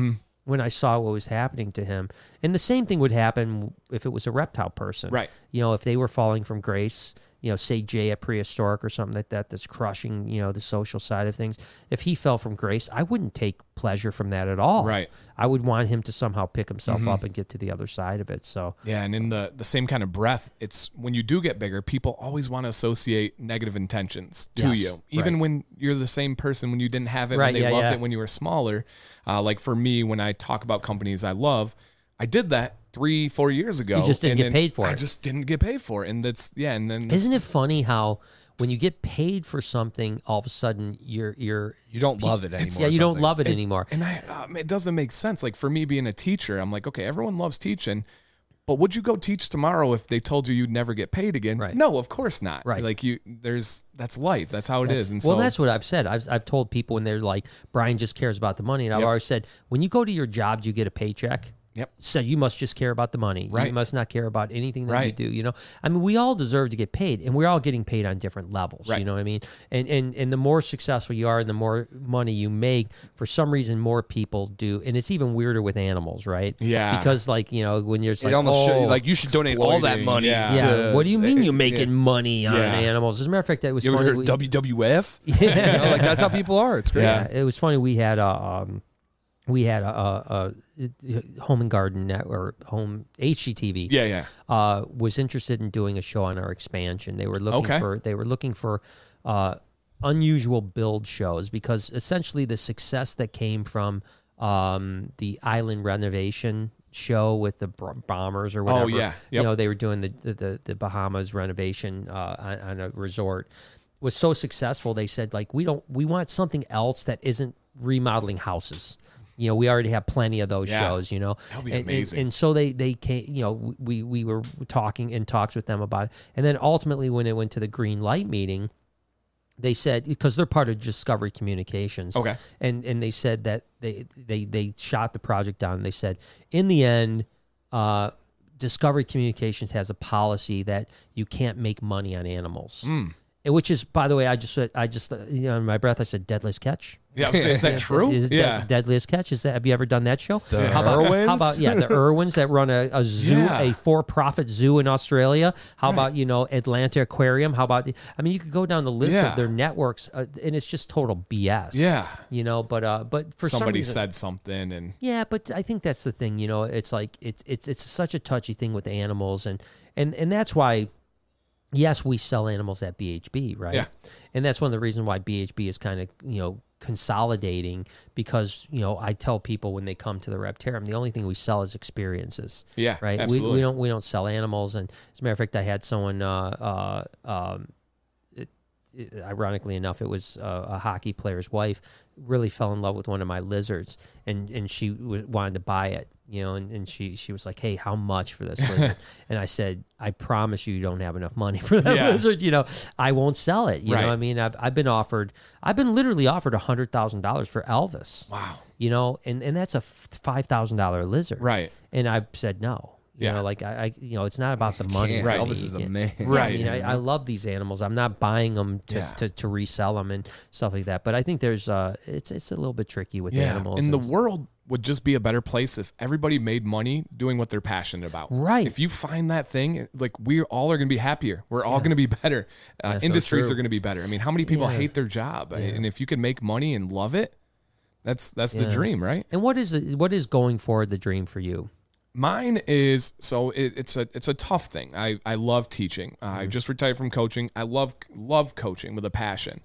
Speaker 1: when I saw what was happening to him, and the same thing would happen if it was a reptile person,
Speaker 3: Right.
Speaker 1: You know, if they were falling from grace. You know, say Jay at prehistoric or something like that. That's crushing. You know, the social side of things. If he fell from grace, I wouldn't take pleasure from that at all.
Speaker 3: Right. Mm-hmm.
Speaker 1: I would want him to somehow pick himself up and get to the other side of it. So
Speaker 3: Yeah, and in the the same kind of breath, it's when you do get bigger, people always want to associate negative intentions to
Speaker 1: Yes.
Speaker 3: you, even when you're the same person when you didn't have it,
Speaker 1: Right,
Speaker 3: when they
Speaker 1: yeah,
Speaker 3: loved
Speaker 1: yeah.
Speaker 3: it when you were smaller. Uh, like for me, when I talk about companies I love, I did that three, four years ago.
Speaker 1: You just didn't
Speaker 3: and
Speaker 1: get
Speaker 3: then
Speaker 1: paid for
Speaker 3: I
Speaker 1: it.
Speaker 3: just didn't get paid for it. And that's, yeah. And then
Speaker 1: Isn't it funny how when you get paid for something, all of a sudden you're you're
Speaker 2: You don't love it anymore.
Speaker 1: yeah you don't
Speaker 2: something.
Speaker 1: love it anymore.
Speaker 3: And I, um, it doesn't make sense. Like for me being a teacher, I'm like, okay, everyone loves teaching, but would you go teach tomorrow if they told you you'd never get paid again?
Speaker 1: Right.
Speaker 3: No, of course not.
Speaker 1: Right.
Speaker 3: Like you, there's that's life. That's how it is. And
Speaker 1: well,
Speaker 3: so *laughs*
Speaker 1: that's what I've said. I've, I've told people when they're like, Brian just cares about the money. And I've always said, when you go to your job, you get a paycheck.
Speaker 3: Yep.
Speaker 1: So you must just care about the money. You
Speaker 3: Right.
Speaker 1: must not care about anything that you
Speaker 3: Right.
Speaker 1: do. You know, I mean, we all deserve to get paid, and we're all getting paid on different levels. You
Speaker 3: Right.
Speaker 1: know what I mean? And and and the more successful you are, and the more money you make, for some reason, more people do. And it's even weirder with animals, right?
Speaker 3: Yeah.
Speaker 1: Because like you know, when you're it's
Speaker 2: It
Speaker 1: like,
Speaker 2: almost
Speaker 1: oh,
Speaker 2: should, like you should donate all that
Speaker 3: exploiting,
Speaker 2: money.
Speaker 3: yeah.
Speaker 1: yeah.
Speaker 2: to- eh,
Speaker 1: what do you mean you're making money on
Speaker 3: Yeah.
Speaker 1: animals? As a matter of fact, that was
Speaker 2: You ever
Speaker 1: funny.
Speaker 2: heard of
Speaker 1: We- *laughs*
Speaker 2: WWF? Yeah, like that's how people are. It's great.
Speaker 3: Yeah.
Speaker 1: yeah. it was funny. We had a um, we had a, a, a home and garden net or home HGTV.
Speaker 3: yeah, yeah.
Speaker 1: uh, was interested in doing a show on our expansion. They were looking
Speaker 3: Okay.
Speaker 1: for they were looking for uh, unusual build shows because essentially the success that came from um, the island renovation show with the br- bombers or whatever.
Speaker 3: Oh, yeah.
Speaker 1: you
Speaker 3: Yep.
Speaker 1: know they were doing the the, the, the Bahamas renovation uh, on, on a resort was so successful. They said like we don't we want something else that isn't remodeling houses. You know, we already have plenty of those
Speaker 3: Yeah.
Speaker 1: shows. You know,
Speaker 3: That'd be
Speaker 1: And- and-
Speaker 3: amazing.
Speaker 1: and and so they they came you know we we were talking in talks with them about it and then ultimately when it went to the green light meeting they said because they're part of discovery communications
Speaker 3: Okay.
Speaker 1: and and they said that they they they shot the project down and they said in the end uh discovery communications has a policy that you can't make money on animals
Speaker 3: Hmm.
Speaker 1: And which is by the way i just said- i just uh, you know in my breath i said deadliest catch
Speaker 3: Yeah. so
Speaker 1: *laughs*
Speaker 3: Is that true?
Speaker 1: is it
Speaker 3: yeah.
Speaker 1: Dead- Deadliest Catch? Is that have you ever done that show?
Speaker 2: The
Speaker 1: how about
Speaker 2: Irwins?
Speaker 1: how about yeah
Speaker 3: *laughs*
Speaker 1: the Irwins that run a, a zoo,
Speaker 3: Yeah.
Speaker 1: a for-profit zoo in Australia? How about you know Atlanta Aquarium? How about the- I mean you could go down the list
Speaker 3: Yeah.
Speaker 1: of their networks, uh, and it's just total BS.
Speaker 3: Yeah.
Speaker 1: you know, but uh, but for some
Speaker 3: Somebody
Speaker 1: reason-
Speaker 3: said something and
Speaker 1: yeah, but I think that's the thing. You know, it's like it's it's it's such a touchy thing with animals, and and and that's why, yes, we sell animals at BHB, right?
Speaker 3: Yeah.
Speaker 1: And that's one of the reasons why BHB is kind of you know consolidating because you know I tell people when they come to the Reptarium, the only thing we sell is experiences.
Speaker 3: Yeah,
Speaker 1: Right. We, we
Speaker 3: absolutely.
Speaker 1: don't we don't sell animals, and as a matter of fact, I had someone. Uh, uh, um, ironically enough, it was a, a hockey player's wife really fell in love with one of my lizards, and and she w- wanted to buy it, you know, and, and she she was like, "Hey, how much for this?"
Speaker 3: *laughs*
Speaker 1: lizard? and I said, "I promise you, you don't have enough money *laughs* for that
Speaker 3: Yeah.
Speaker 1: lizard. You know, I won't sell it. You know,
Speaker 3: Right.
Speaker 1: what I mean, I've I've been offered, I've been literally offered a hundred thousand dollars for Elvis.
Speaker 3: wow.
Speaker 1: You know, and and that's a five thousand dollar lizard,
Speaker 3: Right.
Speaker 1: And I said no. You
Speaker 3: Yeah.
Speaker 1: know, like I, I, you know, it's not about the money.
Speaker 2: Yeah,
Speaker 1: for
Speaker 3: Right.
Speaker 1: me.
Speaker 2: Elvis is
Speaker 1: Yeah.
Speaker 2: the man.
Speaker 1: Yeah,
Speaker 3: Right.
Speaker 1: I mean, I, I love these animals. I'm not buying them to,
Speaker 3: Yeah.
Speaker 1: to, to resell them and stuff like that. But I think there's uh, it's it's a little bit tricky with
Speaker 3: Yeah.
Speaker 1: animals.
Speaker 3: And the
Speaker 1: and-
Speaker 3: world would just be a better place if everybody made money doing what they're passionate about.
Speaker 1: Right.
Speaker 3: If you find that thing, like we all are going to be happier. We're all going to be better. Uh,
Speaker 1: so
Speaker 3: industries
Speaker 1: true.
Speaker 3: are going to be better. I mean, how many people
Speaker 1: Yeah.
Speaker 3: hate their job? And if you can make money and love it, that's that's
Speaker 1: Yeah.
Speaker 3: the dream, right?
Speaker 1: and what is it- what is going forward the dream for you?
Speaker 3: Mine is so it, it's a it's a tough thing. I I love teaching. I
Speaker 1: Mm-hmm.
Speaker 3: just retired from coaching. I love love coaching with a passion,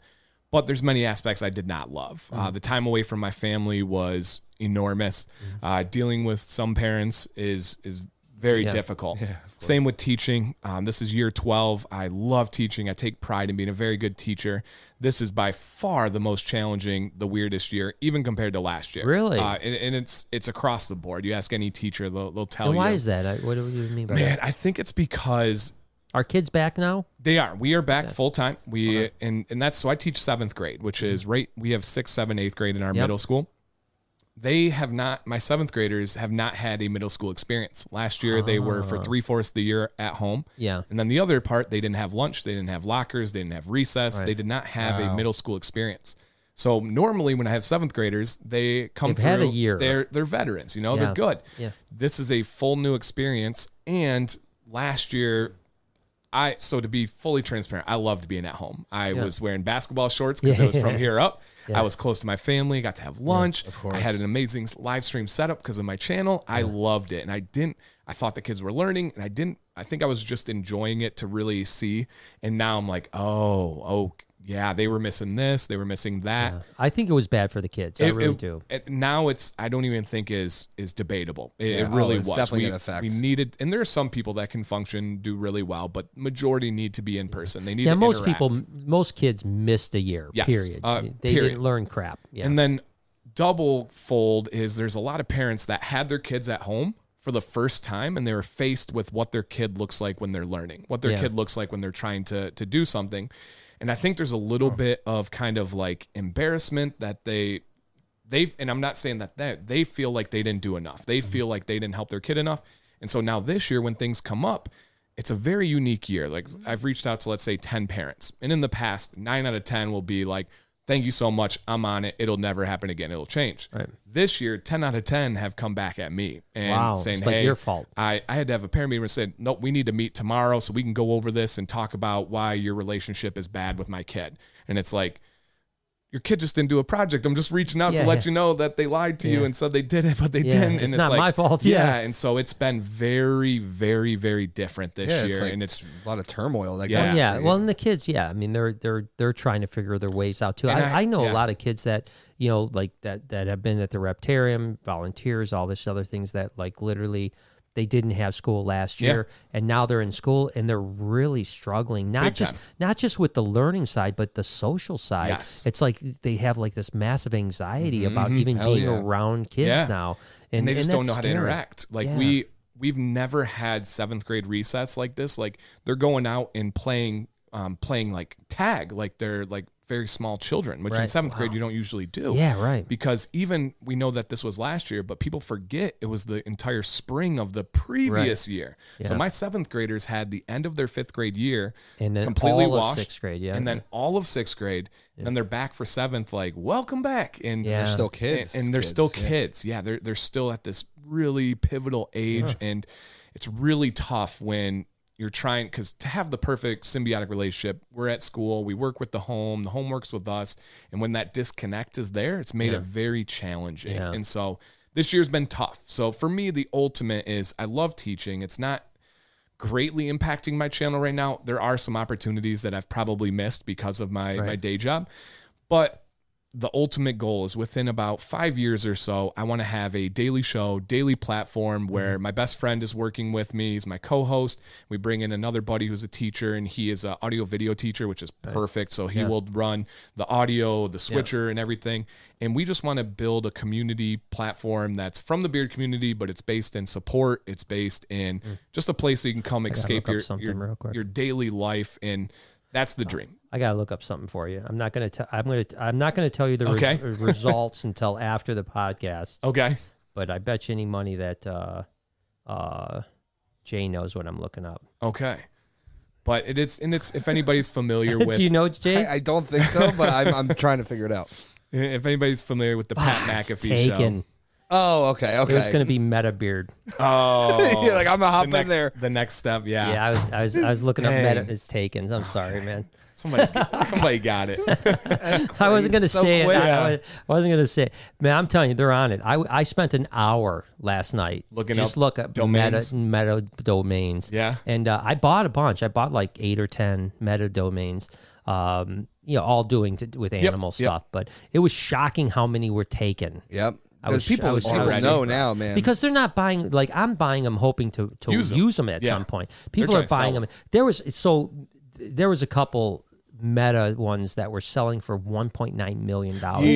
Speaker 3: but there's many aspects I did not love. Uh,
Speaker 1: Mm-hmm.
Speaker 3: the time away from my family was enormous.
Speaker 1: Mm-hmm.
Speaker 3: Uh, dealing with some parents is is very
Speaker 1: *laughs* Yeah.
Speaker 3: difficult. Same with teaching. Um, this is year twelve. I love teaching. I take pride in being a very good teacher. This is by far the most challenging, the weirdest year, even compared to last year.
Speaker 1: Really?
Speaker 3: Uh, and, and it's it's across the board. You ask any teacher, they'll, they'll tell
Speaker 1: and why
Speaker 3: you.
Speaker 1: is that? I, what do you mean by that?
Speaker 3: Oh, Man, I think it's because
Speaker 1: Are kids back now?
Speaker 3: they are. We are back full time. We and and that's so I teach seventh grade, which is right. We have sixth, seventh, eighth grade in our
Speaker 1: Mm-hmm. Yep.
Speaker 3: middle school. They have not. My seventh graders have not had a middle school experience. Last year, they were for three fourths of the year at home.
Speaker 1: Ah. Yeah.
Speaker 3: And then the other part, they didn't have lunch, they didn't have lockers, they didn't have recess, they did not have a middle school experience. So normally when I have seventh graders, they come
Speaker 1: They've
Speaker 3: through
Speaker 1: had a year.
Speaker 3: They're they're veterans, you know,
Speaker 1: Yeah.
Speaker 3: they're good.
Speaker 1: Yeah.
Speaker 3: This is a full new experience. And last year I so to be fully transparent, I loved being at home. I was wearing basketball shorts because it was from here up. I was close to my family, got to have lunch. I had an amazing live stream setup because of my channel. I loved it. And I didn't I thought the kids were learning and I didn't I think I was just enjoying it to really see. And now I'm like, oh, oh, yeah, they were missing this, they were missing that.
Speaker 1: I think it was bad for the kids. I
Speaker 3: It-
Speaker 1: really
Speaker 3: it-
Speaker 1: do.
Speaker 3: it- now it's I don't even think is is debatable. It, it
Speaker 2: Yeah, oh,
Speaker 3: really
Speaker 2: it's
Speaker 3: was.
Speaker 2: definitely
Speaker 3: we,
Speaker 2: gonna affect.
Speaker 3: we needed, and there are some people that can function do really well, but majority need to be in person. They need
Speaker 1: Yeah,
Speaker 3: to
Speaker 1: most
Speaker 3: interact.
Speaker 1: people, most kids missed a year.
Speaker 3: Yes,
Speaker 1: Period.
Speaker 3: uh,
Speaker 1: they
Speaker 3: period.
Speaker 1: didn't learn crap. Yeah.
Speaker 3: And then double fold is there's a lot of parents that had their kids at home for the first time and they were faced with what their kid looks like when they're learning, what their
Speaker 1: Yeah.
Speaker 3: kid looks like when they're trying to to do something. And I think there's a little
Speaker 2: Oh.
Speaker 3: bit of kind of like embarrassment that they they and I'm not saying that that they feel like they didn't do enough.
Speaker 1: Mm-hmm.
Speaker 3: They feel like they didn't help their kid enough. And so now this year when things come up, it's a very unique year. Like
Speaker 1: Mm-hmm.
Speaker 3: I've reached out to let's say 10 parents. And in the past, 9 out of 10 will be like, "Thank you so much. I'm on it. It'll never happen again. It'll change."
Speaker 1: Right.
Speaker 3: This year, 10 out of 10 have come back at me and
Speaker 1: Wow,
Speaker 3: saying,
Speaker 1: it's like
Speaker 3: "Hey,
Speaker 1: your fault."
Speaker 3: I, I had to have a parent meeting where I said, nope, we need to meet tomorrow so we can go over this and talk about why your relationship is bad with my kid. And it's like, your kid just didn't do a project. I'm just reaching out
Speaker 1: Yeah,
Speaker 3: to let
Speaker 1: yeah.
Speaker 3: you know that they lied to you
Speaker 1: Yeah.
Speaker 3: and said they did it, but they
Speaker 1: Yeah,
Speaker 3: didn't.
Speaker 1: it's
Speaker 3: and
Speaker 1: not
Speaker 3: like,
Speaker 1: my fault. Yeah.
Speaker 3: And so it's been very, very, very different this
Speaker 2: Yeah,
Speaker 3: year.
Speaker 2: it's like
Speaker 3: and it's,
Speaker 2: a lot of turmoil. That
Speaker 3: Yeah.
Speaker 2: goes
Speaker 1: Well, yeah.
Speaker 2: through.
Speaker 1: Well, and the kids, yeah. I mean, they're they're they're trying to figure their ways out too.
Speaker 3: And
Speaker 1: I, I,
Speaker 3: I-
Speaker 1: know a
Speaker 3: yeah.
Speaker 1: lot of kids that you know, like that that have been at the Reptarium, volunteers, all this other things that like literally they didn't have school last
Speaker 3: Yeah.
Speaker 1: year and now they're in school and they're really struggling not
Speaker 3: Big
Speaker 1: just
Speaker 3: time.
Speaker 1: not just with the learning side but the social side
Speaker 3: Yes. Mm-hmm.
Speaker 1: it's like they have like this massive anxiety about even
Speaker 2: Hell
Speaker 1: being
Speaker 2: yeah.
Speaker 1: around kids
Speaker 3: Yeah.
Speaker 1: now
Speaker 3: and they just don't
Speaker 1: that's
Speaker 3: know how to
Speaker 1: scary.
Speaker 3: interact. Like
Speaker 1: Yeah.
Speaker 3: we we've never had seventh grade recess like this. Like they're going out and playing um playing like tag, like they're like very small children, which in
Speaker 1: Right.
Speaker 3: seventh grade you don't usually do.
Speaker 1: yeah right
Speaker 3: Because even we know that this was last year, but people forget it was the entire spring of the previous year. So
Speaker 1: Yeah.
Speaker 3: my seventh graders had the end of their fifth grade year
Speaker 1: and then
Speaker 3: completely
Speaker 1: all of
Speaker 3: washed
Speaker 1: sixth grade yeah
Speaker 3: and then all of sixth grade, and then they're back for seventh, like, welcome back. And
Speaker 1: Yeah.
Speaker 2: they're still kids,
Speaker 3: and, and they're still
Speaker 2: kids.
Speaker 3: kids. Yeah, they're they're still at this really pivotal age, and it's really tough when you're trying because to have the perfect symbiotic relationship, we're at school, we work with the home, the home works with us, and when that disconnect is there, it's made it very challenging.
Speaker 1: Yeah.
Speaker 3: And so this year's been tough. So for me, the ultimate is I love teaching. It's not greatly impacting my channel right now. There are some opportunities that I've probably missed because of my my day job. But the ultimate goal is within about 5 years or so, I want to have a daily show, daily platform where
Speaker 1: Mm-hmm.
Speaker 3: my best friend is working with me, he's my co-host. We bring in another buddy who's a teacher and he is an audio video teacher, which is perfect. So he will run the audio, the switcher and everything. And we just want to build a community platform that's from the beard community, but it's based in support, it's based in just a place that you can come escape
Speaker 1: Mm. look up
Speaker 3: your
Speaker 1: something real
Speaker 3: your,
Speaker 1: quick. Oh.
Speaker 3: your daily life and that's the dream.
Speaker 1: I gotta look up something for you. I'm not gonna tell. I'm gonna. I'm not gonna tell you the
Speaker 3: Okay.
Speaker 1: res- uh, results until after the podcast.
Speaker 2: Oh.
Speaker 3: Okay.
Speaker 1: But I bet you any money that uh, uh, Jay knows what I'm looking up.
Speaker 3: Okay. But it is, and it's if
Speaker 1: *laughs*
Speaker 3: anybody's familiar with,
Speaker 1: Do you know Jay?
Speaker 2: I, I don't think so, but I'm, I'm trying to figure it out.
Speaker 3: if anybody's familiar with the Pat
Speaker 1: Ah, It's
Speaker 3: McAfee
Speaker 1: taken. *laughs*
Speaker 2: Oh, okay, okay.
Speaker 1: It was gonna be Meta Beard.
Speaker 3: show.
Speaker 2: *laughs*
Speaker 3: Oh,
Speaker 2: You're like, I'm gonna hop
Speaker 3: the
Speaker 2: in
Speaker 3: next,
Speaker 2: there.
Speaker 3: The next step,
Speaker 2: Ah.
Speaker 3: yeah.
Speaker 1: Yeah, I was. I was. I was
Speaker 2: *laughs*
Speaker 1: looking up
Speaker 3: Dang.
Speaker 1: Meta is taken. I'm sorry, man.
Speaker 3: Somebody, somebody
Speaker 1: *laughs*
Speaker 3: got it.
Speaker 1: I wasn't gonna
Speaker 2: So
Speaker 1: say
Speaker 2: quick.
Speaker 1: it. I,
Speaker 3: Yeah.
Speaker 1: wa- wasn't gonna say. It. Man, I'm telling you, they're on it. I, I spent an hour last night
Speaker 3: Looking
Speaker 1: just
Speaker 3: up
Speaker 1: look up
Speaker 3: domains?
Speaker 1: meta meta domains.
Speaker 3: Yeah.
Speaker 1: and uh, I bought a bunch. I bought like eight or ten meta domains. Um, you know, all doing to, with animal
Speaker 3: yep.
Speaker 1: stuff, but it was shocking how many were taken.
Speaker 2: Yep.
Speaker 1: I
Speaker 2: Because
Speaker 1: was- I
Speaker 2: people,
Speaker 1: was
Speaker 2: people
Speaker 3: already-
Speaker 2: know now, man.
Speaker 1: Because they're not buying like I'm buying them hoping to to use
Speaker 3: Use
Speaker 1: them,
Speaker 3: 'em.
Speaker 1: at
Speaker 3: Yeah.
Speaker 1: some point. People are
Speaker 3: trying to sell
Speaker 1: buying them. There was so th- there was a couple meta ones that were selling for 1.9 million dollars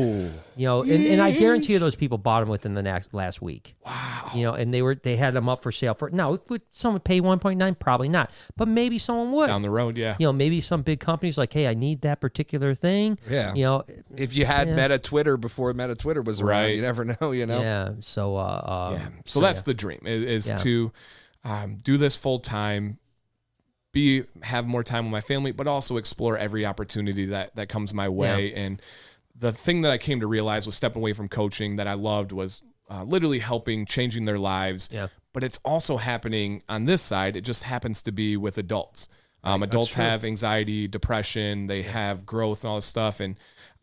Speaker 1: you know and, and i guarantee you those people bought them within the next last week wow you know and they were they had them up for sale for now would someone pay 1.9 probably not but maybe someone would
Speaker 3: down the road, yeah.
Speaker 1: you know maybe some big companies like hey i need that particular thing
Speaker 2: Yeah.
Speaker 1: you know
Speaker 2: if you had
Speaker 1: Yeah.
Speaker 2: Meta Twitter before Meta Twitter was around,
Speaker 3: Right.
Speaker 2: you never know. You know.
Speaker 1: yeah so uh um,
Speaker 3: Yeah. So, that's the dream i- is,
Speaker 1: Yeah.
Speaker 3: to um, do this full time, be have more time with my family, but also explore every opportunity that that comes my way. And the thing that I came to realize was stepping away from coaching that I loved was uh, literally helping, changing their lives.
Speaker 1: Yeah.
Speaker 3: But it's also happening on this side. It just happens to be with adults. Um, adults have anxiety, depression. They have growth and all this stuff. And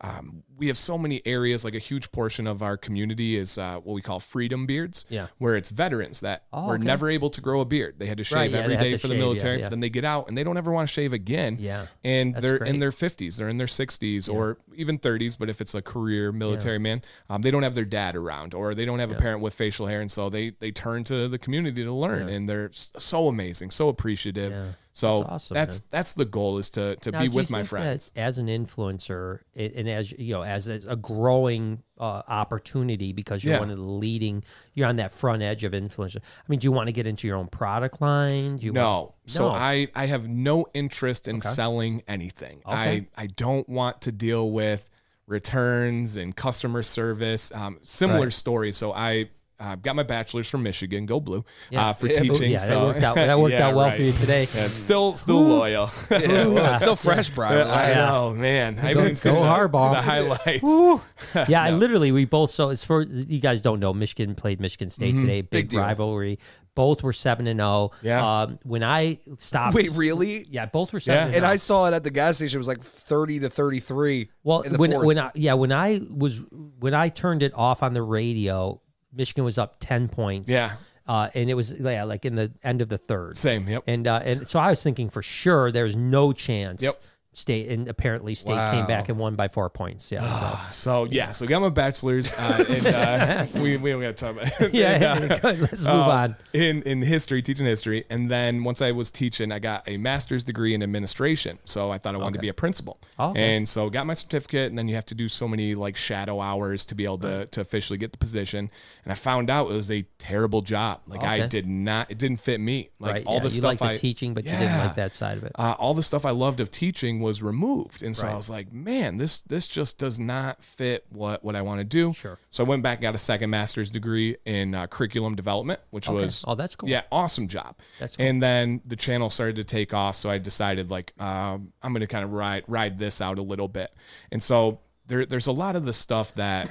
Speaker 3: um, we have so many areas, like a huge portion of our community is uh, what we call freedom beards,
Speaker 1: Yeah.
Speaker 3: where it's veterans that
Speaker 1: Oh,
Speaker 3: were
Speaker 1: okay.
Speaker 3: never able to grow a beard. They had to shave
Speaker 1: Right, yeah,
Speaker 3: every
Speaker 1: they had
Speaker 3: day
Speaker 1: to
Speaker 3: for
Speaker 1: shave,
Speaker 3: the
Speaker 1: yeah,
Speaker 3: military.
Speaker 1: yeah.
Speaker 3: Then they get out and they don't ever want to shave again.
Speaker 1: Yeah,
Speaker 3: And
Speaker 1: that's
Speaker 3: they're
Speaker 1: great.
Speaker 3: in their 50s, they're in their 60s or even 30s. But if it's a career military man, um, they don't have their dad around or they don't have a parent with facial hair. And so they, they turn to the community to learn. And they're s- so amazing, so appreciative.
Speaker 1: Yeah.
Speaker 3: So
Speaker 1: That's awesome,
Speaker 3: that's that's the goal is to, to
Speaker 1: Now,
Speaker 3: be
Speaker 1: do you
Speaker 3: with my
Speaker 1: think that
Speaker 3: friends.
Speaker 1: as an influencer a- and as you know, as, as a growing uh, opportunity because you're
Speaker 3: Yeah.
Speaker 1: one of the leading, you're on that front edge of influencer. I mean, do you want to get into your own product line? Do you
Speaker 3: No.
Speaker 1: Want,
Speaker 3: So
Speaker 1: No.
Speaker 3: I, I have no interest in selling anything.
Speaker 1: Okay.
Speaker 3: I, I don't want to deal with returns and customer service. Um, similar stories. So I uh, got my bachelor's from Michigan, go blue, uh, for
Speaker 1: Ooh,
Speaker 3: teaching.
Speaker 1: Oh, yeah,
Speaker 3: so
Speaker 1: that worked out. That worked
Speaker 3: *laughs* Yeah,
Speaker 1: out well
Speaker 3: right.
Speaker 1: for you today.
Speaker 3: Yeah, still still loyal.
Speaker 2: *laughs*
Speaker 3: *laughs*
Speaker 2: Yeah,
Speaker 1: *laughs*
Speaker 2: well, it's still fresh, Brian.
Speaker 3: I
Speaker 2: Like,
Speaker 3: know, man. I haven't even seen
Speaker 1: go
Speaker 3: the,
Speaker 1: Harbaugh.
Speaker 3: the *laughs* highlights.
Speaker 1: yeah, I literally we both so as for you guys don't know, Michigan played Michigan State
Speaker 3: Mm-hmm.
Speaker 1: today, big,
Speaker 2: deal.
Speaker 1: rivalry. Both were seven and zero.
Speaker 3: Yeah.
Speaker 1: Um, when I stopped,
Speaker 2: *laughs* Wait, really?
Speaker 1: yeah, both were seven.
Speaker 3: Yeah.
Speaker 1: And, oh.
Speaker 2: And I saw it at the gas station. It was like 30 to 33.
Speaker 1: well,
Speaker 2: in the
Speaker 1: when
Speaker 2: fourth.
Speaker 1: when I yeah when I was when I turned it off on the radio, Michigan was up ten points.
Speaker 3: Yeah.
Speaker 1: Uh, and it was yeah, like in the end of the third.
Speaker 3: Same, yep.
Speaker 1: And uh, and so I was thinking for sure there's no chance.
Speaker 3: Yep.
Speaker 1: State and apparently state came
Speaker 2: Wow.
Speaker 1: back and won by four points. Yeah.
Speaker 3: *sighs*
Speaker 1: So.
Speaker 3: So yeah, so got my bachelor's, uh, and uh,
Speaker 1: *laughs*
Speaker 3: we we don't have time.
Speaker 1: yeah. Good. *laughs*
Speaker 3: *laughs*
Speaker 1: Let's move
Speaker 3: Oh,
Speaker 1: on.
Speaker 3: Um, in in history, teaching history, and then once I was teaching, I got a master's degree in administration. So I thought I wanted to be a principal,
Speaker 1: Oh, okay.
Speaker 3: and so got my certificate. And then you have to do so many like shadow hours to be able to to officially get the position. And I found out it was a terrible job. Like
Speaker 1: Okay.
Speaker 3: I did not, it didn't fit me. Like
Speaker 1: right.
Speaker 3: all
Speaker 1: yeah.
Speaker 3: the
Speaker 1: you
Speaker 3: stuff
Speaker 1: like the
Speaker 3: I
Speaker 1: teaching, but you didn't
Speaker 3: Yeah
Speaker 1: like that side of it.
Speaker 3: uh, all the stuff I loved of teaching was removed, and so I was like, man, this this just does not fit what what I want to do.
Speaker 1: Sure.
Speaker 3: So I went back and got a second master's degree in uh, curriculum development, which was
Speaker 1: Oh, that's cool.
Speaker 3: yeah, awesome job.
Speaker 1: That's cool.
Speaker 3: And then the channel started to take off, so I decided like um, I'm going to kind of ride ride this out a little bit. And so there there's a lot of the stuff that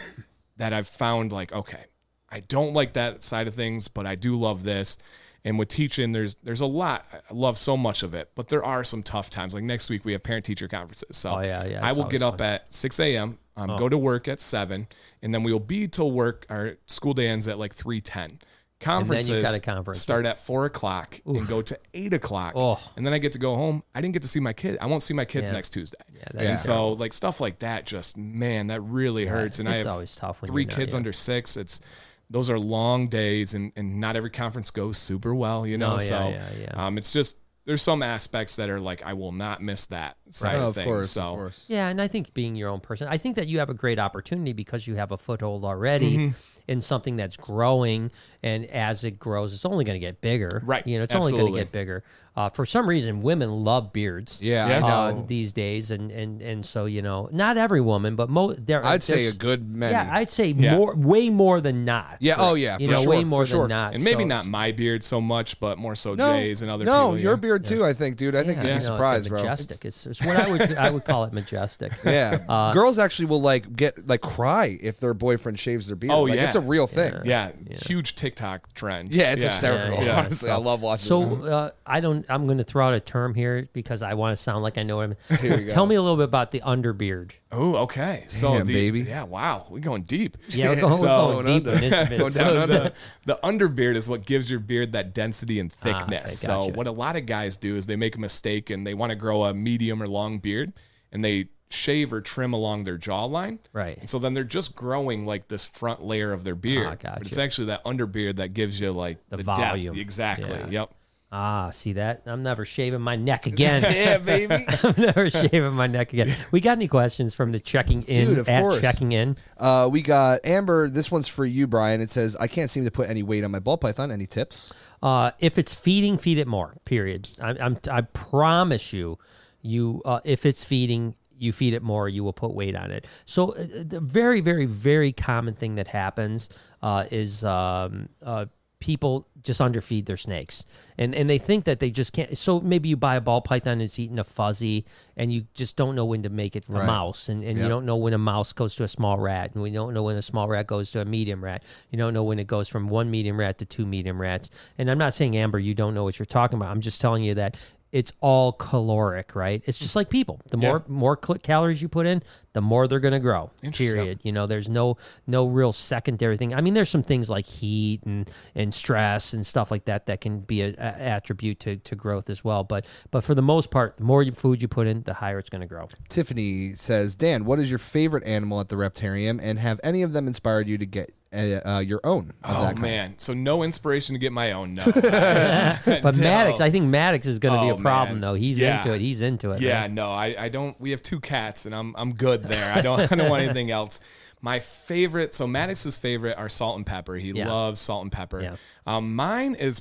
Speaker 3: that I've found like okay, I don't like that side of things, but I do love this. And with teaching, there's there's a lot. I love so much of it, but there are some tough times. Like next week, we have parent teacher conferences. So
Speaker 1: Oh, yeah, yeah,
Speaker 3: I
Speaker 1: it's
Speaker 3: will get
Speaker 1: always Oh.
Speaker 3: up at 6 a.m. Um, Go to work at seven, and then we will be till work. Our school day ends at like 3:10. Conferences
Speaker 1: you've got a conference.
Speaker 3: start at four o'clock and go to eight o'clock,
Speaker 1: Oh.
Speaker 3: and then I get to go home. I didn't get to see my kid. I won't see my kids next Tuesday. Yeah,
Speaker 1: that is
Speaker 3: so like stuff like that, just man, that really hurts. and I
Speaker 1: Uh, it's
Speaker 3: have
Speaker 1: always tough when
Speaker 3: three
Speaker 1: you're not-
Speaker 3: kids
Speaker 1: yeah.
Speaker 3: under six. It's those are long days, and and not every conference goes super well, you know.
Speaker 1: No, yeah,
Speaker 3: so
Speaker 1: yeah, yeah.
Speaker 3: um, it's just there's some aspects that are like I will not miss that side
Speaker 2: Oh,
Speaker 3: of,
Speaker 2: of
Speaker 3: things.
Speaker 2: course.
Speaker 3: so
Speaker 2: Of course.
Speaker 1: Yeah, and I think being your own person, I think that you have a great opportunity because you have a foothold already
Speaker 2: Mm-hmm.
Speaker 1: in something that's growing, and as it grows, it's only going to get bigger.
Speaker 3: Right,
Speaker 1: You know, it's only
Speaker 3: absolutely.
Speaker 1: going to get bigger. Uh, for some reason, women love beards.
Speaker 2: Yeah,
Speaker 3: Yeah.
Speaker 2: I
Speaker 1: Uh,
Speaker 2: know.
Speaker 1: these days, and and and so you know, not every woman, but mo- there.
Speaker 2: I'd say a
Speaker 1: there's-
Speaker 2: good many.
Speaker 1: Yeah, I'd say
Speaker 3: Yeah.
Speaker 1: more, way more than not.
Speaker 2: Yeah, oh, yeah,
Speaker 1: you
Speaker 2: for
Speaker 1: know,
Speaker 2: sure,
Speaker 1: way
Speaker 2: for
Speaker 1: more
Speaker 2: sure.
Speaker 1: than not.
Speaker 3: and maybe
Speaker 1: so
Speaker 3: not my beard so much, but more so Jay's and other
Speaker 2: no,
Speaker 3: people.
Speaker 2: your
Speaker 3: yeah.
Speaker 2: beard too. I think, dude. I think
Speaker 1: Yeah,
Speaker 2: you'd
Speaker 1: you know,
Speaker 2: be
Speaker 1: it's a
Speaker 2: surprised, bro.
Speaker 1: Majestic. Uh, It's, it's what I would I would call it majestic.
Speaker 2: *laughs* Yeah, girls actually will like get like cry if their boyfriend shaves their beard.
Speaker 3: Oh,
Speaker 2: Like, it's a
Speaker 3: yeah.
Speaker 2: real thing.
Speaker 3: Yeah, huge TikTok trend.
Speaker 2: Yeah, it's hysterical.
Speaker 1: Yeah, yeah.
Speaker 2: Honestly, I love watching.
Speaker 1: So
Speaker 2: this.
Speaker 1: uh, I don't. I'm going to throw out a term here because I want to sound like I know what I'm.
Speaker 2: *laughs* Here we go.
Speaker 1: Tell me a little bit about the underbeard.
Speaker 3: Oh, okay. So
Speaker 2: Damn,
Speaker 3: the,
Speaker 2: baby.
Speaker 3: Yeah, wow, we're going deep.
Speaker 1: *laughs* Yeah,
Speaker 2: *laughs*
Speaker 3: *laughs*
Speaker 1: we're going, we're
Speaker 3: So-
Speaker 1: going deep in this. biz.
Speaker 2: down
Speaker 3: So *laughs* the, the underbeard is what gives your beard that density and thickness.
Speaker 1: Ah, I
Speaker 3: so
Speaker 1: gotcha.
Speaker 3: what a lot of guys do is they make a mistake and they want to grow a medium or long beard and they shave or trim along their jawline.
Speaker 1: Right. Ah,
Speaker 3: And so then they're just growing like this front layer of their beard.
Speaker 1: gotcha.
Speaker 3: But it's actually that underbeard that gives you like the,
Speaker 1: volume.
Speaker 3: Depth. Exactly.
Speaker 1: Yeah.
Speaker 3: Yep.
Speaker 1: Ah, see that? I'm never shaving my neck again. *laughs*
Speaker 2: yeah, baby.
Speaker 1: I'm
Speaker 2: *laughs*
Speaker 1: never shaving my neck again. We got any questions from the checking in
Speaker 2: Dude, of
Speaker 1: at
Speaker 2: course.
Speaker 1: checking in?
Speaker 2: Uh, we got Amber. This one's for you, Brian. It says, "I can't seem to put any weight on my ball python. Any tips?"
Speaker 1: Uh, if it's feeding, feed it more. Period. I, I'm. I promise you, you. Uh, if it's feeding, you feed it more. You will put weight on it. So, uh, the very, very, very common thing that happens uh, is um, uh, people just underfeed their snakes, and and they think that they just can't. So maybe you buy a ball python and it's eating a fuzzy, and you just don't know when to make it a mouse, and, and you don't know when a mouse goes to a small rat, and we don't know when a small rat goes to a medium rat. You don't know when it goes from one medium rat to two medium rats. And I'm not saying Amber, you don't know what you're talking about. I'm just telling you that it's all caloric, right? It's just like people. The more more cl- calories you put in, the more they're going to grow. Period. You know, there's no no real secondary thing. I mean, there's some things like heat and and stress and stuff like that that can be a, a attribute to, to growth as well. But but for the most part, the more you- food you put in, the higher it's going to grow.
Speaker 2: Tiffany says, Dan, what is your favorite animal at the Reptarium, and have any of them inspired you to get uh, uh, your own? of
Speaker 3: Oh
Speaker 2: that kind?
Speaker 3: man, so no inspiration to get my own.
Speaker 1: *laughs*
Speaker 3: No, *laughs*
Speaker 1: But Maddox, I think Maddox is going to
Speaker 3: Oh,
Speaker 1: be a problem
Speaker 3: man.
Speaker 1: though. He's
Speaker 3: Yeah.
Speaker 1: into it. He's into it.
Speaker 3: Yeah,
Speaker 1: man.
Speaker 3: no, I, I don't. We have two cats, and I'm I'm good there. I don't *laughs* I don't want anything else. My favorite, so Maddox's favorite are salt and pepper. He
Speaker 1: Yeah.
Speaker 3: loves salt and pepper.
Speaker 1: Yeah.
Speaker 3: Um, mine is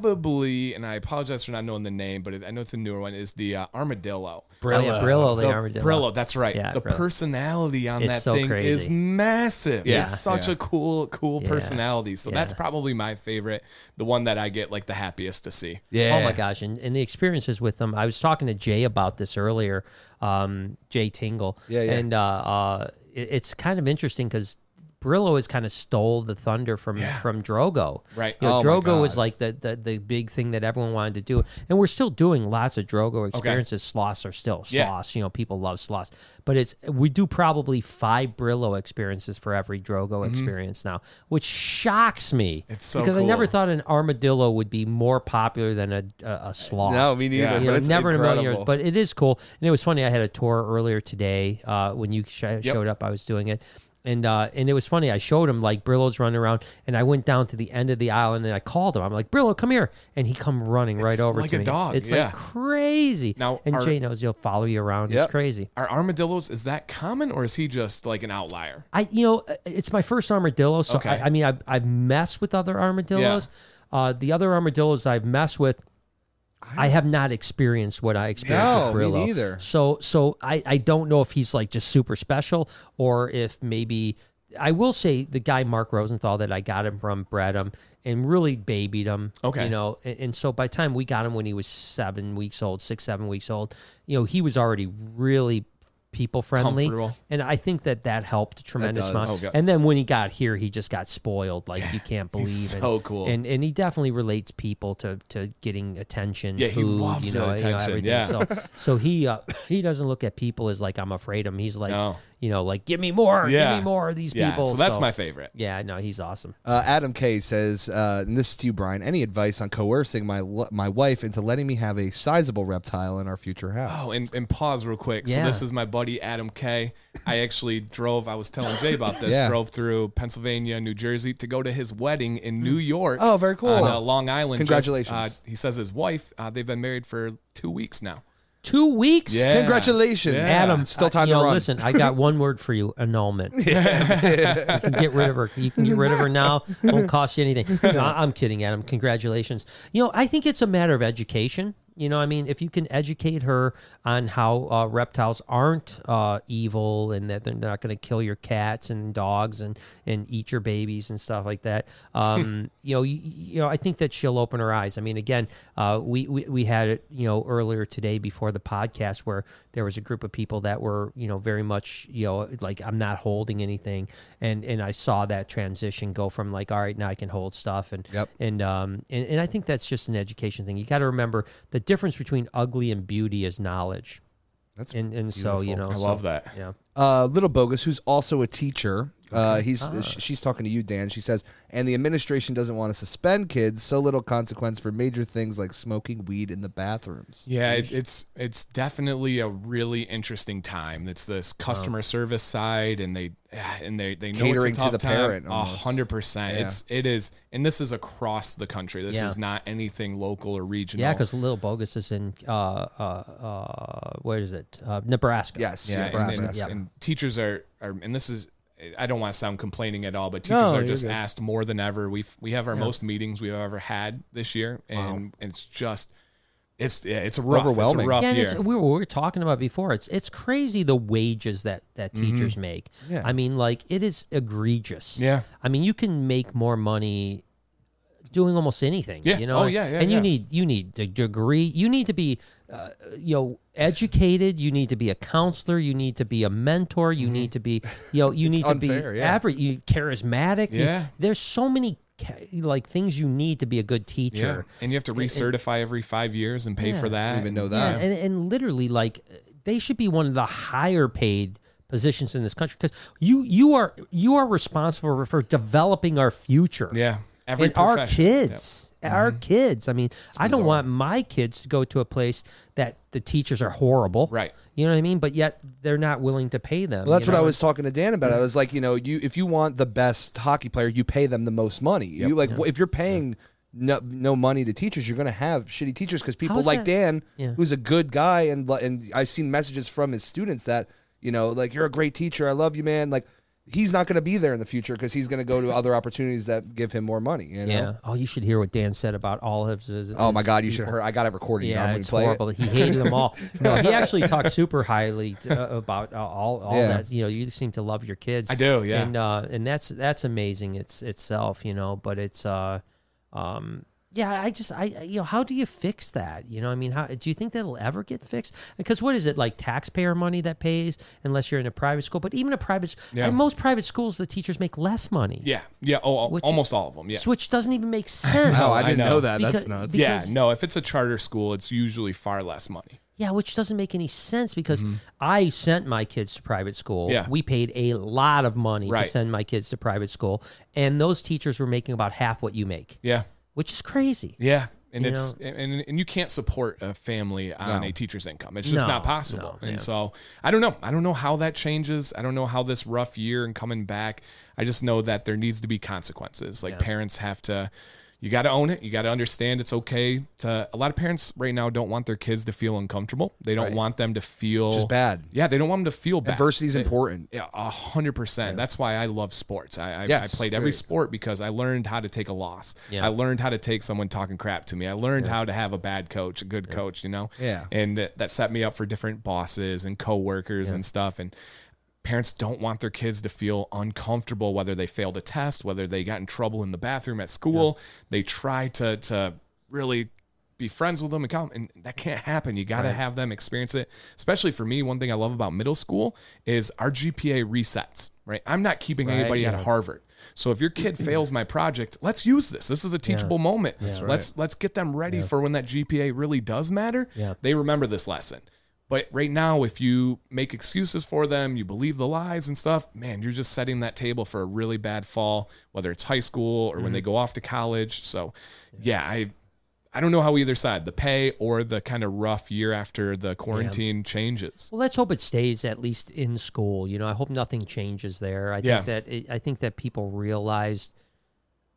Speaker 3: probably, and I apologize for not knowing the name, but it, I know it's a newer one. Is the uh, armadillo?
Speaker 1: Oh, yeah, Brillo, the armadillo.
Speaker 3: Brillo, that's right.
Speaker 1: Yeah,
Speaker 3: the
Speaker 1: Brillo.
Speaker 3: personality on
Speaker 1: It's
Speaker 3: that
Speaker 1: so
Speaker 3: thing is
Speaker 1: crazy.
Speaker 3: massive.
Speaker 1: Yeah.
Speaker 3: It's such
Speaker 2: Yeah.
Speaker 3: a cool, cool
Speaker 1: Yeah.
Speaker 3: personality. So that's
Speaker 1: Yeah.
Speaker 3: probably my favorite, the one that I get like the happiest to see.
Speaker 2: Yeah.
Speaker 1: Oh my gosh, and, and the experiences with them. I was talking to Jay about this earlier, um, Jay Tingle.
Speaker 2: Yeah, yeah.
Speaker 1: And uh, uh, it- it's kind of interesting because Brillo has kind of stole the thunder from from Drogo.
Speaker 3: Right.
Speaker 1: You know,
Speaker 2: Oh my
Speaker 1: Drogo was
Speaker 2: God.
Speaker 1: like the, the the big thing that everyone wanted to do, and we're still doing lots of Drogo experiences. Sloths are still
Speaker 3: Yeah.
Speaker 1: sloths. You know, people love sloths, but it's we do probably five Brillo experiences for every Drogo experience now, which shocks me.
Speaker 3: Mm-hmm. It's so
Speaker 1: because I never
Speaker 3: cool.
Speaker 1: thought an armadillo would be more popular than a a, a sloth.
Speaker 2: No, me neither.
Speaker 3: Yeah.
Speaker 2: But
Speaker 1: You know,
Speaker 2: it's
Speaker 1: never
Speaker 2: incredible.
Speaker 1: in a million years. But it is cool, and it was funny. I had a tour earlier today uh, when you sh- showed up. I was doing it, and uh, and it was funny. I showed him like Brillo's running around, and I went down to the end of the aisle, and then I called him. I'm like, Brillo, come here, and he come running right over
Speaker 3: like
Speaker 1: to
Speaker 3: a
Speaker 1: me.
Speaker 3: dog,
Speaker 1: It's
Speaker 3: yeah.
Speaker 1: like crazy.
Speaker 3: Now,
Speaker 1: and
Speaker 3: are-
Speaker 1: Jay knows he'll follow you around.
Speaker 2: Yep.
Speaker 1: It's crazy.
Speaker 3: Are armadillos, is that common or is he just like an outlier?
Speaker 1: I you know uh, it's my first armadillo, so
Speaker 3: Okay.
Speaker 1: I, I mean I've I've messed with other armadillos. Uh, the other armadillos I've messed with, I have not experienced what I experienced
Speaker 2: No,
Speaker 1: with
Speaker 2: me
Speaker 1: Brillo.
Speaker 2: neither.
Speaker 1: So so I I don't know if he's like just super special or if maybe. I will say the guy Mark Rosenthal that I got him from bred him and really babied him.
Speaker 3: Okay.
Speaker 1: you know, and, and so by the time we got him when he was seven weeks old, six seven weeks old, you know, he was already really people friendly,
Speaker 3: Comfortable.
Speaker 1: and I think that that helped a tremendous
Speaker 2: does.
Speaker 1: amount.
Speaker 3: Oh, God.
Speaker 1: and then when he got here, he just got spoiled. Like you can't believe.
Speaker 3: he's
Speaker 1: and,
Speaker 3: so cool.
Speaker 1: And and he definitely relates people to to getting attention.
Speaker 3: Yeah, he
Speaker 1: food,
Speaker 3: loves
Speaker 1: you know,
Speaker 3: that
Speaker 1: you know,
Speaker 3: attention,
Speaker 1: everything.
Speaker 3: yeah.
Speaker 1: So so he uh, he doesn't look at people as like I'm afraid of him. He's like
Speaker 3: No.
Speaker 1: you know like give me more,
Speaker 3: Yeah.
Speaker 1: give me more of these
Speaker 3: Yeah,
Speaker 1: people.
Speaker 3: so that's my favorite.
Speaker 1: Yeah, no, he's awesome.
Speaker 2: Uh, Adam K says, uh, and this is to you, Brian. Any advice on coercing my lo- my wife into letting me have a sizable reptile in our future house?
Speaker 3: Oh, and, and pause real quick. So
Speaker 1: Yeah.
Speaker 3: this is my buddy Adam K. I actually drove. I was telling Jay about
Speaker 2: *laughs*
Speaker 3: this.
Speaker 2: Yeah.
Speaker 3: Drove through Pennsylvania, New Jersey to go to his wedding in New York.
Speaker 2: Oh, very cool.
Speaker 3: On uh, Long Island. Just,
Speaker 2: Congratulations.
Speaker 3: uh, he says his wife. Uh, they've been married for two weeks now.
Speaker 1: Two weeks.
Speaker 3: Yeah.
Speaker 2: Congratulations,
Speaker 3: Yeah.
Speaker 1: Adam,
Speaker 2: Still time
Speaker 1: uh, you
Speaker 2: to
Speaker 1: know,
Speaker 2: run.
Speaker 1: Listen, I
Speaker 2: *laughs*
Speaker 1: got one word for you: annulment. you can get rid of her. You can get rid of her now. Won't cost you
Speaker 2: *laughs*
Speaker 1: anything. No, I- I'm kidding, Adam. Congratulations. You know, I think it's a matter of education. You know, I mean, if you can educate her on how uh, reptiles aren't uh, evil and that they're not going to kill your cats and dogs and, and eat your babies and stuff like that,
Speaker 2: *laughs*
Speaker 1: um, you know, you, you know, I think that she'll open her eyes. I mean, again, uh, we, we we had it, you know, earlier today before the podcast where there was a group of people that were, you know, very much, you know, like I'm not holding anything, and and I saw that transition go from like, all right, now I can hold stuff, and
Speaker 2: Yep.
Speaker 1: and um and, and I think that's just an education thing. You got to remember the difference between ugly and beauty is knowledge,
Speaker 2: That's
Speaker 1: and and so you know,
Speaker 2: beautiful.
Speaker 3: I love that.
Speaker 1: Yeah.
Speaker 2: uh, little bogus who's also a teacher uh, he's
Speaker 1: Ah.
Speaker 2: sh she's talking to you dan she says and the administration doesn't want to suspend kids so little consequence for major things like smoking weed in the bathrooms
Speaker 3: Yeah, it, it's it's definitely a really interesting time. It's this
Speaker 2: Uh-huh.
Speaker 3: customer service side, and they *sighs* and they they know
Speaker 2: Catering
Speaker 3: it's
Speaker 2: to
Speaker 3: a tough
Speaker 2: the
Speaker 3: time.
Speaker 2: parent
Speaker 3: A
Speaker 2: almost.
Speaker 3: hundred percent.
Speaker 2: Yeah.
Speaker 3: It's it is, and this is across the country. This
Speaker 1: Yeah.
Speaker 3: is not anything local or regional.
Speaker 1: Yeah, because Little Bogus is in uh, uh, uh, where is it? Uh, Nebraska.
Speaker 2: yes
Speaker 3: yeah,
Speaker 2: yes,
Speaker 3: and,
Speaker 1: Nebraska,
Speaker 3: and-
Speaker 1: yeah.
Speaker 3: and teachers are, are and this is i don't want to sound complaining at all but teachers
Speaker 2: No,
Speaker 3: are
Speaker 2: you're
Speaker 3: just
Speaker 2: good.
Speaker 3: asked more than ever we've we have our most meetings we've ever had this year and it's just it's yeah, it's rough
Speaker 2: Overwhelming.
Speaker 3: it's a rough
Speaker 1: Yeah, and
Speaker 3: year
Speaker 1: it's, we, were, we were talking about before. It's it's crazy the wages that that
Speaker 3: Mm-hmm.
Speaker 1: teachers make.
Speaker 2: Yeah.
Speaker 1: I mean, like it is egregious.
Speaker 3: Yeah.
Speaker 1: I mean, you can make more money doing almost anything.
Speaker 3: Yeah.
Speaker 1: You know.
Speaker 3: Oh, yeah, yeah,
Speaker 1: And
Speaker 3: yeah.
Speaker 1: you need you need a degree. You need to be, uh, you know, educated. You need to be a counselor. You need to be a
Speaker 3: Mm-hmm.
Speaker 1: mentor. You need to be, you know, you need to
Speaker 2: unfair,
Speaker 1: be
Speaker 2: yeah.
Speaker 1: every you charismatic. You-
Speaker 3: Yeah.
Speaker 1: there's so many ca- like things you need to be a good teacher.
Speaker 3: And you have to recertify every five years and pay
Speaker 1: Yeah.
Speaker 3: for that.
Speaker 2: even know
Speaker 1: Yeah,
Speaker 2: that.
Speaker 1: and, and literally, like they should be one of the higher paid positions in this country because you you are you are responsible for, for developing our future.
Speaker 3: Yeah. Every
Speaker 1: and our
Speaker 3: profession.
Speaker 1: kids, our
Speaker 2: Mm-hmm.
Speaker 1: kids. I mean, I don't want my kids to go to a place that the teachers are horrible.
Speaker 3: Right.
Speaker 1: You know what I mean? But yet they're not willing to pay them.
Speaker 2: Well, that's
Speaker 1: you
Speaker 2: what I
Speaker 1: know?
Speaker 2: was talking to Dan about. I was like, you know, you if you want the best hockey player, you pay them the most money. You like well, if you're paying no, no money to teachers, you're going to have shitty teachers because people
Speaker 1: is
Speaker 2: like
Speaker 1: that-
Speaker 2: Dan,
Speaker 1: Yeah.
Speaker 2: who's a good guy, and li- and I've seen messages from his students that you know, like you're a great teacher, I love you, man. Like he's not going to be there in the future because he's going to go to other opportunities that give him more money. You know?
Speaker 1: Yeah. Oh, you should hear what Dan said about all of his.
Speaker 2: Oh my God, you should heard. I got it recorded. you know, I'm
Speaker 1: Yeah,
Speaker 2: gonna
Speaker 1: it's
Speaker 2: play it.
Speaker 1: horrible. He hated them
Speaker 2: *laughs*
Speaker 1: all. No, he actually talked super highly t- uh, about uh, all all
Speaker 2: Yeah.
Speaker 1: that. You know, you seem to love your kids.
Speaker 3: I do, yeah.
Speaker 1: and uh, and that's that's amazing. It's itself, you know, but it's uh, um, yeah. I just I I- you know, how do you fix that? You know, I mean, how do you think that'll ever get fixed? Because what is it like taxpayer money that pays unless you're in a private school? But even a private, s-
Speaker 3: Yeah.
Speaker 1: in most private schools, the teachers make less money.
Speaker 3: Yeah. Yeah. Oh, al-
Speaker 1: Which-
Speaker 3: almost all of them. Yeah.
Speaker 1: Which doesn't even make sense.
Speaker 2: Oh,
Speaker 3: I
Speaker 2: I didn't
Speaker 3: know.
Speaker 2: know, that.
Speaker 1: Because-
Speaker 2: that's nuts.
Speaker 3: Yeah.
Speaker 1: because-
Speaker 3: No, if it's a charter school, it's usually far less money.
Speaker 1: Yeah, which doesn't make any sense because I sent my kids to private school.
Speaker 3: Mm-hmm. Yeah.
Speaker 1: We paid a lot of money
Speaker 3: Right.
Speaker 1: to send my kids to private school, and those teachers were making about half what you make,
Speaker 3: Yeah.
Speaker 1: which is crazy.
Speaker 3: Yeah. And
Speaker 1: You
Speaker 3: it's and, and you can't support a family on a teacher's income. It's just
Speaker 1: No,
Speaker 3: not possible.
Speaker 1: no,
Speaker 3: and
Speaker 1: yeah.
Speaker 3: so I don't know. I don't know how that changes. I don't know how this rough year and coming back. I just know that there needs to be consequences. Like parents have to you got to own it. You got to understand it's okay to a lot of parents right now don't want their kids to feel uncomfortable. They don't want them to feel
Speaker 2: Just bad.
Speaker 3: Yeah, they don't want them to feel bad.
Speaker 2: Adversity is
Speaker 3: They-
Speaker 2: important.
Speaker 3: yeah, a hundred percent. That's why I love sports. I I,
Speaker 2: Yes,
Speaker 3: I played every
Speaker 2: agreed.
Speaker 3: sport because I learned how to take a loss.
Speaker 1: Yeah.
Speaker 3: I learned how to take someone talking crap to me. I learned how to have a bad coach, a good coach. You know.
Speaker 2: Yeah.
Speaker 3: And that, that set me up for different bosses and coworkers and stuff. And parents don't want their kids to feel uncomfortable whether they failed a test, whether they got in trouble in the bathroom at school. They try to to really be friends with them and count and that can't happen. You got to have them experience it. Especially for me, one thing I love about middle school is our GPA resets, right? I'm not keeping anybody out of Harvard. So if your *clears throat* kid fails my project, let's use this. This is a teachable moment. Let's let's get them ready for when that GPA really does matter.
Speaker 1: Yeah.
Speaker 3: They remember this lesson. But right now, if you make excuses for them, you believe the lies and stuff, man, you're just setting that table for a really bad fall, whether it's high school or when they go off to college. So, Mm-hmm. yeah, I, I don't know how either side, the pay or the kind of rough year after the quarantine changes.
Speaker 1: Well, let's hope it stays at least in school. You know, I hope nothing changes there. I
Speaker 3: Yeah.
Speaker 1: think that it, I think that people realized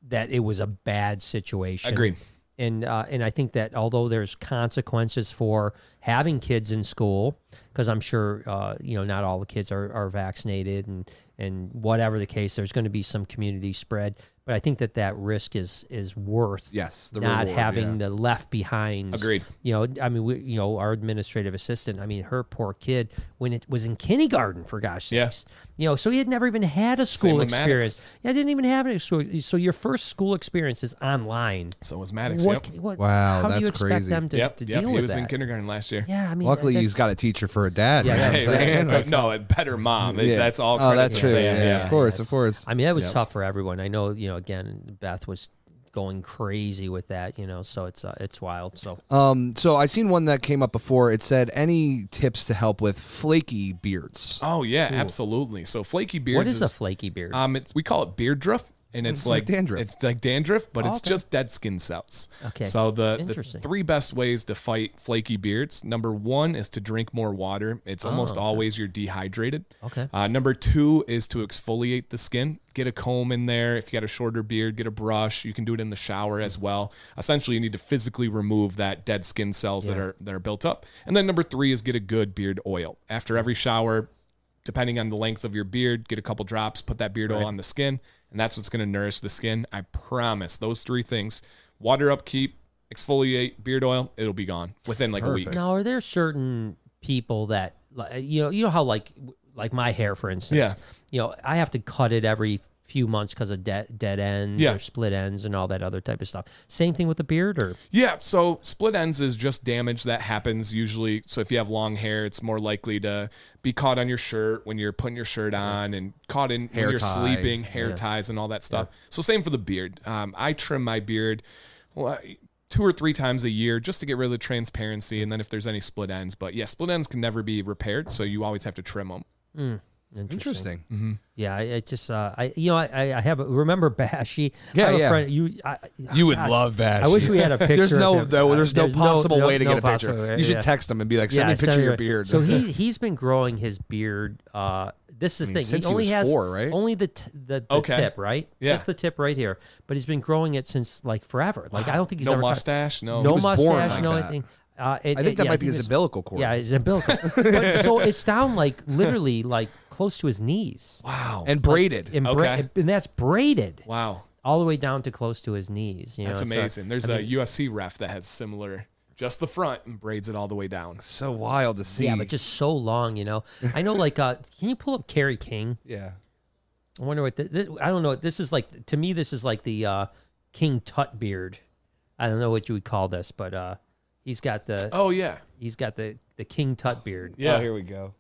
Speaker 1: that it was a bad situation.
Speaker 3: Agreed.
Speaker 1: And uh, and I think that although there's consequences for having kids in school, because I'm sure uh, you know not all the kids are, are vaccinated and and whatever the case, there's going to be some community spread. But I think that that risk is is worth
Speaker 2: Yes, the
Speaker 1: not
Speaker 2: reward,
Speaker 1: having
Speaker 2: yeah.
Speaker 1: the left behind.
Speaker 3: Agreed.
Speaker 1: You know, I mean, we, you know, our administrative assistant. I mean, her poor kid when it was in kindergarten for gosh
Speaker 3: Yeah.
Speaker 1: sakes. You know, so he had never even had a school
Speaker 3: with Maddox.
Speaker 1: experience. Yeah, didn't even have it. So, so your first school experience is online.
Speaker 3: So was Maddox.
Speaker 1: What,
Speaker 3: yep.
Speaker 1: can- what?
Speaker 2: Wow,
Speaker 1: How do you
Speaker 2: that's
Speaker 1: expect
Speaker 2: crazy.
Speaker 1: them to,
Speaker 3: yep.
Speaker 1: to
Speaker 3: yep.
Speaker 1: deal
Speaker 3: He
Speaker 1: with
Speaker 3: was
Speaker 1: that?
Speaker 3: in kindergarten last year.
Speaker 1: yeah, I mean,
Speaker 2: Luckily, he's
Speaker 1: that's-
Speaker 2: got a teacher for a dad.
Speaker 1: Yeah,
Speaker 2: you know what I'm
Speaker 3: Hey,
Speaker 1: right.
Speaker 2: saying?
Speaker 3: that- no, a better mom.
Speaker 2: Yeah.
Speaker 3: That's all.
Speaker 2: Oh,
Speaker 3: credit
Speaker 2: that's
Speaker 3: to
Speaker 2: true.
Speaker 3: Sam,
Speaker 2: Yeah, yeah, of course, of
Speaker 1: that's-
Speaker 2: course.
Speaker 1: I mean, that was tough for everyone. I know, you know, again, Beth was going crazy with that. You know, so it's uh, it's wild. So
Speaker 2: Um, so I seen one that came up before. It said, "Any tips to help with flaky beards?"
Speaker 3: Oh yeah, absolutely. So flaky beard.
Speaker 1: what is a flaky beard?
Speaker 3: Um, it's we call it beard drift, and it's,
Speaker 2: like
Speaker 3: like,
Speaker 2: dandruff.
Speaker 3: It's like dandruff, but it's
Speaker 1: Oh, okay.
Speaker 3: just dead skin cells.
Speaker 1: Okay.
Speaker 3: So the, the
Speaker 1: Interesting.
Speaker 3: three best ways to fight flaky beards. Number one is to drink more water. It's almost always you're dehydrated.
Speaker 1: Oh, Okay.
Speaker 3: Uh, number two is to exfoliate the skin. Get a comb in there. If you got a shorter beard, get a brush. You can do it in the shower as well. Essentially, you need to physically remove that dead skin cells that are that are built up. And then number three is get a good beard oil after every shower depending on the length of your beard, get a couple drops, put that beard oil on the skin, and that's what's going to nourish the skin. I promise. Those three things: water upkeep, exfoliate, beard oil. It'll be gone within like a week.
Speaker 1: Now, are there certain people that like, you know? You know how like like my hair, for instance.
Speaker 3: Yeah.
Speaker 1: You know, I have to cut it every few months because of de- dead ends
Speaker 3: Yeah.
Speaker 1: or split ends and all that other type of stuff. Same thing with the beard, or
Speaker 3: Yeah, so split ends is just damage that happens usually. So if you have long hair, it's more likely to be caught on your shirt when you're putting your shirt on and caught in
Speaker 2: Hair
Speaker 3: when you're
Speaker 2: tie.
Speaker 3: sleeping, hair ties and all that stuff. So same for the beard. Um, I trim my beard well, I- two or three times a year just to get rid of the transparency and then if there's any split ends. But yeah, split ends can never be repaired, so you always have to trim them.
Speaker 1: interesting.
Speaker 2: Interesting.
Speaker 1: Yeah, I, I just uh, I you know I I I have a, remember Bashy.
Speaker 2: Yeah,
Speaker 1: I have
Speaker 2: yeah.
Speaker 1: A friend, you I,
Speaker 2: You would
Speaker 1: gosh,
Speaker 2: love Bash.
Speaker 1: I wish we had a picture.
Speaker 2: *laughs* There's
Speaker 1: of
Speaker 2: no
Speaker 1: him.
Speaker 2: though.
Speaker 1: Uh,
Speaker 2: There's no possible
Speaker 1: no-
Speaker 2: way to
Speaker 1: no
Speaker 2: get a picture.
Speaker 1: possible way,
Speaker 2: You should
Speaker 1: yeah.
Speaker 2: text them and be like,
Speaker 1: Yeah,
Speaker 2: "Send me a
Speaker 1: send
Speaker 2: picture of your
Speaker 1: it.
Speaker 2: beard."
Speaker 1: So
Speaker 2: That's it.
Speaker 1: he he's been growing his beard. Uh, this is the
Speaker 2: mean,
Speaker 1: thing.
Speaker 2: since
Speaker 1: he
Speaker 2: he
Speaker 1: only
Speaker 2: was
Speaker 1: has
Speaker 2: four, right?
Speaker 1: only the t- the, the
Speaker 3: Okay.
Speaker 1: tip, right?
Speaker 3: Yeah.
Speaker 1: Just the tip right here. But he's been growing it since like forever. Like I don't think he's
Speaker 3: No
Speaker 1: ever cut-
Speaker 3: mustache, no.
Speaker 1: no
Speaker 2: was born
Speaker 1: mustache,
Speaker 2: like
Speaker 1: no
Speaker 2: that.
Speaker 1: anything. Uh, and-
Speaker 2: *laughs*
Speaker 1: and-
Speaker 2: I think that
Speaker 1: yeah,
Speaker 2: might be
Speaker 1: he
Speaker 2: his
Speaker 1: was-
Speaker 2: umbilical cord.
Speaker 1: Yeah, his
Speaker 2: *laughs*
Speaker 1: umbilical. but, so it's down like literally like close to his knees.
Speaker 3: Wow.
Speaker 2: and braided.
Speaker 1: And, bra-
Speaker 3: Okay.
Speaker 1: and that's braided
Speaker 3: wow.
Speaker 1: all the way down to close to his knees. You know,
Speaker 3: That's
Speaker 1: so-
Speaker 3: amazing. There's a USC ref that has similar just the front and braids it all the way down.
Speaker 2: so wild to see.
Speaker 1: yeah, but just so long, you know. I know, like, uh, can you pull up Carrie King?
Speaker 2: yeah.
Speaker 1: I wonder what this, this, I don't know. This is like to me, this is like the uh, King Tut beard. I don't know what you would call this, but uh, he's got the
Speaker 3: Oh yeah.
Speaker 1: he's got the the King Tut beard.
Speaker 3: Yeah.
Speaker 2: Oh, here we go.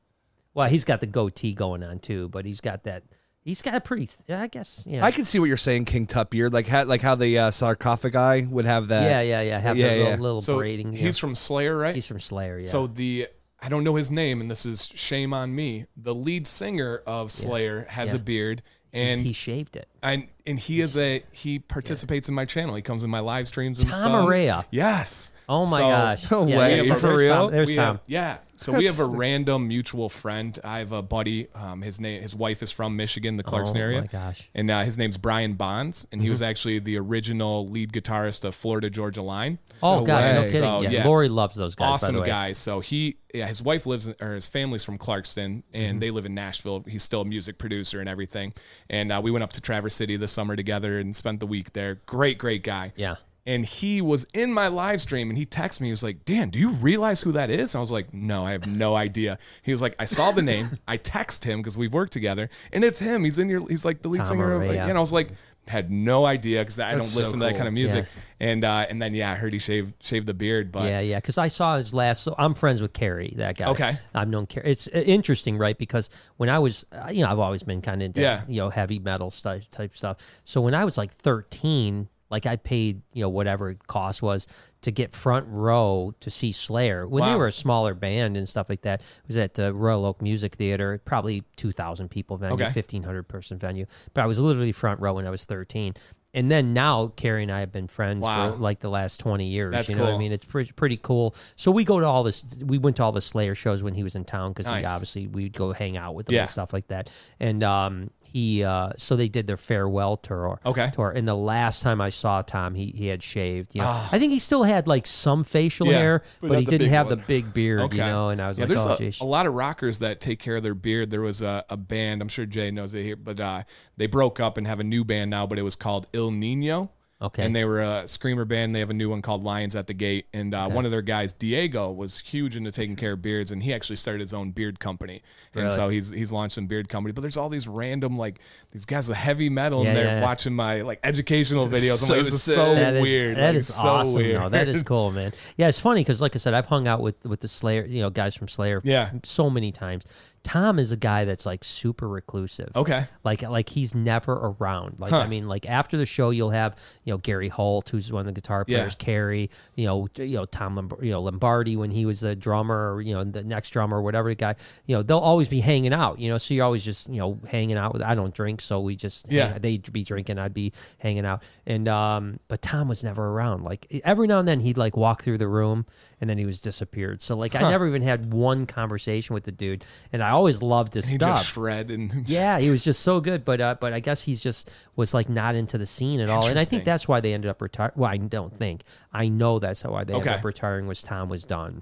Speaker 1: Well, he's got the goatee going on too, but he's got that. He's got a pretty. th- I guess. Yeah.
Speaker 2: I can see what you're saying, King Tut beard, like how, like how the uh, sarcophagi would have that.
Speaker 1: yeah, yeah, yeah. Have
Speaker 2: Yeah,
Speaker 1: the little,
Speaker 2: yeah.
Speaker 1: little
Speaker 3: so
Speaker 1: braiding. yeah.
Speaker 3: he's from Slayer, right?
Speaker 1: He's from Slayer. Yeah.
Speaker 3: So the I don't know his name, and this is shame on me. The lead singer of Slayer has a
Speaker 1: Yeah.
Speaker 3: beard, and
Speaker 1: he shaved it.
Speaker 3: and and he is a he participates in my channel. He comes in my live streams and
Speaker 1: Tom
Speaker 3: stuff.
Speaker 1: Araya.
Speaker 3: Yes.
Speaker 1: Oh my
Speaker 3: So *laughs*
Speaker 1: gosh.
Speaker 2: no
Speaker 1: yeah,
Speaker 2: way.
Speaker 1: yeah,
Speaker 3: Are you
Speaker 1: there's
Speaker 3: for
Speaker 1: Tom-
Speaker 2: real?
Speaker 1: There's
Speaker 3: we
Speaker 1: Tom.
Speaker 3: have- yeah. So we
Speaker 1: *laughs*
Speaker 3: have a random mutual friend. I have a buddy. Um, his name, his wife is from Michigan, the Clarkson
Speaker 1: Oh,
Speaker 3: area.
Speaker 1: my gosh. Mm-hmm.
Speaker 3: And uh, his name's Brian Bonds, and he was actually the original lead guitarist of Florida Georgia Line.
Speaker 1: Oh
Speaker 2: No
Speaker 1: god, no
Speaker 2: way.
Speaker 1: kidding.
Speaker 3: So,
Speaker 1: yeah.
Speaker 3: yeah.
Speaker 1: Lori loves those guys. by the
Speaker 3: awesome
Speaker 1: way.
Speaker 3: guy. So he, yeah, his wife lives in, or his family's from Clarkston, and
Speaker 1: Mm-hmm.
Speaker 3: they live in Nashville. He's still a music producer and everything. And uh, we went up to Traverse City this summer together and spent the week there. Great, great guy.
Speaker 1: Yeah.
Speaker 3: And he was in my live stream and he texted me. He was like, Dan, do you realize who that is? And I was like, No, I have no idea. He was like, I saw
Speaker 1: *laughs*
Speaker 3: the name. I text him because we've worked together and it's him. He's in your, he's like the lead singer. Of,
Speaker 1: Araya.
Speaker 3: and I was like, had no idea because I don't
Speaker 2: That's so
Speaker 3: listen to that
Speaker 2: cool.
Speaker 3: kind of music. And uh, and then, yeah, I heard he shaved, shaved the beard, but
Speaker 1: Yeah, yeah. Because I saw his last. So I'm friends with Carrie, that guy.
Speaker 3: Okay.
Speaker 1: I've known Carrie. It's uh, interesting, right? Because when I was, uh, you know, I've always been kind of into,
Speaker 3: Yeah.
Speaker 1: you know, heavy metal sti- type stuff. So when I was like 13, like I paid, you know, whatever it cost was to get front row to see Slayer when they
Speaker 3: Wow.
Speaker 1: were a smaller band and stuff like that. It was at the Royal Oak Music Theater, probably 2,000 people venue,
Speaker 3: Okay.
Speaker 1: 1,500 person venue. But I was literally front row when I was 13. And then now Carrie and I have been friends
Speaker 3: Wow.
Speaker 1: for like the last 20 years.
Speaker 3: That's
Speaker 1: you know what I
Speaker 3: cool.
Speaker 1: mean? It's pretty, pretty cool. So we go to all this. We went to all the Slayer shows when he was in town because
Speaker 3: Nice.
Speaker 1: he obviously we'd go hang out with him
Speaker 3: Yeah.
Speaker 1: and stuff like that. And um, he uh, so they did their farewell tour.
Speaker 3: Okay.
Speaker 1: Tour. And the last time I saw Tom, he he had shaved. You know, I think he still had like some facial
Speaker 3: Ah. Yeah,
Speaker 1: hair,
Speaker 2: but
Speaker 1: but,
Speaker 2: not
Speaker 1: he
Speaker 2: the
Speaker 1: didn't
Speaker 2: big
Speaker 1: have
Speaker 2: one.
Speaker 1: the big beard. You know, and I was
Speaker 3: yeah,
Speaker 1: like,
Speaker 3: there's
Speaker 1: oh,
Speaker 3: a-
Speaker 1: geez.
Speaker 3: a, lot of rockers that take care of their beard. There was a, a band, I'm sure Jay knows it here, but uh, they broke up and have a new band now, but it was called Il Nino.
Speaker 1: Okay.
Speaker 3: And they were a screamer band. They have a new one called Lions at the Gate. And uh, one of their guys, Diego, was huge into taking care of beards, and he actually started his own beard company. And
Speaker 1: Really?
Speaker 3: so he's he's launched some beard company. But there's all these random like these guys with heavy metal,
Speaker 1: Yeah,
Speaker 3: and they're
Speaker 1: yeah, yeah.
Speaker 3: watching my like educational videos. I'm
Speaker 2: So
Speaker 3: like, this is
Speaker 2: sick.
Speaker 3: so
Speaker 1: That is
Speaker 3: weird.
Speaker 1: That
Speaker 3: Like,
Speaker 1: is
Speaker 3: so
Speaker 1: awesome.
Speaker 3: weird.
Speaker 1: though.
Speaker 3: *laughs*
Speaker 1: that is cool, man. Yeah, it's funny because, like I said, I've hung out with with the Slayer, you know, guys from Slayer,
Speaker 3: Yeah.
Speaker 1: so many times. Tom is a guy that's like super reclusive.
Speaker 3: Okay.
Speaker 1: Like, like he's never around. Like, I mean, like after the show, you'll have you know Gary Holt, who's one of the guitar
Speaker 3: Yeah.
Speaker 1: players, Carrie, you know, t- you know Tom, Lomb- you know Lombardi when he was the drummer, or, you know the next drummer, or whatever the guy, you know, they'll always be hanging out, you know. So you're always just you know hanging out with. I don't drink, so we just hang-
Speaker 3: Yeah.
Speaker 1: they'd be drinking, I'd be hanging out, and um, but Tom was never around. Like e, every now and then he'd like walk through the room and then he was disappeared. So like I never even had one conversation with the dude, and I always loved his
Speaker 3: He
Speaker 1: stuff.
Speaker 3: just shred and *laughs*
Speaker 1: Yeah, he was just so good, but uh, but I guess he's just was like not into the scene at all, and I think
Speaker 3: Interesting.
Speaker 1: that's why they ended up retiring. Well, I don't think I know that's why they ended
Speaker 3: Okay.
Speaker 1: up retiring was Tom was done,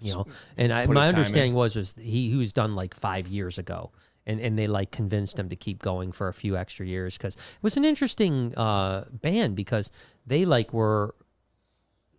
Speaker 1: you know. And I,
Speaker 3: put
Speaker 1: my
Speaker 3: his time in.
Speaker 1: understanding was was he he was done like five years ago, and and they like convinced him to keep going for a few extra years because it was an interesting uh, band because they like were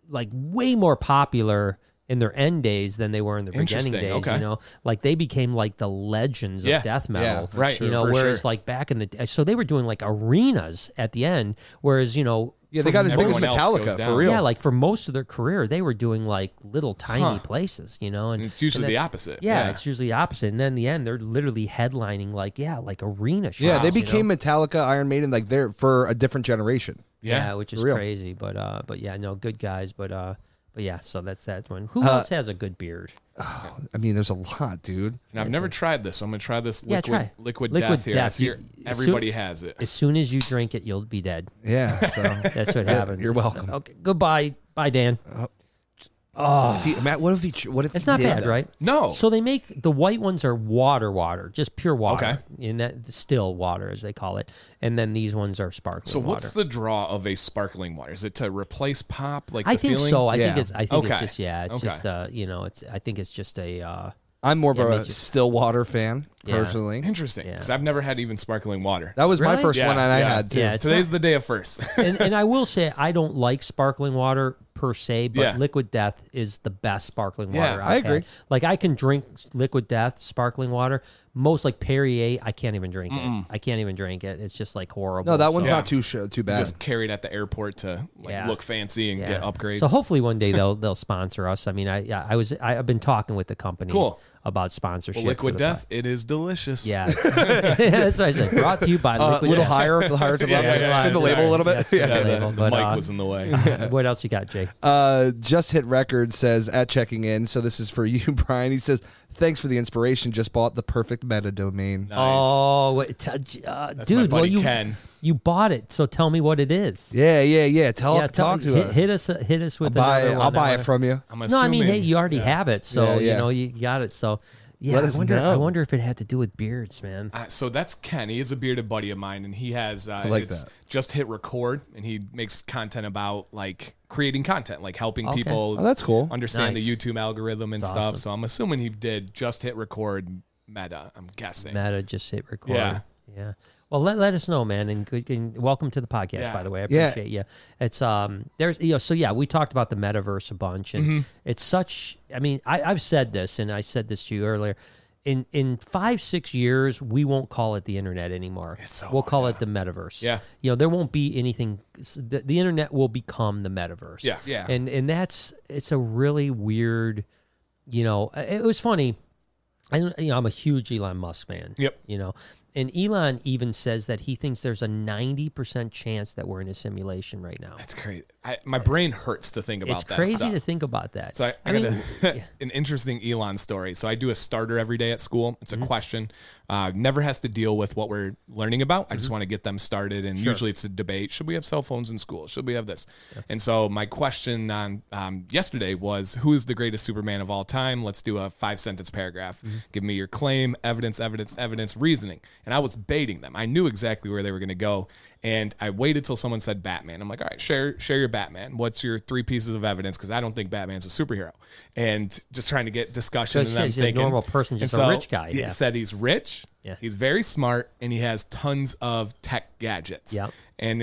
Speaker 1: like way more popular. in their end days than they were in their beginning
Speaker 3: Interesting,
Speaker 1: days.
Speaker 3: okay.
Speaker 1: You know, like they became like the legends
Speaker 3: Yeah,
Speaker 1: of death
Speaker 2: yeah,
Speaker 1: metal.
Speaker 2: for
Speaker 3: right,
Speaker 1: You know,
Speaker 3: for
Speaker 1: whereas
Speaker 3: sure.
Speaker 1: like back in the day, so they were doing like arenas at the end, whereas you know.
Speaker 2: Yeah, they
Speaker 1: for
Speaker 2: got as big as
Speaker 3: Everyone else goes
Speaker 2: Metallica for
Speaker 3: down.
Speaker 2: real.
Speaker 1: yeah, like for most of their career, they were doing like little tiny places, you know, and
Speaker 3: And it's usually
Speaker 1: and
Speaker 3: the
Speaker 1: then-
Speaker 3: opposite.
Speaker 1: Yeah, it's usually the opposite, and then in the end, they're literally headlining like yeah, like arena shows.
Speaker 2: yeah, they
Speaker 1: you know?
Speaker 2: became Metallica, Iron Maiden, like they're for a different generation.
Speaker 1: yeah,
Speaker 3: yeah.
Speaker 1: which is
Speaker 2: real.
Speaker 1: crazy, but uh, but yeah, no, good guys, but uh, but yeah, so that's that one. Who
Speaker 2: Uh,
Speaker 1: else has a good beard?
Speaker 2: I mean, there's a lot, dude.
Speaker 3: And I've never tried this, so I'm gonna try this
Speaker 1: Yeah,
Speaker 3: liquid
Speaker 1: try.
Speaker 3: liquid,
Speaker 1: Liquid
Speaker 3: death here. I
Speaker 1: death.
Speaker 3: see
Speaker 1: You-
Speaker 3: it-
Speaker 1: so-
Speaker 3: everybody has it.
Speaker 1: As soon as you drink it, you'll be dead.
Speaker 2: *laughs* Yeah. So
Speaker 1: *laughs* That's what happens.
Speaker 2: you're welcome.
Speaker 1: Okay, goodbye, bye, Dan.
Speaker 2: If he- Matt, what if he? What if
Speaker 1: It's
Speaker 2: he
Speaker 1: not
Speaker 2: did
Speaker 1: bad,
Speaker 2: that?
Speaker 1: right?
Speaker 3: No.
Speaker 1: So they make the white ones are water, water, just pure water,
Speaker 3: Okay.
Speaker 1: in that still water as they call it, and then these ones are sparkling
Speaker 3: so
Speaker 1: water.
Speaker 3: what's the draw of a sparkling water? Is it to replace pop? Like
Speaker 1: I
Speaker 3: the
Speaker 1: think
Speaker 3: feeling?
Speaker 1: so. I
Speaker 2: Yeah.
Speaker 1: think it's. I think it's
Speaker 3: Okay.
Speaker 1: just yeah. It's
Speaker 3: Okay.
Speaker 1: just uh, you know. It's. I think it's just a. Uh,
Speaker 2: I'm more of
Speaker 1: Yeah,
Speaker 2: a
Speaker 1: make you-
Speaker 2: Stillwater fan
Speaker 1: Yeah.
Speaker 2: personally.
Speaker 3: Interesting, because I've never had even sparkling water.
Speaker 2: That was my
Speaker 1: Really?
Speaker 2: first
Speaker 3: Yeah,
Speaker 2: one, and I
Speaker 3: yeah.
Speaker 2: had too.
Speaker 1: Yeah, it's
Speaker 3: Today's the day of *laughs* first.
Speaker 1: and, and I will say I don't like sparkling water per se, but
Speaker 3: Yeah.
Speaker 1: Liquid Death is the best sparkling
Speaker 3: Yeah,
Speaker 1: water.
Speaker 2: I
Speaker 1: I've
Speaker 2: agree.
Speaker 1: had. Like I can drink Liquid Death sparkling water. Most like Perrier, I can't even drink it. I can't even drink it. It's just like horrible.
Speaker 2: No, that one's
Speaker 1: So-
Speaker 3: Yeah.
Speaker 2: not too sh- too bad.
Speaker 3: Just carried at the airport to like
Speaker 1: Yeah.
Speaker 3: look fancy and get
Speaker 1: Yeah.
Speaker 3: upgrades.
Speaker 1: So hopefully one day they'll *laughs* they'll sponsor us. I mean, I yeah, I was I, I've been talking with the company
Speaker 3: Cool.
Speaker 1: about sponsorship.
Speaker 3: Well,
Speaker 1: for
Speaker 3: liquid
Speaker 1: the
Speaker 3: death, it is delicious.
Speaker 1: pod- Yeah,
Speaker 3: *laughs*
Speaker 1: *laughs* that's what I said. Brought to you by
Speaker 2: Uh, a
Speaker 1: Liquid
Speaker 2: little
Speaker 1: Death.
Speaker 2: higher, to the
Speaker 1: *laughs*
Speaker 2: higher to the
Speaker 3: Yeah,
Speaker 2: left.
Speaker 3: yeah,
Speaker 2: like, spin
Speaker 3: yeah,
Speaker 2: the label
Speaker 3: sorry.
Speaker 2: a little bit.
Speaker 1: Yes, yeah.
Speaker 3: Yeah, the,
Speaker 1: Label,
Speaker 3: the
Speaker 1: but,
Speaker 3: mic
Speaker 1: uh,
Speaker 3: was in the way.
Speaker 1: what else you got, Jake?
Speaker 2: *laughs* Uh, just hit record says at checking in. So this is for *laughs* you, Brian. He says thanks for the inspiration. Just bought the perfect meta domain.
Speaker 1: *laughs*
Speaker 3: Nice.
Speaker 1: Oh, wait, t- uh,
Speaker 3: That's
Speaker 1: dude,
Speaker 3: my
Speaker 1: well
Speaker 3: buddy
Speaker 1: you
Speaker 3: Ken.
Speaker 1: you bought it, so tell me what it is.
Speaker 2: Yeah, yeah, yeah. Tell
Speaker 1: Yeah, tell-
Speaker 2: talk to
Speaker 1: hit,
Speaker 2: us.
Speaker 1: hit us. uh, Hit us with
Speaker 2: buy.
Speaker 1: another
Speaker 2: I'll
Speaker 1: one. I
Speaker 2: buy it
Speaker 1: wanna-
Speaker 2: from you.
Speaker 3: I'm
Speaker 1: No,
Speaker 3: assuming.
Speaker 1: I mean, hey, you already have it, so
Speaker 2: Yeah, yeah.
Speaker 1: you know you got it. So yeah,
Speaker 2: Let
Speaker 1: I
Speaker 2: us
Speaker 1: wonder. I
Speaker 2: know.
Speaker 1: wonder if it had to do with beards, man.
Speaker 3: Uh, so that's Ken. He is a bearded buddy of mine, and he has uh,
Speaker 2: like
Speaker 3: it's
Speaker 2: that.
Speaker 3: just hit record, and he makes content about like creating content, like helping
Speaker 1: Okay.
Speaker 3: people.
Speaker 2: Oh, that's cool.
Speaker 3: Understand
Speaker 1: Nice.
Speaker 3: the YouTube algorithm and
Speaker 1: That's
Speaker 3: stuff.
Speaker 1: awesome.
Speaker 3: So I'm assuming he did just hit record meta. I'm guessing.
Speaker 1: Meta just hit record.
Speaker 3: Yeah.
Speaker 1: Yeah. Well, let, let us know, man, and, good, and welcome to the podcast.
Speaker 3: Yeah.
Speaker 1: By the way, I
Speaker 2: Yeah.
Speaker 1: appreciate you. It's um, there's you know, so yeah, we talked about the metaverse a bunch,
Speaker 3: Mm-hmm.
Speaker 1: and it's such. I mean, I, I've said this, and I said this to you earlier. In in five six years, we won't call it the internet anymore.
Speaker 3: so-
Speaker 1: we'll call it the metaverse.
Speaker 3: Yeah.
Speaker 1: You know, there won't be anything. The, the internet will become the metaverse.
Speaker 3: Yeah. Yeah.
Speaker 1: And and that's it's a really weird. You know, uh, it was funny. I, don't- you know, I'm a huge Elon Musk fan.
Speaker 3: Yep.
Speaker 1: You know, and Elon even says that he thinks there's a 90% chance that we're in a simulation right now.
Speaker 3: That's crazy. I, my brain hurts to think about
Speaker 1: It's
Speaker 3: that
Speaker 1: crazy
Speaker 3: stuff.
Speaker 1: to think about that.
Speaker 3: So I, I, got
Speaker 1: mean,
Speaker 3: *laughs*
Speaker 1: *laughs*
Speaker 3: a- an interesting Elon story. So I do a starter every day at school. It's a
Speaker 1: Mm-hmm.
Speaker 3: question. Uh, never has to deal with what we're learning about. I just
Speaker 1: Mm-hmm.
Speaker 3: want to get them started. And usually it's a debate. Should we have cell phones in school? Should we have this? And so my question on um, yesterday was, who is the greatest Superman of all time? Let's do a five sentence paragraph.
Speaker 1: Mm-hmm.
Speaker 3: Give me your claim, evidence, evidence, evidence, reasoning. And I was baiting them. I knew exactly where they were going to go. And I waited till someone said Batman. I'm like, all right, share share your Batman. What's your three pieces of evidence? Because I don't think Batman's a superhero. And just trying to get discussion.
Speaker 1: So
Speaker 3: and I'm
Speaker 1: he's a
Speaker 3: thinking-
Speaker 1: normal person, just
Speaker 3: And
Speaker 1: a rich guy,
Speaker 3: he
Speaker 1: yeah.
Speaker 3: Said he's rich.
Speaker 1: Yeah.
Speaker 3: He's very smart, and he has tons of tech gadgets
Speaker 1: Yep.
Speaker 3: and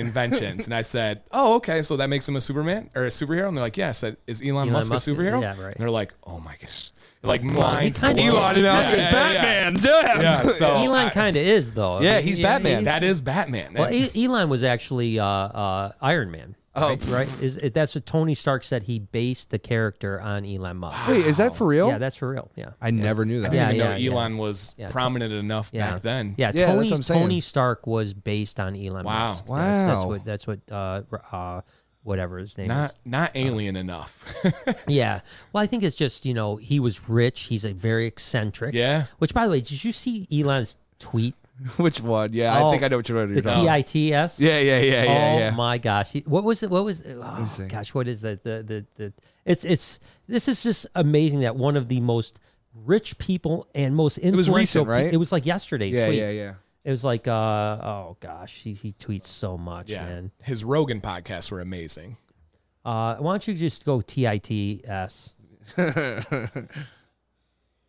Speaker 1: *laughs*
Speaker 3: inventions. and I said, oh, okay, so that makes him a Superman or a superhero. And they're like, yeah. I said, is Elon, Musk,
Speaker 1: Musk,
Speaker 3: a superhero?
Speaker 1: yeah, right.
Speaker 3: And they're like, oh my gosh. Like minds
Speaker 1: kinda
Speaker 3: blown.
Speaker 1: Elon
Speaker 3: Yeah, yeah, yeah, yeah. Yeah, so
Speaker 1: *laughs* Elon
Speaker 3: I-
Speaker 1: kind of is, though. I
Speaker 2: Yeah,
Speaker 1: mean,
Speaker 2: he's
Speaker 1: you know what I
Speaker 2: Batman.
Speaker 1: mean?
Speaker 3: that is Batman.
Speaker 1: Well, E- Elon was actually uh, uh, Iron Man. Oh, right. right? Is, that's what Tony Stark said. He based the character on Elon Musk.
Speaker 2: Wait, is that for real?
Speaker 1: Yeah, that's for real. Yeah.
Speaker 2: I never knew that.
Speaker 1: Yeah.
Speaker 3: I didn't even know
Speaker 1: yeah.
Speaker 3: Elon was
Speaker 1: Yeah,
Speaker 3: prominent enough
Speaker 1: yeah.
Speaker 3: back then.
Speaker 1: Yeah,
Speaker 2: Yeah, that's
Speaker 1: Tony
Speaker 2: what I'm saying.
Speaker 1: Tony Stark was based on Elon
Speaker 3: Wow.
Speaker 1: Musk. That's, that's
Speaker 2: Wow.
Speaker 1: what that's what uh, uh, whatever his name is.
Speaker 3: Not not
Speaker 1: Oh.
Speaker 3: alien enough. *laughs*
Speaker 1: Yeah. Well, I think it's just, you know, he was rich. He's a very eccentric.
Speaker 3: Yeah.
Speaker 1: Which, by the way, did you see Elon's tweet?
Speaker 2: *laughs* Which one? Yeah,
Speaker 1: Oh,
Speaker 2: I think I know which one
Speaker 1: The
Speaker 2: you're talking. about.
Speaker 1: TITS?
Speaker 2: Yeah, yeah, yeah, yeah,
Speaker 1: oh
Speaker 2: yeah.
Speaker 1: my gosh! He- What was it? What was? Oh,
Speaker 2: see.
Speaker 1: gosh, what is that? The, the the it's it's this is just amazing that one of the most rich people and most
Speaker 2: was
Speaker 1: influential.
Speaker 2: recent,
Speaker 1: pe-
Speaker 2: right?
Speaker 1: It was like yesterday's
Speaker 2: yeah,
Speaker 1: tweet.
Speaker 2: yeah, yeah.
Speaker 1: It was like, uh, oh gosh, he, he tweets so much,
Speaker 3: yeah.
Speaker 1: man.
Speaker 3: His Rogan podcasts were amazing. *laughs*
Speaker 1: Uh, why don't you just go TITS?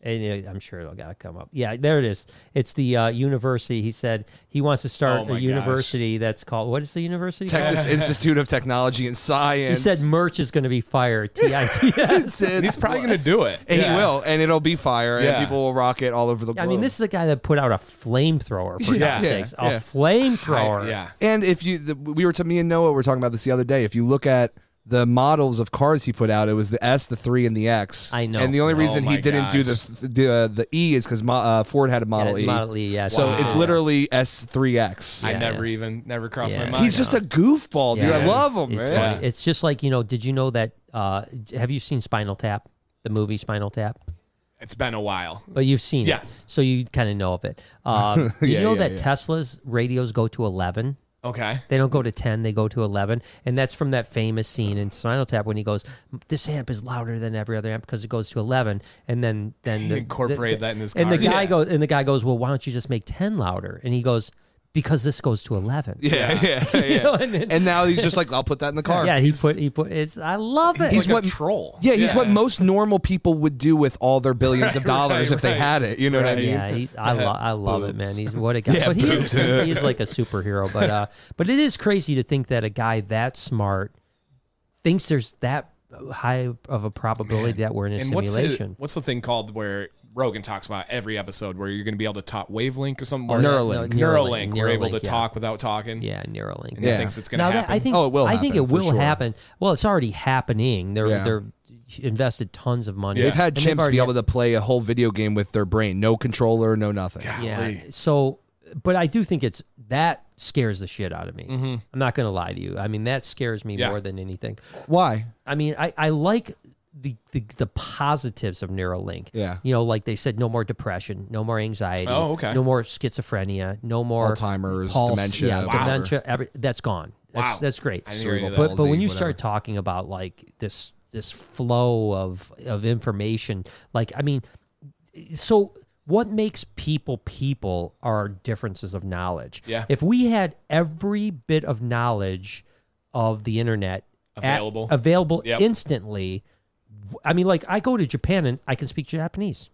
Speaker 1: And uh, I'm sure it'll gotta come up. Yeah, there it is. It's the uh, university. He said he wants to start
Speaker 3: Oh my
Speaker 1: a
Speaker 3: gosh.
Speaker 1: university that's called what is the university? called?
Speaker 3: *laughs*
Speaker 2: Texas Institute of Technology and
Speaker 1: He
Speaker 2: Science.
Speaker 1: said *laughs* merch is going to be fire. T I T
Speaker 3: *laughs*
Speaker 1: S.
Speaker 2: It's- it's-
Speaker 3: He's probably going to do it.
Speaker 2: And
Speaker 3: Yeah.
Speaker 2: he will, and it'll be fire,
Speaker 3: Yeah.
Speaker 2: and people will rock it all over the
Speaker 1: I
Speaker 2: globe.
Speaker 1: mean, this is a guy that put out a flamethrower for
Speaker 3: *laughs* Yeah.
Speaker 1: God's
Speaker 3: Yeah.
Speaker 1: sakes.
Speaker 2: Yeah.
Speaker 1: A flamethrower.
Speaker 3: Yeah.
Speaker 2: And if you, the, we were to me and Noah were talking about this the other day. If you look at the models of cars he put out, it was the S, the three, and the X.
Speaker 1: I know.
Speaker 2: And the only
Speaker 3: Oh
Speaker 2: reason he
Speaker 3: my
Speaker 2: didn't do
Speaker 3: gosh.
Speaker 2: the the, uh, the E is because uh, Ford had a Model
Speaker 1: Yeah,
Speaker 2: E.
Speaker 1: Model E, yeah.
Speaker 2: So
Speaker 1: Wow.
Speaker 2: it's literally S three X.
Speaker 3: I
Speaker 1: Yeah,
Speaker 3: never even, never crossed
Speaker 1: Yeah.
Speaker 3: my mind.
Speaker 2: He's just a goofball, dude.
Speaker 1: Yeah,
Speaker 2: I
Speaker 1: it's-
Speaker 2: love him,
Speaker 1: it's
Speaker 2: *laughs* man.
Speaker 1: funny. It's just like you know. Did you know that? Uh, d- have you seen Spinal Tap? The movie Spinal Tap,
Speaker 3: It's been a while.
Speaker 1: but you've seen
Speaker 3: Yes.
Speaker 1: it, so you kind of know of it. Um, do
Speaker 2: Yeah,
Speaker 1: you know
Speaker 2: yeah,
Speaker 1: that
Speaker 2: yeah.
Speaker 1: Tesla's radios go to eleven?
Speaker 3: Okay.
Speaker 1: They don't go to 10, they go to 11. And that's from that famous scene in Spinal Tap when he goes, This amp is louder than every other amp because it goes to 11. And then, then the, the-
Speaker 3: incorporated that in his
Speaker 1: And the
Speaker 3: car.
Speaker 1: guy
Speaker 3: Yeah.
Speaker 1: goes, and the guy goes, Well, why don't you just make 10 louder? And he goes, Because this goes to 11.
Speaker 2: *laughs* Yeah, yeah, yeah.
Speaker 1: You know what I mean?
Speaker 2: And now he's just like, I'll put that in the car.
Speaker 1: Yeah, he put, he put, it's, I love it.
Speaker 3: He's
Speaker 2: He's
Speaker 3: like
Speaker 2: what-
Speaker 3: a troll.
Speaker 2: Yeah, he's what most normal people would do with all their
Speaker 1: *laughs*
Speaker 2: billions of
Speaker 3: Right,
Speaker 2: dollars
Speaker 3: right,
Speaker 2: if they
Speaker 3: right.
Speaker 2: had it. You know what I mean?
Speaker 1: Oh, yeah, he's I, lo- I love it, man. He's what a guy.
Speaker 2: Yeah,
Speaker 1: but he is,
Speaker 2: boobs.
Speaker 1: he
Speaker 2: *laughs*
Speaker 1: is like a superhero. But uh, but it is crazy to think that a guy that smart thinks there's that high of a probability that we're in a
Speaker 3: And what's the,
Speaker 1: simulation.
Speaker 3: what's the thing called where Rogan talks about every episode where you're going to be able to talk wavelength or something?
Speaker 1: Oh,
Speaker 3: where-
Speaker 1: yeah,
Speaker 2: Neuralink.
Speaker 1: no,
Speaker 3: Neuralink. We're able
Speaker 1: Neuralink,
Speaker 3: to
Speaker 1: yeah.
Speaker 3: talk without talking.
Speaker 1: Yeah, Neuralink.
Speaker 3: And he
Speaker 2: Yeah.
Speaker 3: thinks it's going to
Speaker 1: Now
Speaker 3: happen.
Speaker 1: that, I think
Speaker 2: Oh, it will
Speaker 1: I think it
Speaker 2: happen, for
Speaker 1: will
Speaker 2: sure.
Speaker 1: happen. Well, it's already happening. They're
Speaker 2: Yeah.
Speaker 1: they're invested tons of money.
Speaker 3: They've
Speaker 2: They've had
Speaker 1: And they've
Speaker 2: chimps
Speaker 1: already
Speaker 2: be able to play a whole video game with their brain, no controller, no nothing.
Speaker 1: Yeah.
Speaker 3: Golly.
Speaker 1: So, but I do think it's that scares the shit out of me.
Speaker 2: Mm-hmm.
Speaker 1: I'm not going to lie to you. I mean, that scares me
Speaker 3: Yeah.
Speaker 1: more than anything. *laughs*
Speaker 2: Why?
Speaker 1: I mean, I, I like the, the the positives of Neuralink.
Speaker 2: Yeah.
Speaker 1: You know, like they said, no more depression, no more anxiety.
Speaker 3: Oh, okay.
Speaker 1: No more schizophrenia, no more
Speaker 2: Alzheimer's,
Speaker 1: pulse-
Speaker 2: dementia,
Speaker 1: Yeah,
Speaker 2: whatever.
Speaker 1: dementia. Every, that's gone. That's,
Speaker 3: Wow.
Speaker 1: that's great.
Speaker 3: I didn't hear any of
Speaker 2: Cerebral
Speaker 1: But
Speaker 3: that.
Speaker 1: but when
Speaker 2: palsy,
Speaker 1: you
Speaker 2: whatever.
Speaker 1: start talking about like this this flow of of information, like I mean, so what makes people people are differences of knowledge.
Speaker 3: Yeah.
Speaker 1: If we had every bit of knowledge of the internet at-
Speaker 3: Available.
Speaker 1: available
Speaker 3: Yep.
Speaker 1: instantly, w- I mean, like I go to Japan and I can speak Japanese.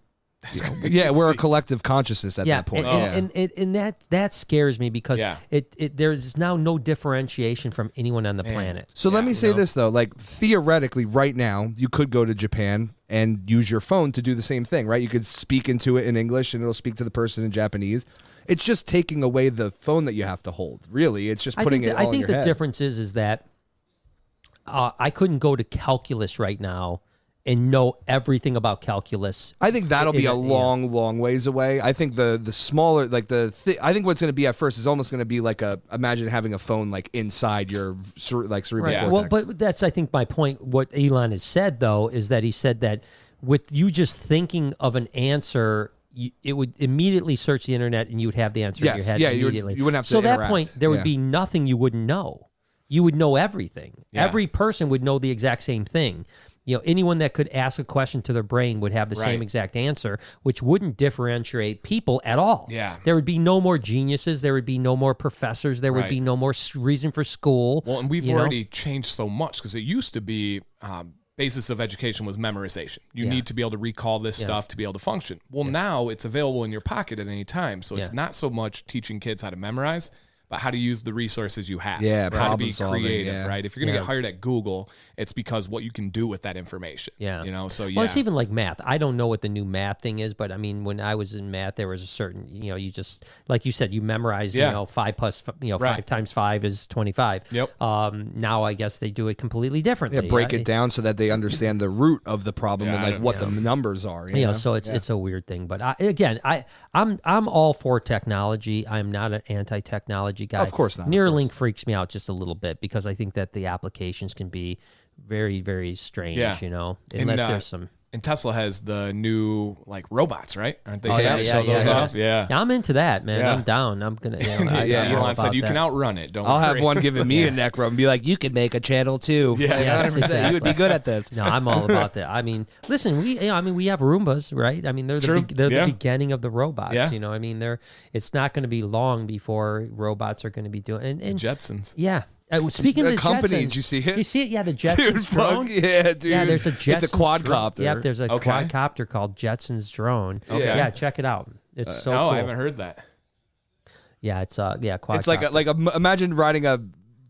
Speaker 2: Yeah, we're a collective consciousness at that point.
Speaker 1: And,
Speaker 2: yeah.
Speaker 1: and, and, and that that scares me because
Speaker 3: Oh, Yeah.
Speaker 1: it, it there's now no differentiation from anyone on the planet.
Speaker 2: so let me say this though, like theoretically right now, you could go to Japan and use your phone to do the same thing, right? You could speak into it in English and it'll speak to the person in Japanese. It's just taking away the phone that you have to hold. Really, it's just putting
Speaker 1: I think,
Speaker 2: it
Speaker 1: the-
Speaker 2: all
Speaker 1: I
Speaker 2: in
Speaker 1: think
Speaker 2: your
Speaker 1: the
Speaker 2: head.
Speaker 1: difference is is that uh, I couldn't go to calculus right now and know everything about calculus.
Speaker 2: I think that'll be
Speaker 1: Yeah,
Speaker 2: a
Speaker 1: yeah.
Speaker 2: long, long ways away. I think the the smaller, like the, th- I think what's going to be at first is almost going to be like a imagine having a phone like inside your cere- like cerebral
Speaker 3: Yeah.
Speaker 1: Well,
Speaker 2: cortex.
Speaker 1: but that's I think my point. What Elon has said though is that he said that with you just thinking of an answer. You, it would immediately search the internet, and you would have the answer in your
Speaker 2: Yes.
Speaker 1: head
Speaker 2: Yeah, you would-
Speaker 1: immediately.
Speaker 2: you wouldn't have to
Speaker 1: So at that
Speaker 2: interact.
Speaker 1: point, there would
Speaker 2: Yeah.
Speaker 1: be nothing you wouldn't know. You would know everything.
Speaker 3: Yeah.
Speaker 1: Every person would know the exact same thing. You know, anyone that could ask a question to their brain would have the same
Speaker 3: Right.
Speaker 1: exact answer, which wouldn't differentiate people at all.
Speaker 3: Yeah.
Speaker 1: there would be no more geniuses. There would be no more professors. There would
Speaker 3: Right.
Speaker 1: be no more s- reason for school.
Speaker 3: Well, and we've
Speaker 1: you know?
Speaker 3: already changed so much because it used to be um, basis of education was memorization. You
Speaker 1: Yeah.
Speaker 3: need to be able to recall this stuff to be able to function. Well, now it's available in your pocket at any time, so it's
Speaker 1: Yeah.
Speaker 3: not so much teaching kids how to memorize, but how to use the resources you have.
Speaker 2: Yeah,
Speaker 3: how to
Speaker 2: problem
Speaker 3: be
Speaker 2: solving,
Speaker 3: creative,
Speaker 2: yeah.
Speaker 3: right? If you're gonna
Speaker 1: Yeah.
Speaker 3: get hired at Google, it's because what you can do with that information.
Speaker 1: Yeah.
Speaker 3: you know. So yeah,
Speaker 1: Well, it's even like math. I don't know what the new math thing is, but I mean, when I was in math, there was a certain, you know, you just, like you said, you memorize,
Speaker 3: Yeah.
Speaker 1: you know, five plus, f- you know,
Speaker 3: Right.
Speaker 1: five times five is 25.
Speaker 3: Yep.
Speaker 1: Um, now I guess they do it completely differently.
Speaker 2: yeah, break
Speaker 1: I-
Speaker 2: it down so that they understand the root of the problem
Speaker 3: Yeah, I
Speaker 2: and like
Speaker 3: don't-
Speaker 2: what the numbers are. You
Speaker 1: You
Speaker 2: know?
Speaker 1: know, so it's it's a weird thing, but I, again, I I'm I'm all for technology. I'm not an anti-technology guy.
Speaker 2: Of course not, of
Speaker 1: Neuralink freaks me out just a little bit because I think that the applications can be very very strange.
Speaker 3: Yeah.
Speaker 1: You know,
Speaker 3: And,
Speaker 1: unless
Speaker 3: uh,
Speaker 1: there's some.
Speaker 3: And Tesla has the new like robots, right? Aren't they?
Speaker 1: Oh,
Speaker 3: starting to
Speaker 1: yeah,
Speaker 3: sell
Speaker 1: yeah,
Speaker 3: those
Speaker 1: yeah.
Speaker 3: off? Yeah.
Speaker 1: Yeah, I'm into that, man.
Speaker 3: Yeah.
Speaker 1: I'm down. I'm gonna. You
Speaker 2: *laughs*
Speaker 1: know, I,
Speaker 3: yeah,
Speaker 1: I'm all
Speaker 3: Elon said
Speaker 1: about
Speaker 3: you
Speaker 1: that.
Speaker 3: can outrun it. Don't.
Speaker 2: I'll have
Speaker 3: worry."
Speaker 2: one giving *laughs* me a neck rub and be like, "You could make a channel too.
Speaker 3: Yeah.
Speaker 1: Yes,
Speaker 2: 100%. You would be good at this."
Speaker 1: No, I'm all about that. I mean, listen, we, you know, I mean, we have Roombas, right? I mean, they're the,
Speaker 3: True.
Speaker 1: be- they're
Speaker 3: Yeah.
Speaker 1: the beginning of the robots.
Speaker 3: Yeah.
Speaker 1: You know, I mean, they're it's not going to be long before robots are going to be doing and, and
Speaker 3: Jetsons.
Speaker 1: yeah, Uh, speaking of
Speaker 2: A
Speaker 1: the
Speaker 2: company,
Speaker 1: Jetsons,
Speaker 2: did you see it?
Speaker 1: you see it? Yeah,
Speaker 2: *laughs*
Speaker 1: the Jetsons
Speaker 2: Dude, fuck,
Speaker 1: drone.
Speaker 2: *laughs* yeah, dude.
Speaker 1: Yeah, there's a
Speaker 2: It's
Speaker 1: Jetsons.
Speaker 2: a
Speaker 1: drone-
Speaker 2: quadcopter.
Speaker 1: Yep, there's a
Speaker 3: Okay.
Speaker 1: quadcopter called Jetsons drone. Okay. Yeah, check it out.
Speaker 2: Uh,
Speaker 1: It's so
Speaker 3: no,
Speaker 1: cool.
Speaker 3: I haven't heard that.
Speaker 1: Yeah, it's uh, yeah, quadcopter.
Speaker 2: It's like a, like a, imagine riding a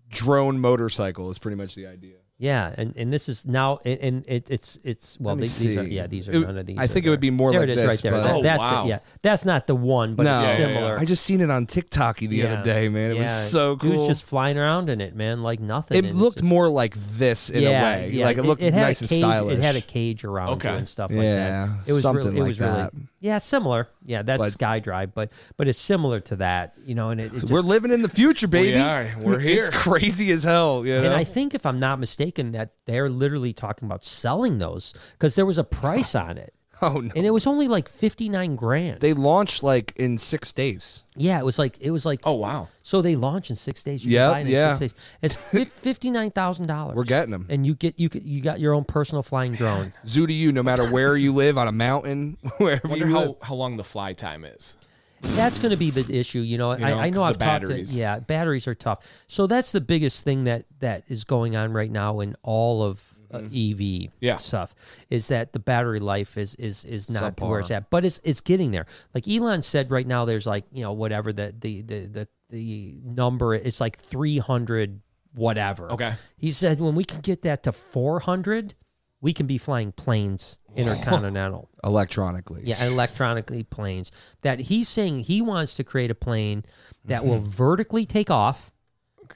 Speaker 2: drone motorcycle is pretty much the idea.
Speaker 1: yeah, and, and this is now and, and it, it's it's well
Speaker 2: Let me
Speaker 1: these, these are
Speaker 2: see.
Speaker 1: yeah these are
Speaker 2: It-
Speaker 1: none of these.
Speaker 2: I
Speaker 1: are
Speaker 2: think it would
Speaker 1: there.
Speaker 2: be more
Speaker 1: there
Speaker 2: like
Speaker 1: it is
Speaker 2: this,
Speaker 1: right there.
Speaker 2: but-
Speaker 1: That-
Speaker 3: Oh,
Speaker 1: that's
Speaker 3: wow.
Speaker 1: it. Yeah, that's not the one, but
Speaker 2: No.
Speaker 1: it's
Speaker 2: Yeah, yeah,
Speaker 1: similar.
Speaker 2: I just seen it on TikTok the
Speaker 1: Yeah.
Speaker 2: other day, man. It
Speaker 1: Yeah,
Speaker 2: was so cool.
Speaker 1: Dude's just flying around in it, man, like nothing.
Speaker 2: it
Speaker 1: and it's
Speaker 2: looked
Speaker 1: just-
Speaker 2: more like this in a way. like it looked
Speaker 1: had a
Speaker 2: nice and
Speaker 1: cage-
Speaker 2: stylish.
Speaker 1: It had a cage around
Speaker 3: Okay.
Speaker 1: it and stuff like
Speaker 2: Yeah,
Speaker 1: that. It was
Speaker 2: something
Speaker 1: really, it
Speaker 2: like
Speaker 1: was
Speaker 2: that.
Speaker 1: really yeah, similar. Yeah, that's
Speaker 2: But-
Speaker 1: SkyDrive, but but it's similar to that, you know. And it, it just,
Speaker 2: We're living in the future, baby.
Speaker 3: are.
Speaker 2: *laughs*
Speaker 3: We're
Speaker 2: It's
Speaker 3: here.
Speaker 2: crazy as hell. You
Speaker 1: And
Speaker 2: know?
Speaker 1: I think, if I'm not mistaken, that they're literally talking about selling those because there was a price on it,
Speaker 2: *laughs* oh no.
Speaker 1: and it was only like 59 grand.
Speaker 2: They launched like in six days.
Speaker 1: yeah, it was like it was like
Speaker 3: Oh wow.
Speaker 1: So they launch in six days. You
Speaker 2: Yep,
Speaker 1: can buy it in
Speaker 2: yeah.
Speaker 1: six days. It's *laughs* fifty nine thousand dollars.
Speaker 2: We're getting 'em.
Speaker 1: and you get you get, you got your own personal flying drone.
Speaker 2: Zoo to you, no matter where you live, on a mountain, *laughs* wherever
Speaker 3: I wonder
Speaker 2: you
Speaker 3: how,
Speaker 2: live.
Speaker 3: how long the fly time is.
Speaker 1: that's going to be the issue. You know,
Speaker 3: know,
Speaker 1: I, I know
Speaker 3: 'cause
Speaker 1: I've
Speaker 3: the
Speaker 1: talked to
Speaker 3: batteries.
Speaker 1: yeah, batteries are tough. So that's the biggest thing that that is going on right now in all of uh, EV
Speaker 3: Mm-hmm. Yeah.
Speaker 1: stuff is that the battery life is is is not where it's
Speaker 2: Subpar.
Speaker 1: at, but it's it's getting there. Like Elon said, right now there's like you know whatever the the the the, the number it's like three hundred whatever.
Speaker 3: Okay.
Speaker 1: he said when we can get that to four hundred, we can be flying
Speaker 3: *laughs*
Speaker 1: planes intercontinental.
Speaker 2: Electronically.
Speaker 1: Yeah, electronically planes. That he's saying he wants to create a plane that will vertically take off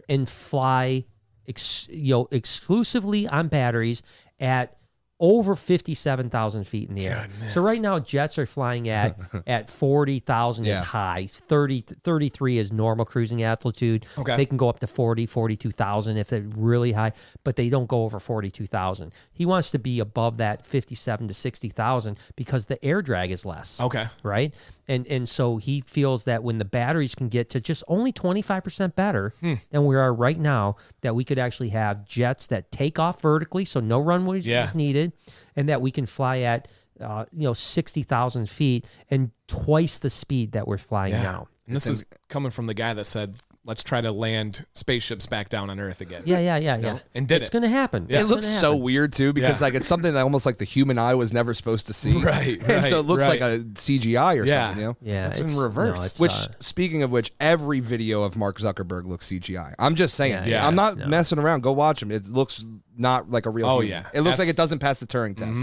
Speaker 1: and fly, ex, you know, exclusively on batteries at over fifty-seven thousand feet in the air. So right now, jets are flying at at forty thousand is
Speaker 2: Yeah.
Speaker 1: high. 30, 33 is normal cruising altitude.
Speaker 3: Okay.
Speaker 1: they can go up to 40, 42,000 if they're really high, but they don't go over forty-two thousand. He wants to be above that fifty-seven to sixty thousand because the air drag is less
Speaker 3: Okay.
Speaker 1: right? And and so he feels that when the batteries can get to just only 25% better
Speaker 3: Hmm.
Speaker 1: than we are right now, that we could actually have jets that take off vertically, so no runway
Speaker 3: Yeah.
Speaker 1: is needed, and that we can fly at uh, you know 60,000 feet and twice the speed that we're flying now.
Speaker 3: And this is coming from the guy that said, "Let's try to land spaceships back down on Earth again."
Speaker 1: Yeah, yeah, yeah, yeah.
Speaker 3: and did
Speaker 1: it's
Speaker 3: it.
Speaker 1: going to happen.
Speaker 2: It looks so weird too because
Speaker 3: Yeah.
Speaker 2: like it's something that almost like the human eye was never supposed to see.
Speaker 3: *laughs* Right,
Speaker 2: *laughs* and so it
Speaker 3: right,
Speaker 2: looks like
Speaker 3: right.
Speaker 2: a CGI or
Speaker 3: Yeah.
Speaker 2: something, you know?
Speaker 1: Yeah,
Speaker 3: That's in
Speaker 1: it's- no,
Speaker 3: reverse.
Speaker 1: it's,
Speaker 2: Which,
Speaker 1: uh,
Speaker 2: speaking of which, every video of Mark Zuckerberg looks CGI. I'm just saying.
Speaker 1: Yeah,
Speaker 3: yeah,
Speaker 2: I'm not
Speaker 1: no.
Speaker 2: messing around. Go watch him. It looks not like a real.
Speaker 3: Oh,
Speaker 2: human.
Speaker 3: yeah.
Speaker 2: It looks like
Speaker 3: That's- Mm-hmm.
Speaker 2: it doesn't pass the Turing test.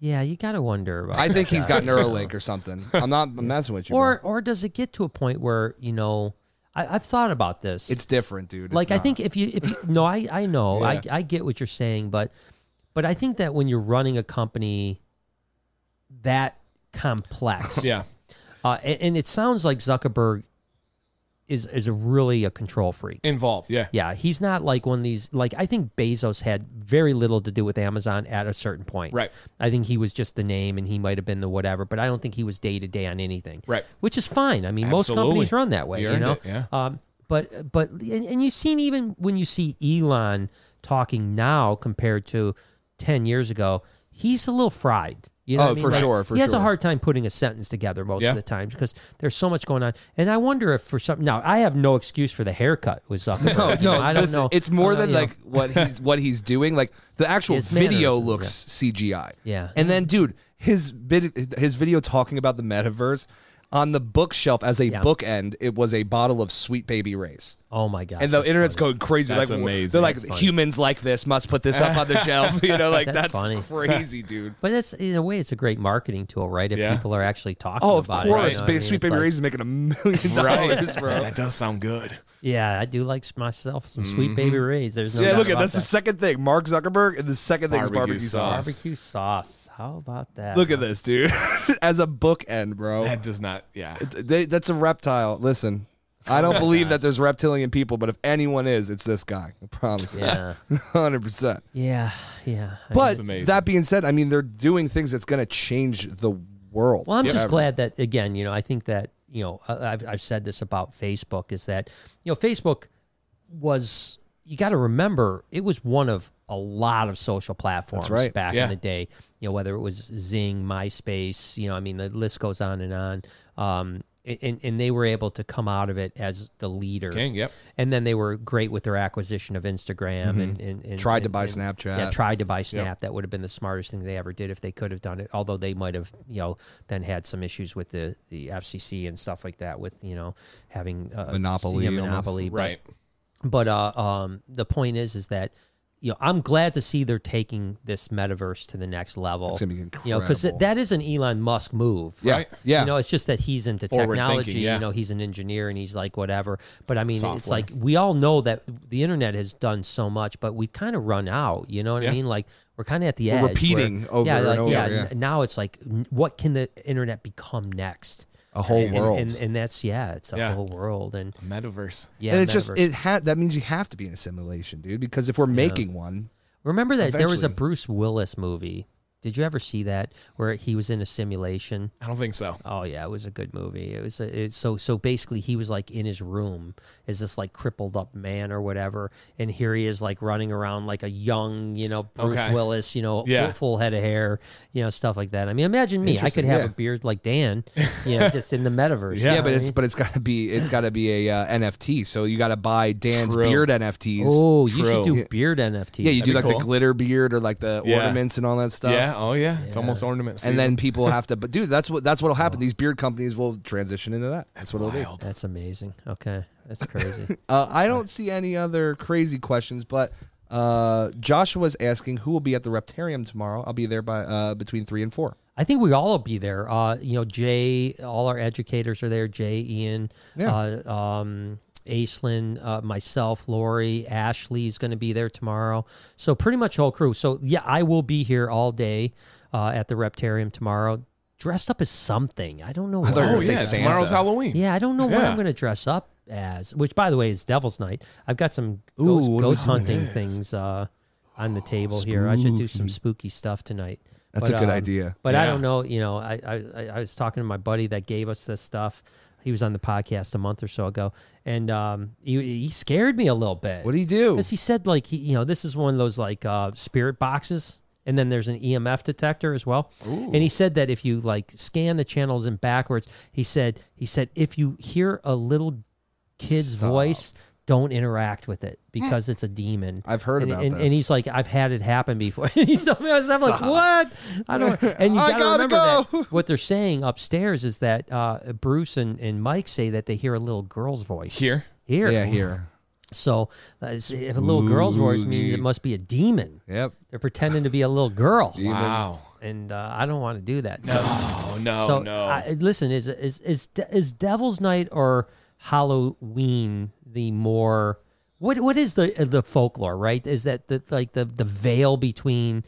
Speaker 1: yeah, you got to wonder about
Speaker 2: I think
Speaker 1: that
Speaker 3: *laughs*
Speaker 2: he's
Speaker 1: guy.
Speaker 2: got Neuralink or something. I'm not messing with you.
Speaker 1: or
Speaker 2: Or
Speaker 1: or does it get to a point where, you know, I, I've thought about this.
Speaker 2: it's different, dude. It's
Speaker 1: like I
Speaker 2: not.
Speaker 1: think if you if you *laughs* no I I know I I get what you're saying but but I think that when you're running a company that complex
Speaker 3: *laughs* Yeah.
Speaker 1: uh, and, and it sounds like Zuckerberg is is really a control freak
Speaker 3: Involved. Yeah.
Speaker 1: yeah he's not like one of these like I think Bezos had very little to do with Amazon at a certain point
Speaker 3: *laughs* Right.
Speaker 1: I think he was just the name and he might have been the whatever but I don't think he was day to day on anything
Speaker 3: Right.
Speaker 1: which is fine I mean most
Speaker 3: Absolutely.
Speaker 1: companies run that way
Speaker 3: You
Speaker 1: you
Speaker 3: earned
Speaker 1: know
Speaker 3: it, yeah.
Speaker 1: um, but but and, and you've seen even when you see Elon talking now compared to ten years ago, he's a little fried. You know
Speaker 2: Oh,
Speaker 1: what I mean?
Speaker 2: for sure, for
Speaker 1: he has a
Speaker 2: sure.
Speaker 1: hard time putting a sentence together most
Speaker 3: Yeah.
Speaker 1: of the time because there's so much going on. And I wonder if for some now I have no excuse for the haircut with Zuckerberg.
Speaker 2: *laughs* No,
Speaker 1: you
Speaker 2: no,
Speaker 1: know, I don't
Speaker 2: listen,
Speaker 1: know.
Speaker 2: It's more
Speaker 1: I'm not, you
Speaker 2: than
Speaker 1: know.
Speaker 2: like
Speaker 1: *laughs*
Speaker 2: what he's what he's doing. Like the actual
Speaker 1: His
Speaker 2: video
Speaker 1: mannerisms,
Speaker 2: looks CGI.
Speaker 1: Yeah.
Speaker 2: And then, dude, his vid- his video talking about the metaverse on the bookshelf as a bookend, it was a bottle of Sweet Baby Ray's.
Speaker 1: oh my god.
Speaker 2: And the internet's going crazy.
Speaker 3: That's
Speaker 2: like
Speaker 3: amazing.
Speaker 2: They're like
Speaker 3: That's
Speaker 2: humans like this must put this up on the
Speaker 1: *laughs*
Speaker 2: shelf. You know, like
Speaker 1: That's
Speaker 2: that's,
Speaker 1: funny. *laughs*
Speaker 2: crazy, dude.
Speaker 1: but that's in a way it's a great marketing tool, right? If
Speaker 3: Yeah.
Speaker 1: people are actually talking
Speaker 2: Oh, of
Speaker 1: about
Speaker 2: course,
Speaker 1: it.
Speaker 2: Ba- Sweet Baby Ray's is making a
Speaker 3: *laughs*
Speaker 2: million *laughs* dollars, bro.
Speaker 3: That does sound good.
Speaker 1: Yeah, I do like myself some sweet baby rays. There's no
Speaker 2: Mm-hmm. yeah,
Speaker 1: doubt
Speaker 2: look at
Speaker 1: about
Speaker 2: that's
Speaker 1: that.
Speaker 2: the second thing. Mark Zuckerberg, and the second thing is
Speaker 3: Barbecue
Speaker 2: barbecue sauce.
Speaker 3: sauce.
Speaker 1: Barbecue sauce. How about that?
Speaker 2: Look at this, dude. *laughs* As a bookend, bro.
Speaker 3: That does not. Yeah.
Speaker 2: They, that's a reptile. Listen, I don't believe that there's reptilian people, but if anyone is, it's this guy. I promise *laughs* you.
Speaker 1: Yeah.
Speaker 2: 100%.
Speaker 1: yeah. Yeah. I
Speaker 2: But
Speaker 3: amazing.
Speaker 2: that being said, I mean, they're doing things that's going to change the world.
Speaker 1: Well, I'm just
Speaker 2: forever.
Speaker 1: glad that again, you know, I think that you know, I- I've I've said this about Facebook is that you know, Facebook was you got to remember it was one of a lot of social platforms
Speaker 2: right.
Speaker 1: back
Speaker 3: Yeah.
Speaker 1: in the day. You know, whether it was Zing, MySpace, you know, I mean, the list goes on and on. Um, and, and they were able to come out of it as the leader.
Speaker 3: King, yep.
Speaker 1: And then they were great with their acquisition of Instagram and, and, and
Speaker 2: Mm-hmm. Tried to
Speaker 1: and-
Speaker 2: buy
Speaker 1: and-
Speaker 2: Snapchat.
Speaker 1: Yeah, tried to buy Snap. That would have been the smartest thing they ever did if they could have done it. Although they might have, you know, then had some issues with the the FCC and stuff like that with you know having uh,
Speaker 2: Monopoly
Speaker 1: yeah,
Speaker 2: almost.
Speaker 1: monopoly, but-
Speaker 3: Right.
Speaker 1: but uh, um, the point is, is that you know I'm glad to see they're taking this metaverse to the next level.
Speaker 2: It's gonna be
Speaker 1: You know, because
Speaker 2: incredible.
Speaker 1: that is an Elon Musk move.
Speaker 2: Yeah,
Speaker 3: Right.
Speaker 2: yeah.
Speaker 1: You know, it's just that he's into
Speaker 3: Forward
Speaker 1: technology.
Speaker 3: thinking, yeah.
Speaker 1: You know, he's an engineer and he's like whatever. But I mean, it's
Speaker 3: Software.
Speaker 1: like we all know that the internet has done so much, but we've kind of run out. You know what
Speaker 3: Yeah.
Speaker 1: I mean? Like we're kind of at the edge. where-
Speaker 2: repeating over
Speaker 1: yeah,
Speaker 2: and
Speaker 1: like,
Speaker 2: over,
Speaker 1: Yeah,
Speaker 2: yeah.
Speaker 1: n- Now it's like, n- what can the internet become next?
Speaker 2: A whole
Speaker 1: And-
Speaker 2: world.
Speaker 1: and, and, that's yeah, it's a
Speaker 3: Yeah.
Speaker 1: whole world, and
Speaker 3: Metaverse.
Speaker 1: yeah,
Speaker 2: and it's just
Speaker 1: metaverse.
Speaker 2: it ha- that means you have to be in a simulation, dude. Because if we're making one,
Speaker 1: Remember that there was a
Speaker 2: Eventually.
Speaker 1: Bruce Willis movie. Did you ever see that where he was in a simulation?
Speaker 3: I don't think so.
Speaker 1: Oh yeah, it was a good movie. It was a, it, so so basically he was like in his room as this like crippled up man or whatever, and here he is like running around like a young you know Bruce
Speaker 3: Okay.
Speaker 1: Willis, you know
Speaker 3: Yeah.
Speaker 1: full, full head of hair, you know stuff like that. I mean, imagine me, I could
Speaker 2: Interesting,
Speaker 1: have
Speaker 2: yeah.
Speaker 1: a beard like Dan,
Speaker 2: *laughs*
Speaker 1: you know, just in the metaverse.
Speaker 3: Yeah,
Speaker 1: you
Speaker 2: yeah,
Speaker 1: know
Speaker 2: but
Speaker 1: what I
Speaker 2: it's
Speaker 1: mean?
Speaker 2: but it's gotta be it's gotta be a uh, NFT. So you gotta buy Dan's
Speaker 3: True.
Speaker 2: beard NFTs.
Speaker 1: oh, you should
Speaker 3: True.
Speaker 1: do beard NFTs.
Speaker 2: yeah, you do
Speaker 3: be
Speaker 2: like
Speaker 3: cool.
Speaker 2: the glitter beard or like the
Speaker 3: Yeah.
Speaker 2: ornaments and all that stuff.
Speaker 3: Yeah. Oh yeah. It's almost ornament.
Speaker 2: And
Speaker 3: season.
Speaker 2: then people have to, but dude, that's what that's what'll *laughs* happen. These beard companies will transition into that. That's what'll be.
Speaker 3: Wild.
Speaker 1: that's amazing. Okay, that's
Speaker 2: *laughs*
Speaker 1: crazy.
Speaker 2: Uh, I don't see any other crazy questions, but uh, Joshua's asking who will be at the Reptarium tomorrow. I'll be there by uh, between three and four.
Speaker 1: I think we all will be there. Uh, you know, Jay, all our educators are there. Jay, Ian, uh, um, Aislinn, uh, myself, Lori, Ashley's going to be there tomorrow. So pretty much whole crew. So yeah, I will be here all day uh, at the Reptarium tomorrow, dressed up as something. I don't know.
Speaker 2: thought you were
Speaker 1: what.
Speaker 2: gonna
Speaker 3: Oh
Speaker 2: say
Speaker 3: yeah.
Speaker 2: Santa.
Speaker 3: Tomorrow's Halloween.
Speaker 1: Yeah, I don't know what
Speaker 3: Yeah.
Speaker 1: I'm going to dress up as. Which, by the way, is Devil's Night. I've got some
Speaker 2: Ooh,
Speaker 1: ghost,
Speaker 2: what do we
Speaker 1: ghost
Speaker 2: see what it
Speaker 1: hunting things uh, on the table here. I should do some spooky stuff tonight.
Speaker 2: That's a good idea.
Speaker 1: But um, I
Speaker 3: Yeah.
Speaker 1: don't know. You know, I, I I- I was talking to my buddy that gave us this stuff. He was on the podcast a month or so ago, and um, he, he scared me a little bit.
Speaker 2: What do you do?
Speaker 1: Because he said like he, you know, this is one of those like uh, spirit boxes, and then there's an EMF detector as well. And he said that if you like scan the channels in backwards, he said he said if you hear a little kid's voice, don't interact with it because it's a demon.
Speaker 2: Hmm. I've heard
Speaker 1: and,
Speaker 2: about
Speaker 1: and,
Speaker 2: this.
Speaker 1: And he's like, I've had it happen before. *laughs* and he's telling me, I'm like, what? I don't.
Speaker 2: *laughs*
Speaker 1: And you
Speaker 2: I
Speaker 1: gotta,
Speaker 2: gotta
Speaker 1: remember
Speaker 2: go. *laughs*
Speaker 1: that what they're saying upstairs is that uh, Bruce and, and Mike say that they hear a little girl's voice
Speaker 3: Here.
Speaker 1: Here,
Speaker 2: yeah, here.
Speaker 1: so uh, it's- if a little girl's voice means it must be a demon.
Speaker 2: Yep.
Speaker 1: They're pretending to be a little girl,
Speaker 3: Wow.
Speaker 1: and uh, I don't want to do that. So,
Speaker 3: Oh *laughs* no.
Speaker 1: so
Speaker 3: no.
Speaker 1: I, listen, is is is De- is Devil's Night or Halloween the more? What what is the uh, the folklore? Right, is that the like the the veil between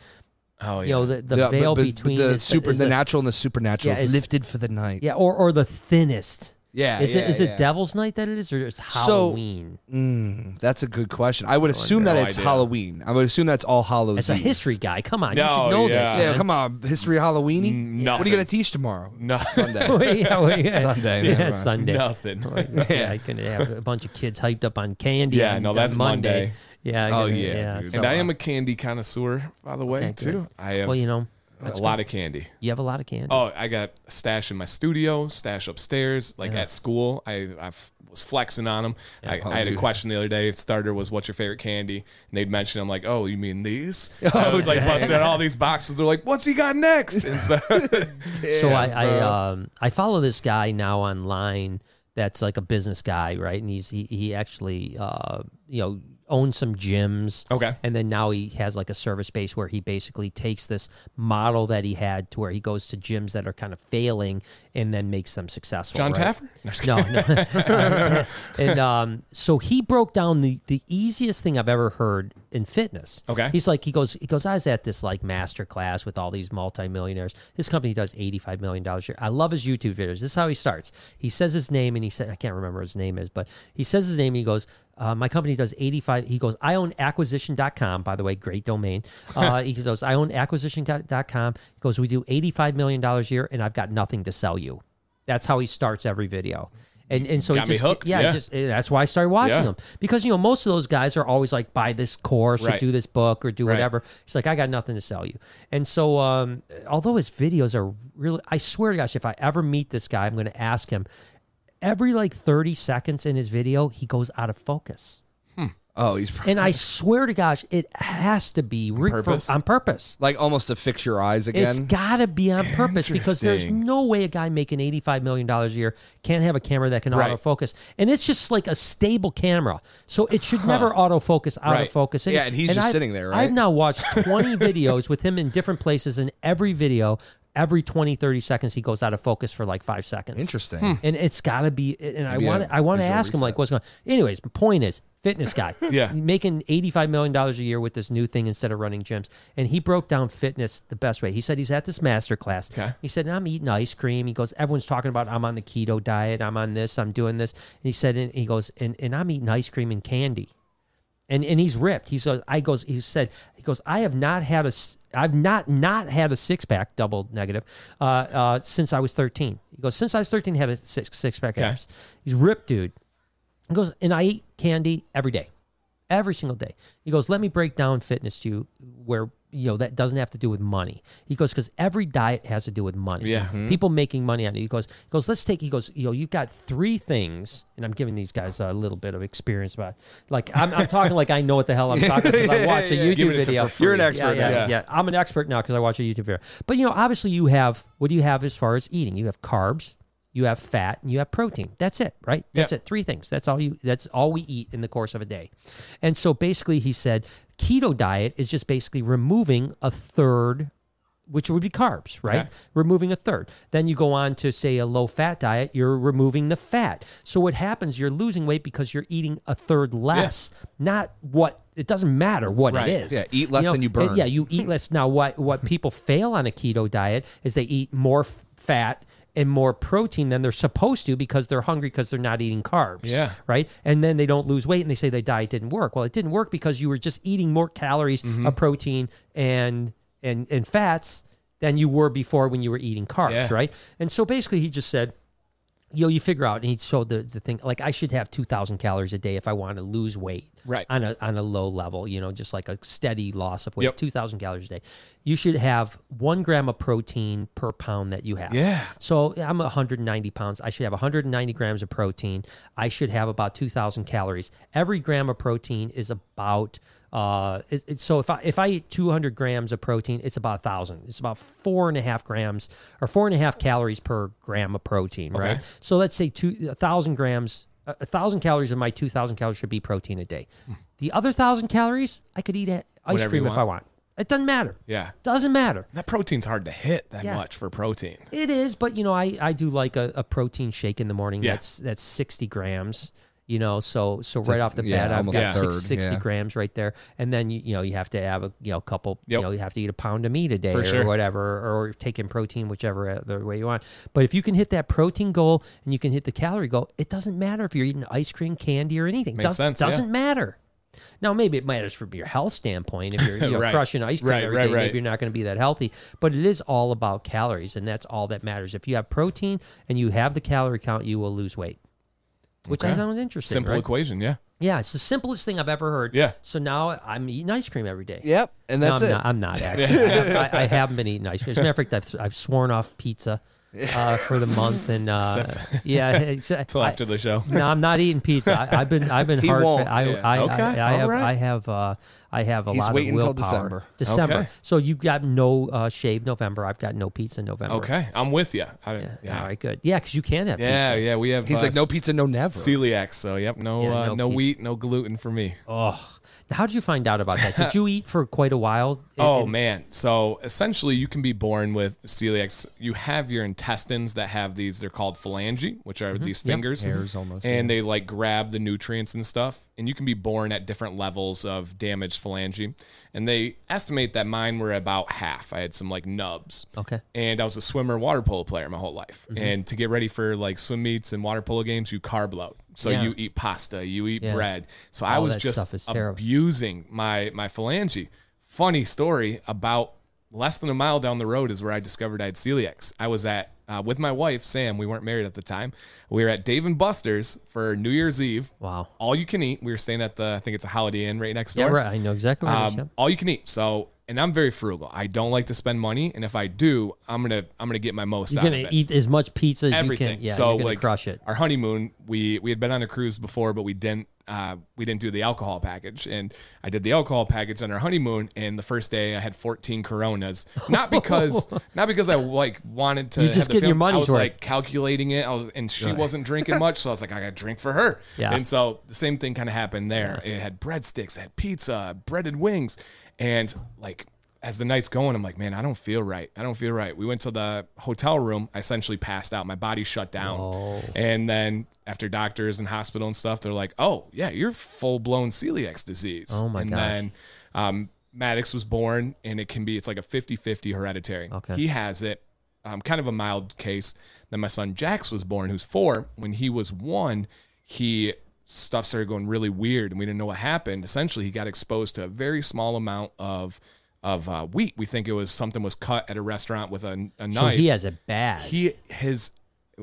Speaker 3: oh
Speaker 1: *laughs*
Speaker 3: yeah.
Speaker 1: you know the, the
Speaker 2: Yeah, but-
Speaker 1: veil
Speaker 2: but- but
Speaker 1: between
Speaker 2: the
Speaker 1: is
Speaker 2: super,
Speaker 1: is
Speaker 2: the, natural and the supernatural
Speaker 1: Yeah,
Speaker 2: is
Speaker 1: it's-
Speaker 2: lifted for the night.
Speaker 1: yeah, or or the thinnest.
Speaker 2: Yeah,
Speaker 1: is
Speaker 2: yeah,
Speaker 1: it is
Speaker 2: yeah.
Speaker 1: it Devil's Night that it is, or is Halloween?
Speaker 2: Mm, that's a good question. I would assume that
Speaker 3: No
Speaker 2: it's
Speaker 3: idea.
Speaker 2: Halloween. I would assume that's all Hallows.
Speaker 1: As a
Speaker 2: Eve.
Speaker 1: history guy, come on, you
Speaker 3: No,
Speaker 1: should know
Speaker 3: yeah.
Speaker 1: this.
Speaker 2: mm-hmm. Yeah,
Speaker 1: man.
Speaker 2: come on, history of Halloween.
Speaker 3: Mm,
Speaker 2: what are you
Speaker 3: nothing.
Speaker 2: gonna teach tomorrow?
Speaker 3: no. *laughs*
Speaker 2: Sunday.
Speaker 1: yeah, *laughs* well, yeah.
Speaker 2: Sunday,
Speaker 1: Yeah,
Speaker 2: never
Speaker 1: it's
Speaker 2: mind.
Speaker 1: Sunday.
Speaker 3: Nothing.
Speaker 1: yeah, I can have a bunch of kids hyped up on candy.
Speaker 3: Yeah,
Speaker 1: on,
Speaker 3: no,
Speaker 1: on
Speaker 3: that's
Speaker 1: Monday.
Speaker 3: Monday.
Speaker 1: Yeah. I
Speaker 2: Oh,
Speaker 1: can-
Speaker 2: yeah, dude.
Speaker 1: so,
Speaker 3: And I am
Speaker 1: uh,
Speaker 3: a candy connoisseur, by the way,
Speaker 1: Okay, good.
Speaker 3: too. I have
Speaker 1: well, you know,
Speaker 3: a lot of candy.
Speaker 1: you have a lot of candy.
Speaker 3: Oh, I got a stash in my studio, stash upstairs, like at school. I, I f- was flexing on them. I, I had
Speaker 2: dude.
Speaker 3: a question the other day. Starter was, "What's your favorite candy?" And they'd mention, "I'm like, oh, you mean these?" I was like busting out all these boxes. They're like, "What's he got next?" And so, *laughs*
Speaker 1: so I, I um I follow this guy now online that's like a business guy, right? And he's he he actually uh you know owns some gyms.
Speaker 3: Okay.
Speaker 1: And then now he has like a service base where he basically takes this model that he had to where he goes to gyms that are kind of failing and then makes them successful.
Speaker 3: John
Speaker 1: right?
Speaker 3: Taffer. No,
Speaker 1: No,
Speaker 3: *laughs*
Speaker 1: no. and um, so he broke down the, the easiest thing I've ever heard in fitness.
Speaker 3: Okay.
Speaker 1: He's like, he goes, he goes, I was at this like master class with all these multimillionaires. His company does $85 million a year. I love his YouTube videos. This is how he starts. He says his name and he said, I can't remember what his name is, but he says his name and he goes, uh, my company does 85. He goes, I own acquisition.com, by the way, great domain. Uh, he goes, I own acquisition.com. He goes, we do $85 million a year and I've got nothing to sell you. That's how he starts every video. And and so he
Speaker 3: Got me
Speaker 1: just
Speaker 3: hooked,
Speaker 1: yeah, he
Speaker 3: yeah.
Speaker 1: just eh, that's why I started watching
Speaker 3: Yeah.
Speaker 1: them because you know most of those guys are always like buy this course or
Speaker 3: Right.
Speaker 1: do this book or do
Speaker 3: Right.
Speaker 1: whatever. He's like I got nothing to sell you. And so um although his videos are really I swear to gosh if I ever meet this guy I'm going to ask him every like 30 seconds in his video, he goes out of focus.
Speaker 2: Oh, he's probably,
Speaker 1: And
Speaker 3: *laughs*
Speaker 1: I swear to gosh, it has to be re- for-
Speaker 3: purpose?
Speaker 1: on purpose.
Speaker 2: like almost to fix your eyes again.
Speaker 1: It's got to be on purpose because there's
Speaker 3: Interesting.
Speaker 1: no way a guy making $85 million a year can't have a camera that can
Speaker 3: Right.
Speaker 1: autofocus. And it's just like a stable camera. So it should never autofocus out
Speaker 3: Right.
Speaker 1: of focus.
Speaker 2: Yeah, and he's just
Speaker 1: I've-
Speaker 2: sitting there, right?
Speaker 1: I've now
Speaker 2: *laughs*
Speaker 1: watched 20 videos with him in different places, and every video, every 20, 30 seconds, he goes out of focus for like five seconds.
Speaker 2: Interesting.
Speaker 1: And it's got to be. And I
Speaker 2: Maybe a
Speaker 1: want. I want to
Speaker 2: visual
Speaker 1: ask him like, what's going? on? Anyways, my point is, fitness guy.
Speaker 3: *laughs* Yeah.
Speaker 1: Making eighty-five million dollars a year with this new thing instead of running gyms, and he broke down fitness the best way. He said he's at this master class.
Speaker 3: Okay.
Speaker 1: He said, "I'm eating ice cream." He goes, "Everyone's talking about I'm on the keto diet. I'm on this. I'm doing this." And he said, and he goes, and, and I'm eating ice cream and candy." and and he's ripped. He says, I goes, he said, he goes, I have not had a, s- I've not not had a six pack, double negative, uh, uh, since I was thirteen. He goes, since I was thirteen, had a six six pack
Speaker 3: Okay.
Speaker 1: abs. He's ripped, dude. He goes, and I eat candy every day, every single day. He goes, let me break down fitness to you where you know that doesn't have to do with money. He goes, because every diet has to do with money.
Speaker 3: Yeah. hmm.
Speaker 1: people making money on it. He goes, he goes, let's take. He goes, you know, you've got three things, and I'm giving these guys a little bit of experience about. Like I'm, I'm talking like I know what the hell
Speaker 3: *laughs*
Speaker 1: I'm talking because I watched a
Speaker 3: yeah, yeah.
Speaker 1: YouTube
Speaker 3: Giving it to
Speaker 1: video.
Speaker 3: for free. You're an
Speaker 2: expert
Speaker 1: yeah, yeah,
Speaker 3: now.
Speaker 1: yeah. I'm an expert now because I watch a YouTube video. But you know, obviously, you have what do you have as far as eating? You have carbs, you have fat, and you have protein. That's it, right? That's
Speaker 3: Yeah.
Speaker 1: it. Three things. That's all you. That's all we eat in the course of a day. And so basically, he said keto diet is just basically removing a third. Which would be carbs, right?
Speaker 3: Okay.
Speaker 1: Removing a third. Then you go on to say a low fat diet, you're removing the fat. So what happens, you're losing weight because you're eating a third less, not what, it doesn't matter what
Speaker 3: Right.
Speaker 1: it is.
Speaker 2: Yeah, eat less than you
Speaker 1: and
Speaker 2: burn.
Speaker 1: Yeah, you
Speaker 3: *laughs*
Speaker 1: eat less. Now, what what people fail on a keto diet is they eat more f- fat and more protein than they're supposed to because they're hungry because they're not eating carbs.
Speaker 3: Yeah.
Speaker 1: Right. And then they don't lose weight and they say their diet didn't work. Well, it didn't work because you were just eating more calories
Speaker 3: Mm-hmm.
Speaker 1: of protein and and and fats than you were before when you were eating carbs.
Speaker 3: Yeah.
Speaker 1: Right. And so basically, he just said yo, you figure out, and he showed the, the thing like I should have two thousand calories a day if I want to lose weight,
Speaker 3: Right.
Speaker 1: On a on a low level, you know, just like a steady loss of weight,
Speaker 3: Yep.
Speaker 1: two thousand calories a day. You should have one gram of protein per pound that you have.
Speaker 3: Yeah.
Speaker 1: So I'm 190 pounds. I should have 190 grams of protein. I should have about 2,000 calories. Every gram of protein is about. Uh, it, it- so if I if I eat 200 grams of protein, it's about a thousand. It's about four and a half grams or four and a half calories per gram of protein, right? So let's say two a thousand grams, a a thousand calories of my 2,000 calories should be protein a day. The other thousand calories, I could eat a- ice
Speaker 3: Hmm. Whatever you
Speaker 1: cream if
Speaker 3: want.
Speaker 1: I want. It doesn't matter.
Speaker 3: Yeah.
Speaker 1: Doesn't matter.
Speaker 3: That protein's hard to hit that
Speaker 1: Yeah.
Speaker 3: much for protein.
Speaker 1: It is, but you know, I, I do like a, a protein shake in the morning.
Speaker 3: Yeah.
Speaker 1: That's that's sixty grams. You know, so so right off the
Speaker 2: yeah,
Speaker 1: bat, I've
Speaker 2: almost
Speaker 1: got
Speaker 2: a
Speaker 1: six,
Speaker 2: third,
Speaker 1: 60
Speaker 2: yeah.
Speaker 1: grams right there, and then you, you know you have to have a you know couple you
Speaker 3: Yep.
Speaker 1: know you have to eat a pound of meat a day
Speaker 3: For
Speaker 1: or
Speaker 3: sure.
Speaker 1: whatever, or take in protein whichever other way you want. But if you can hit that protein goal and you can hit the calorie goal, it doesn't matter if you're eating ice cream, candy, or anything.
Speaker 3: Makes
Speaker 1: Does-
Speaker 3: sense, yeah.
Speaker 1: Doesn't matter. Now maybe it matters from your health standpoint if
Speaker 3: *laughs*
Speaker 1: you're you know,
Speaker 3: Right.
Speaker 1: crushing ice cream
Speaker 3: Right,
Speaker 1: every day.
Speaker 3: right,
Speaker 1: Maybe
Speaker 3: right.
Speaker 1: you're not going to be that healthy. But it is all about calories, and that's all that matters. If you have protein and you have the calorie count, you will lose weight, which I
Speaker 3: Okay.
Speaker 1: sound interesting.
Speaker 3: Simple
Speaker 1: right?
Speaker 3: equation. Yeah.
Speaker 1: yeah, it's the simplest thing I've ever heard.
Speaker 3: Yeah.
Speaker 1: So now I'm eating ice cream every day.
Speaker 2: Yep, and that's
Speaker 1: no, I'm
Speaker 2: it.
Speaker 1: Not, I'm
Speaker 3: *laughs*
Speaker 1: not actually. I, I haven't been eating ice cream. As a matter of fact, I've, I've sworn off pizza uh, for the month, and
Speaker 3: *laughs*
Speaker 1: uh, yeah, exactly.
Speaker 3: Till after the show.
Speaker 1: No, I'm not eating pizza. I, I've been
Speaker 2: *laughs*
Speaker 1: I've been hard.
Speaker 2: won't,
Speaker 1: I,
Speaker 2: yeah.
Speaker 1: I, I,
Speaker 3: Okay,
Speaker 1: I, have
Speaker 3: alright.
Speaker 1: I have uh, I have a
Speaker 2: He's
Speaker 1: lot
Speaker 2: waiting
Speaker 1: of
Speaker 2: till
Speaker 1: willpower.
Speaker 2: December.
Speaker 1: December.
Speaker 3: Okay.
Speaker 1: So you've got no uh, shave November. I've got no pizza November.
Speaker 3: Okay. I'm with you. I, yeah.
Speaker 1: All
Speaker 3: Yeah.
Speaker 1: right. Good. Yeah, because you can have
Speaker 3: Yeah,
Speaker 1: pizza.
Speaker 3: We have.
Speaker 2: He's
Speaker 3: uh,
Speaker 2: like, no pizza, no never.
Speaker 3: Celiac. So yep. No.
Speaker 1: Yeah,
Speaker 3: uh,
Speaker 1: no
Speaker 3: no
Speaker 1: pizza.
Speaker 3: wheat. No gluten for me.
Speaker 1: Oh, how did you find out about that? Did you eat for quite a while? It-
Speaker 3: *laughs* Oh
Speaker 1: it-
Speaker 3: man! So essentially, you can be born with celiac. You have your intestines that have these. They're called phalange, which are
Speaker 1: Mm-hmm.
Speaker 3: these fingers,
Speaker 2: Hairs almost,
Speaker 3: and they like grab the nutrients and stuff. And you can be born at different levels of damaged phalange. And they estimate that mine were about half. I had some like nubs.
Speaker 1: Okay. Mm-hmm.
Speaker 3: And I was a swimmer, water polo player my whole life. And to get ready for like swim meets and water polo games, you carb load. So
Speaker 1: Yeah.
Speaker 3: you eat pasta, you eat
Speaker 1: Yeah.
Speaker 3: bread. So I
Speaker 1: All
Speaker 3: was
Speaker 1: that
Speaker 3: just
Speaker 1: stuff is terrible.
Speaker 3: abusing my my phalange. Funny story about less than a mile down the road is where I discovered I had celiacs. I was at uh, with my wife Sam. We weren't married at the time. We were at Dave and Buster's for New Year's Eve.
Speaker 1: Wow.
Speaker 3: All you can eat. We were staying at the I think it's a Holiday Inn right next
Speaker 1: Yeah,
Speaker 3: door.
Speaker 1: right. I know exactly where it is.
Speaker 3: Um, all you can eat. So, and I'm very frugal. I don't like to spend money, and if I do, I'm gonna I'm gonna get my most.
Speaker 1: You're
Speaker 3: out
Speaker 1: gonna
Speaker 3: of it
Speaker 1: eat as much pizza as
Speaker 3: everything.
Speaker 1: you can. Yeah,
Speaker 3: so
Speaker 1: you're gonna
Speaker 3: like
Speaker 1: crush it.
Speaker 3: Our honeymoon, we we had been on a cruise before, but we didn't uh, we didn't do the alcohol package. And I did the alcohol package on our honeymoon, and the first day I had 14 Coronas.
Speaker 1: *laughs*
Speaker 3: Not because not because I like wanted to.
Speaker 1: You're just
Speaker 3: have the
Speaker 1: getting your
Speaker 3: fam- I
Speaker 1: money's
Speaker 3: was
Speaker 1: worth.
Speaker 3: like calculating it. I was, and she wasn't drinking much, so I was like, I got to drink for her.
Speaker 1: Yeah.
Speaker 3: And so the same thing kind of happened there. It had breadsticks, it had pizza, breaded wings, and like as the night's going, I'm like, man, I don't feel right. I don't feel right. We went to the hotel room. I essentially passed out. My body shut down.
Speaker 1: Oh.
Speaker 3: And then after doctors and hospital and stuff, they're like, oh, yeah, you're full blown celiac disease.
Speaker 1: Oh, my
Speaker 3: and
Speaker 1: gosh.
Speaker 3: then um, Maddox was born, and it can be, it's like a 50 50 hereditary.
Speaker 1: Okay.
Speaker 3: He has it, um, kind of a mild case. Then my son Jax was born, who's four. When he was one, he stuff started going really weird, and we didn't know what happened. Essentially, he got exposed to a very small amount of of uh, wheat. We think it was something was cut at a restaurant with a, a
Speaker 1: So
Speaker 3: knife.
Speaker 1: he has it bad.
Speaker 3: he his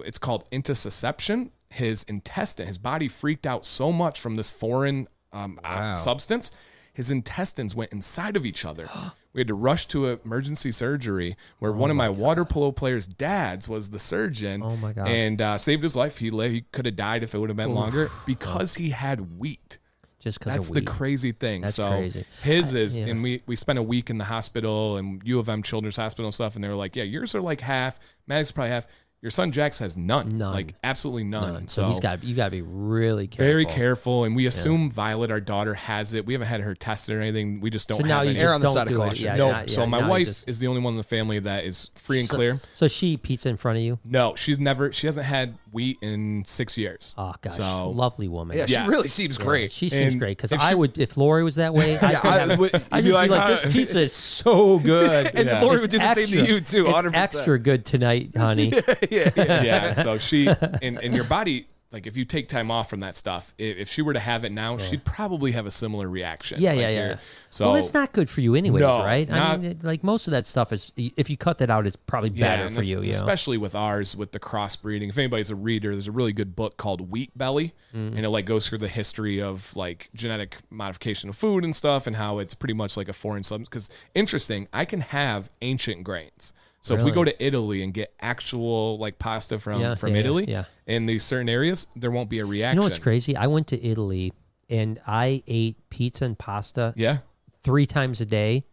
Speaker 3: it's called intussusception. His intestine, his body freaked out so much from this foreign um, uh, substance, his intestines went inside of each
Speaker 1: *gasps*
Speaker 3: other. We had to rush to a emergency surgery where one of my water polo players' dads was the surgeon.
Speaker 1: Oh my gosh.
Speaker 3: And uh, saved his life. He lay, he could have died if it would have been longer because he had wheat.
Speaker 1: just because
Speaker 3: That's
Speaker 1: of
Speaker 3: the
Speaker 1: weed.
Speaker 3: crazy thing.
Speaker 1: That's
Speaker 3: so
Speaker 1: crazy.
Speaker 3: his is,
Speaker 1: yeah.
Speaker 3: and we we spent a week in the hospital and U of M Children's Hospital and stuff, and they were like, yeah, yours are like half, Maddox is probably half. Your son Jax has none,
Speaker 1: None.
Speaker 3: like absolutely none.
Speaker 1: so, he's got you got to be really careful.
Speaker 3: very careful, and we assume Violet, our daughter, has it. We haven't had her tested or anything. We just don't.
Speaker 1: So now
Speaker 3: have
Speaker 1: you
Speaker 3: any-
Speaker 1: just
Speaker 2: on the
Speaker 1: don't
Speaker 2: side of
Speaker 1: do it.
Speaker 2: caution.
Speaker 1: Yeah,
Speaker 3: no.
Speaker 1: not-
Speaker 3: so
Speaker 1: yeah,
Speaker 3: my
Speaker 1: now you
Speaker 3: wife
Speaker 1: just-
Speaker 3: is the only one in the family that is free and clear.
Speaker 1: So she eats pizza in front of you.
Speaker 3: No, she's never. She hasn't had wheat in six years.
Speaker 1: Oh gosh,
Speaker 3: So-
Speaker 1: lovely woman.
Speaker 2: Yeah,
Speaker 3: Yes.
Speaker 2: she really seems great.
Speaker 1: She seems
Speaker 3: And
Speaker 1: great because
Speaker 3: if
Speaker 1: I
Speaker 3: she-
Speaker 1: would if Lori was that way. I
Speaker 2: Yeah,
Speaker 1: could
Speaker 2: I
Speaker 1: have,
Speaker 2: would-
Speaker 1: I
Speaker 2: you'd
Speaker 1: just
Speaker 2: be
Speaker 1: be
Speaker 2: like,
Speaker 1: like,
Speaker 2: "Ah."
Speaker 1: this pizza is so *laughs*
Speaker 3: *laughs*
Speaker 1: good.
Speaker 2: And
Speaker 3: Yeah.
Speaker 2: Lori
Speaker 1: It's
Speaker 2: would do the same
Speaker 1: extra.
Speaker 2: to you too.
Speaker 1: It's
Speaker 2: 100%.
Speaker 1: extra good tonight, honey. *laughs*
Speaker 3: yeah. So she and, and your body, like if you take time off from that stuff, i- if, she were to have it now, she'd probably have a similar reaction.
Speaker 1: Yeah,
Speaker 3: Like,
Speaker 1: yeah,
Speaker 3: you're-
Speaker 1: yeah.
Speaker 3: So
Speaker 1: well, it's not good for you, anyways,
Speaker 3: No,
Speaker 1: right? I
Speaker 3: not-
Speaker 1: mean, it- like most of that stuff is, if you cut that out, it's probably
Speaker 3: yeah,
Speaker 1: better
Speaker 3: and
Speaker 1: for
Speaker 3: es-
Speaker 1: you. You know?
Speaker 3: especially with ours with the crossbreeding. If anybody's a reader, there's a really good book called Wheat Belly,
Speaker 1: Mm.
Speaker 3: and it like goes through the history of like genetic modification of food and stuff, and how it's pretty much like a foreign substance. Because interesting, I can have ancient grains. So if we go
Speaker 1: Really?
Speaker 3: to Italy and get actual like pasta from
Speaker 1: Yeah,
Speaker 3: from
Speaker 1: yeah, yeah,
Speaker 3: Italy,
Speaker 1: yeah.
Speaker 3: in these certain areas, there won't be a reaction.
Speaker 1: You know what's crazy? I went to Italy and I ate pizza and pasta
Speaker 3: Yeah.
Speaker 1: three times a day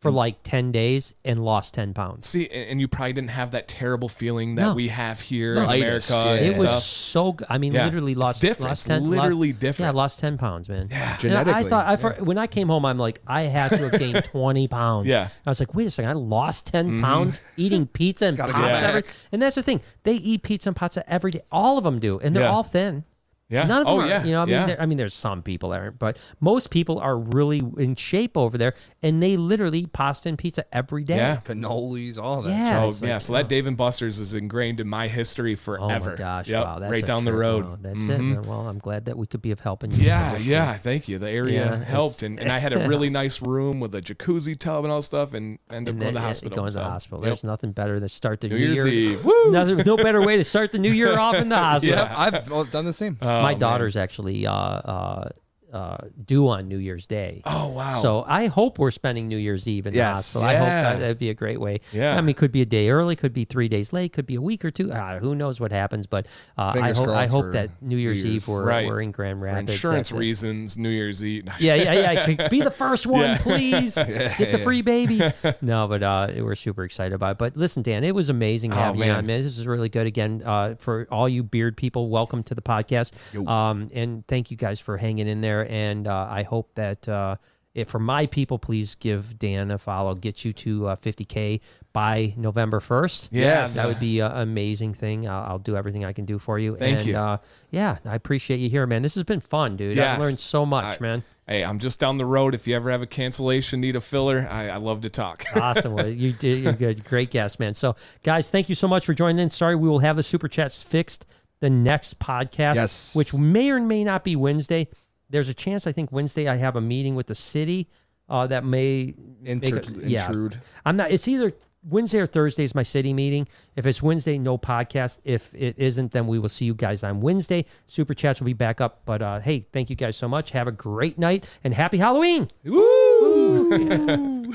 Speaker 1: for like ten days and lost ten pounds.
Speaker 3: See, and, and you probably didn't have that terrible feeling that
Speaker 1: No.
Speaker 3: we have here in
Speaker 2: Itis,
Speaker 3: America.
Speaker 2: yeah.
Speaker 3: and
Speaker 1: It was
Speaker 3: stuff.
Speaker 1: so good. I mean,
Speaker 3: Yeah.
Speaker 1: literally
Speaker 3: It's
Speaker 1: lost
Speaker 3: different.
Speaker 1: lost
Speaker 3: It's
Speaker 1: ten. lost-
Speaker 3: literally
Speaker 1: Yeah,
Speaker 3: different.
Speaker 1: lost ten pounds, man. Yeah.
Speaker 2: Genetically,
Speaker 1: I thought I, for, when I came home, I'm like, I have to
Speaker 3: *laughs*
Speaker 1: have gained 20 pounds.
Speaker 3: Yeah. Mm-hmm.
Speaker 1: And I was like, wait a second, I lost 10 pounds eating pizza and
Speaker 2: Gotta
Speaker 1: pasta.
Speaker 2: get back.
Speaker 1: every- and that's the thing, they eat pizza and pasta every day. All of them do, and they're
Speaker 3: Yeah.
Speaker 1: all thin.
Speaker 3: Yeah.
Speaker 1: None of them
Speaker 3: Oh,
Speaker 1: are.
Speaker 3: yeah,
Speaker 1: You know, I mean,
Speaker 3: yeah.
Speaker 1: there- I mean, there's some people that aren't, but most people are really in shape over there, and they literally eat pasta and pizza every day.
Speaker 3: Yeah.
Speaker 2: Cannolis, all that.
Speaker 1: Yeah.
Speaker 2: stuff.
Speaker 3: Oh
Speaker 1: it's like,
Speaker 3: yeah, so that Dave and Buster's is ingrained in my history
Speaker 1: Oh
Speaker 3: forever.
Speaker 1: my gosh!
Speaker 3: Yep,
Speaker 1: Wow, that's
Speaker 3: right
Speaker 1: a
Speaker 3: down the
Speaker 1: trip.
Speaker 3: road. Mm. Mm-hmm.
Speaker 1: Wow, that's it. Man. Well, I'm glad that we could be of help. in your
Speaker 3: Yeah,
Speaker 1: position.
Speaker 3: yeah. Thank you. The area
Speaker 1: Yeah,
Speaker 3: helped,
Speaker 1: it's-
Speaker 3: and, and I had
Speaker 1: *laughs*
Speaker 3: a really nice room with a jacuzzi tub and all stuff, and ended up
Speaker 1: And
Speaker 3: going to the
Speaker 1: then, yeah,
Speaker 3: hospital.
Speaker 1: Going to the
Speaker 3: So,
Speaker 1: hospital.
Speaker 3: yep.
Speaker 1: There's nothing better than start the
Speaker 3: New
Speaker 1: new
Speaker 3: Year's
Speaker 1: year. *laughs*
Speaker 3: Eve. Woo!
Speaker 1: Nothing, no better way to start the new year off
Speaker 3: *laughs*
Speaker 1: in the hospital.
Speaker 2: Yep, I've well, done the same.
Speaker 3: Oh,
Speaker 1: My daughter's actually uh, uh, uh, due on New Year's Day.
Speaker 3: Oh wow.
Speaker 1: So I hope we're spending New Year's Eve in the
Speaker 2: Yes.
Speaker 1: hospital. I hope
Speaker 3: Yeah.
Speaker 1: that, that'd be a great way.
Speaker 3: Yeah.
Speaker 1: I mean, it could be a day early, could be three days late, could be a week or two. Uh, who knows what happens? But uh, I
Speaker 2: Fingers
Speaker 1: hope I
Speaker 2: crossed
Speaker 1: hope
Speaker 2: for
Speaker 1: that New Year's,
Speaker 2: New
Speaker 1: Eve we're,
Speaker 3: Right.
Speaker 1: we're in Grand
Speaker 3: for
Speaker 1: Rapids.
Speaker 3: insurance
Speaker 1: That's it.
Speaker 3: reasons, New Year's
Speaker 1: *laughs*
Speaker 3: Eve. *laughs*
Speaker 1: Yeah, yeah, yeah. Could Be the first one,
Speaker 3: Yeah. *laughs*
Speaker 1: please. Get the free baby. No, but uh, we're super excited about it. But listen, Dan, it was amazing having you
Speaker 3: Oh, man.
Speaker 1: on, man. This is really good. Again, uh, for all you beard people, welcome to the podcast. Um, and thank you guys for hanging in there. And uh, I hope that. Uh, if for my people, please give Dan a follow. Get you to uh, 50K by November 1st.
Speaker 3: Yes.
Speaker 1: That would be an amazing thing. I'll, I'll do everything I can do for you.
Speaker 3: Thank
Speaker 1: and,
Speaker 3: you.
Speaker 1: Uh, yeah, I appreciate you here, man. This has been fun, dude. I've
Speaker 3: Yes.
Speaker 1: learned so much,
Speaker 3: I-
Speaker 1: man.
Speaker 3: Hey, I'm just down the road. If you ever have a cancellation, need a filler, I, I love to talk.
Speaker 1: awesome. Well, you did you're good. Great guest, man. So, guys, thank you so much for joining in. Sorry, we will have the super chats fixed the next podcast,
Speaker 2: Yes.
Speaker 1: which may or may not be Wednesday. There's a chance. I think Wednesday I have a meeting with the city. uh, that may make
Speaker 2: Inter-
Speaker 1: a- yeah.
Speaker 2: intrude.
Speaker 1: I'm not. It's either Wednesday or Thursday is my city meeting. If it's Wednesday, no podcast. If it isn't, then we will see you guys on Wednesday. Super chats will be back up. But uh, hey, thank you guys so much. Have a great night and happy Halloween.
Speaker 2: Woo!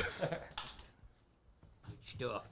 Speaker 1: Stuff.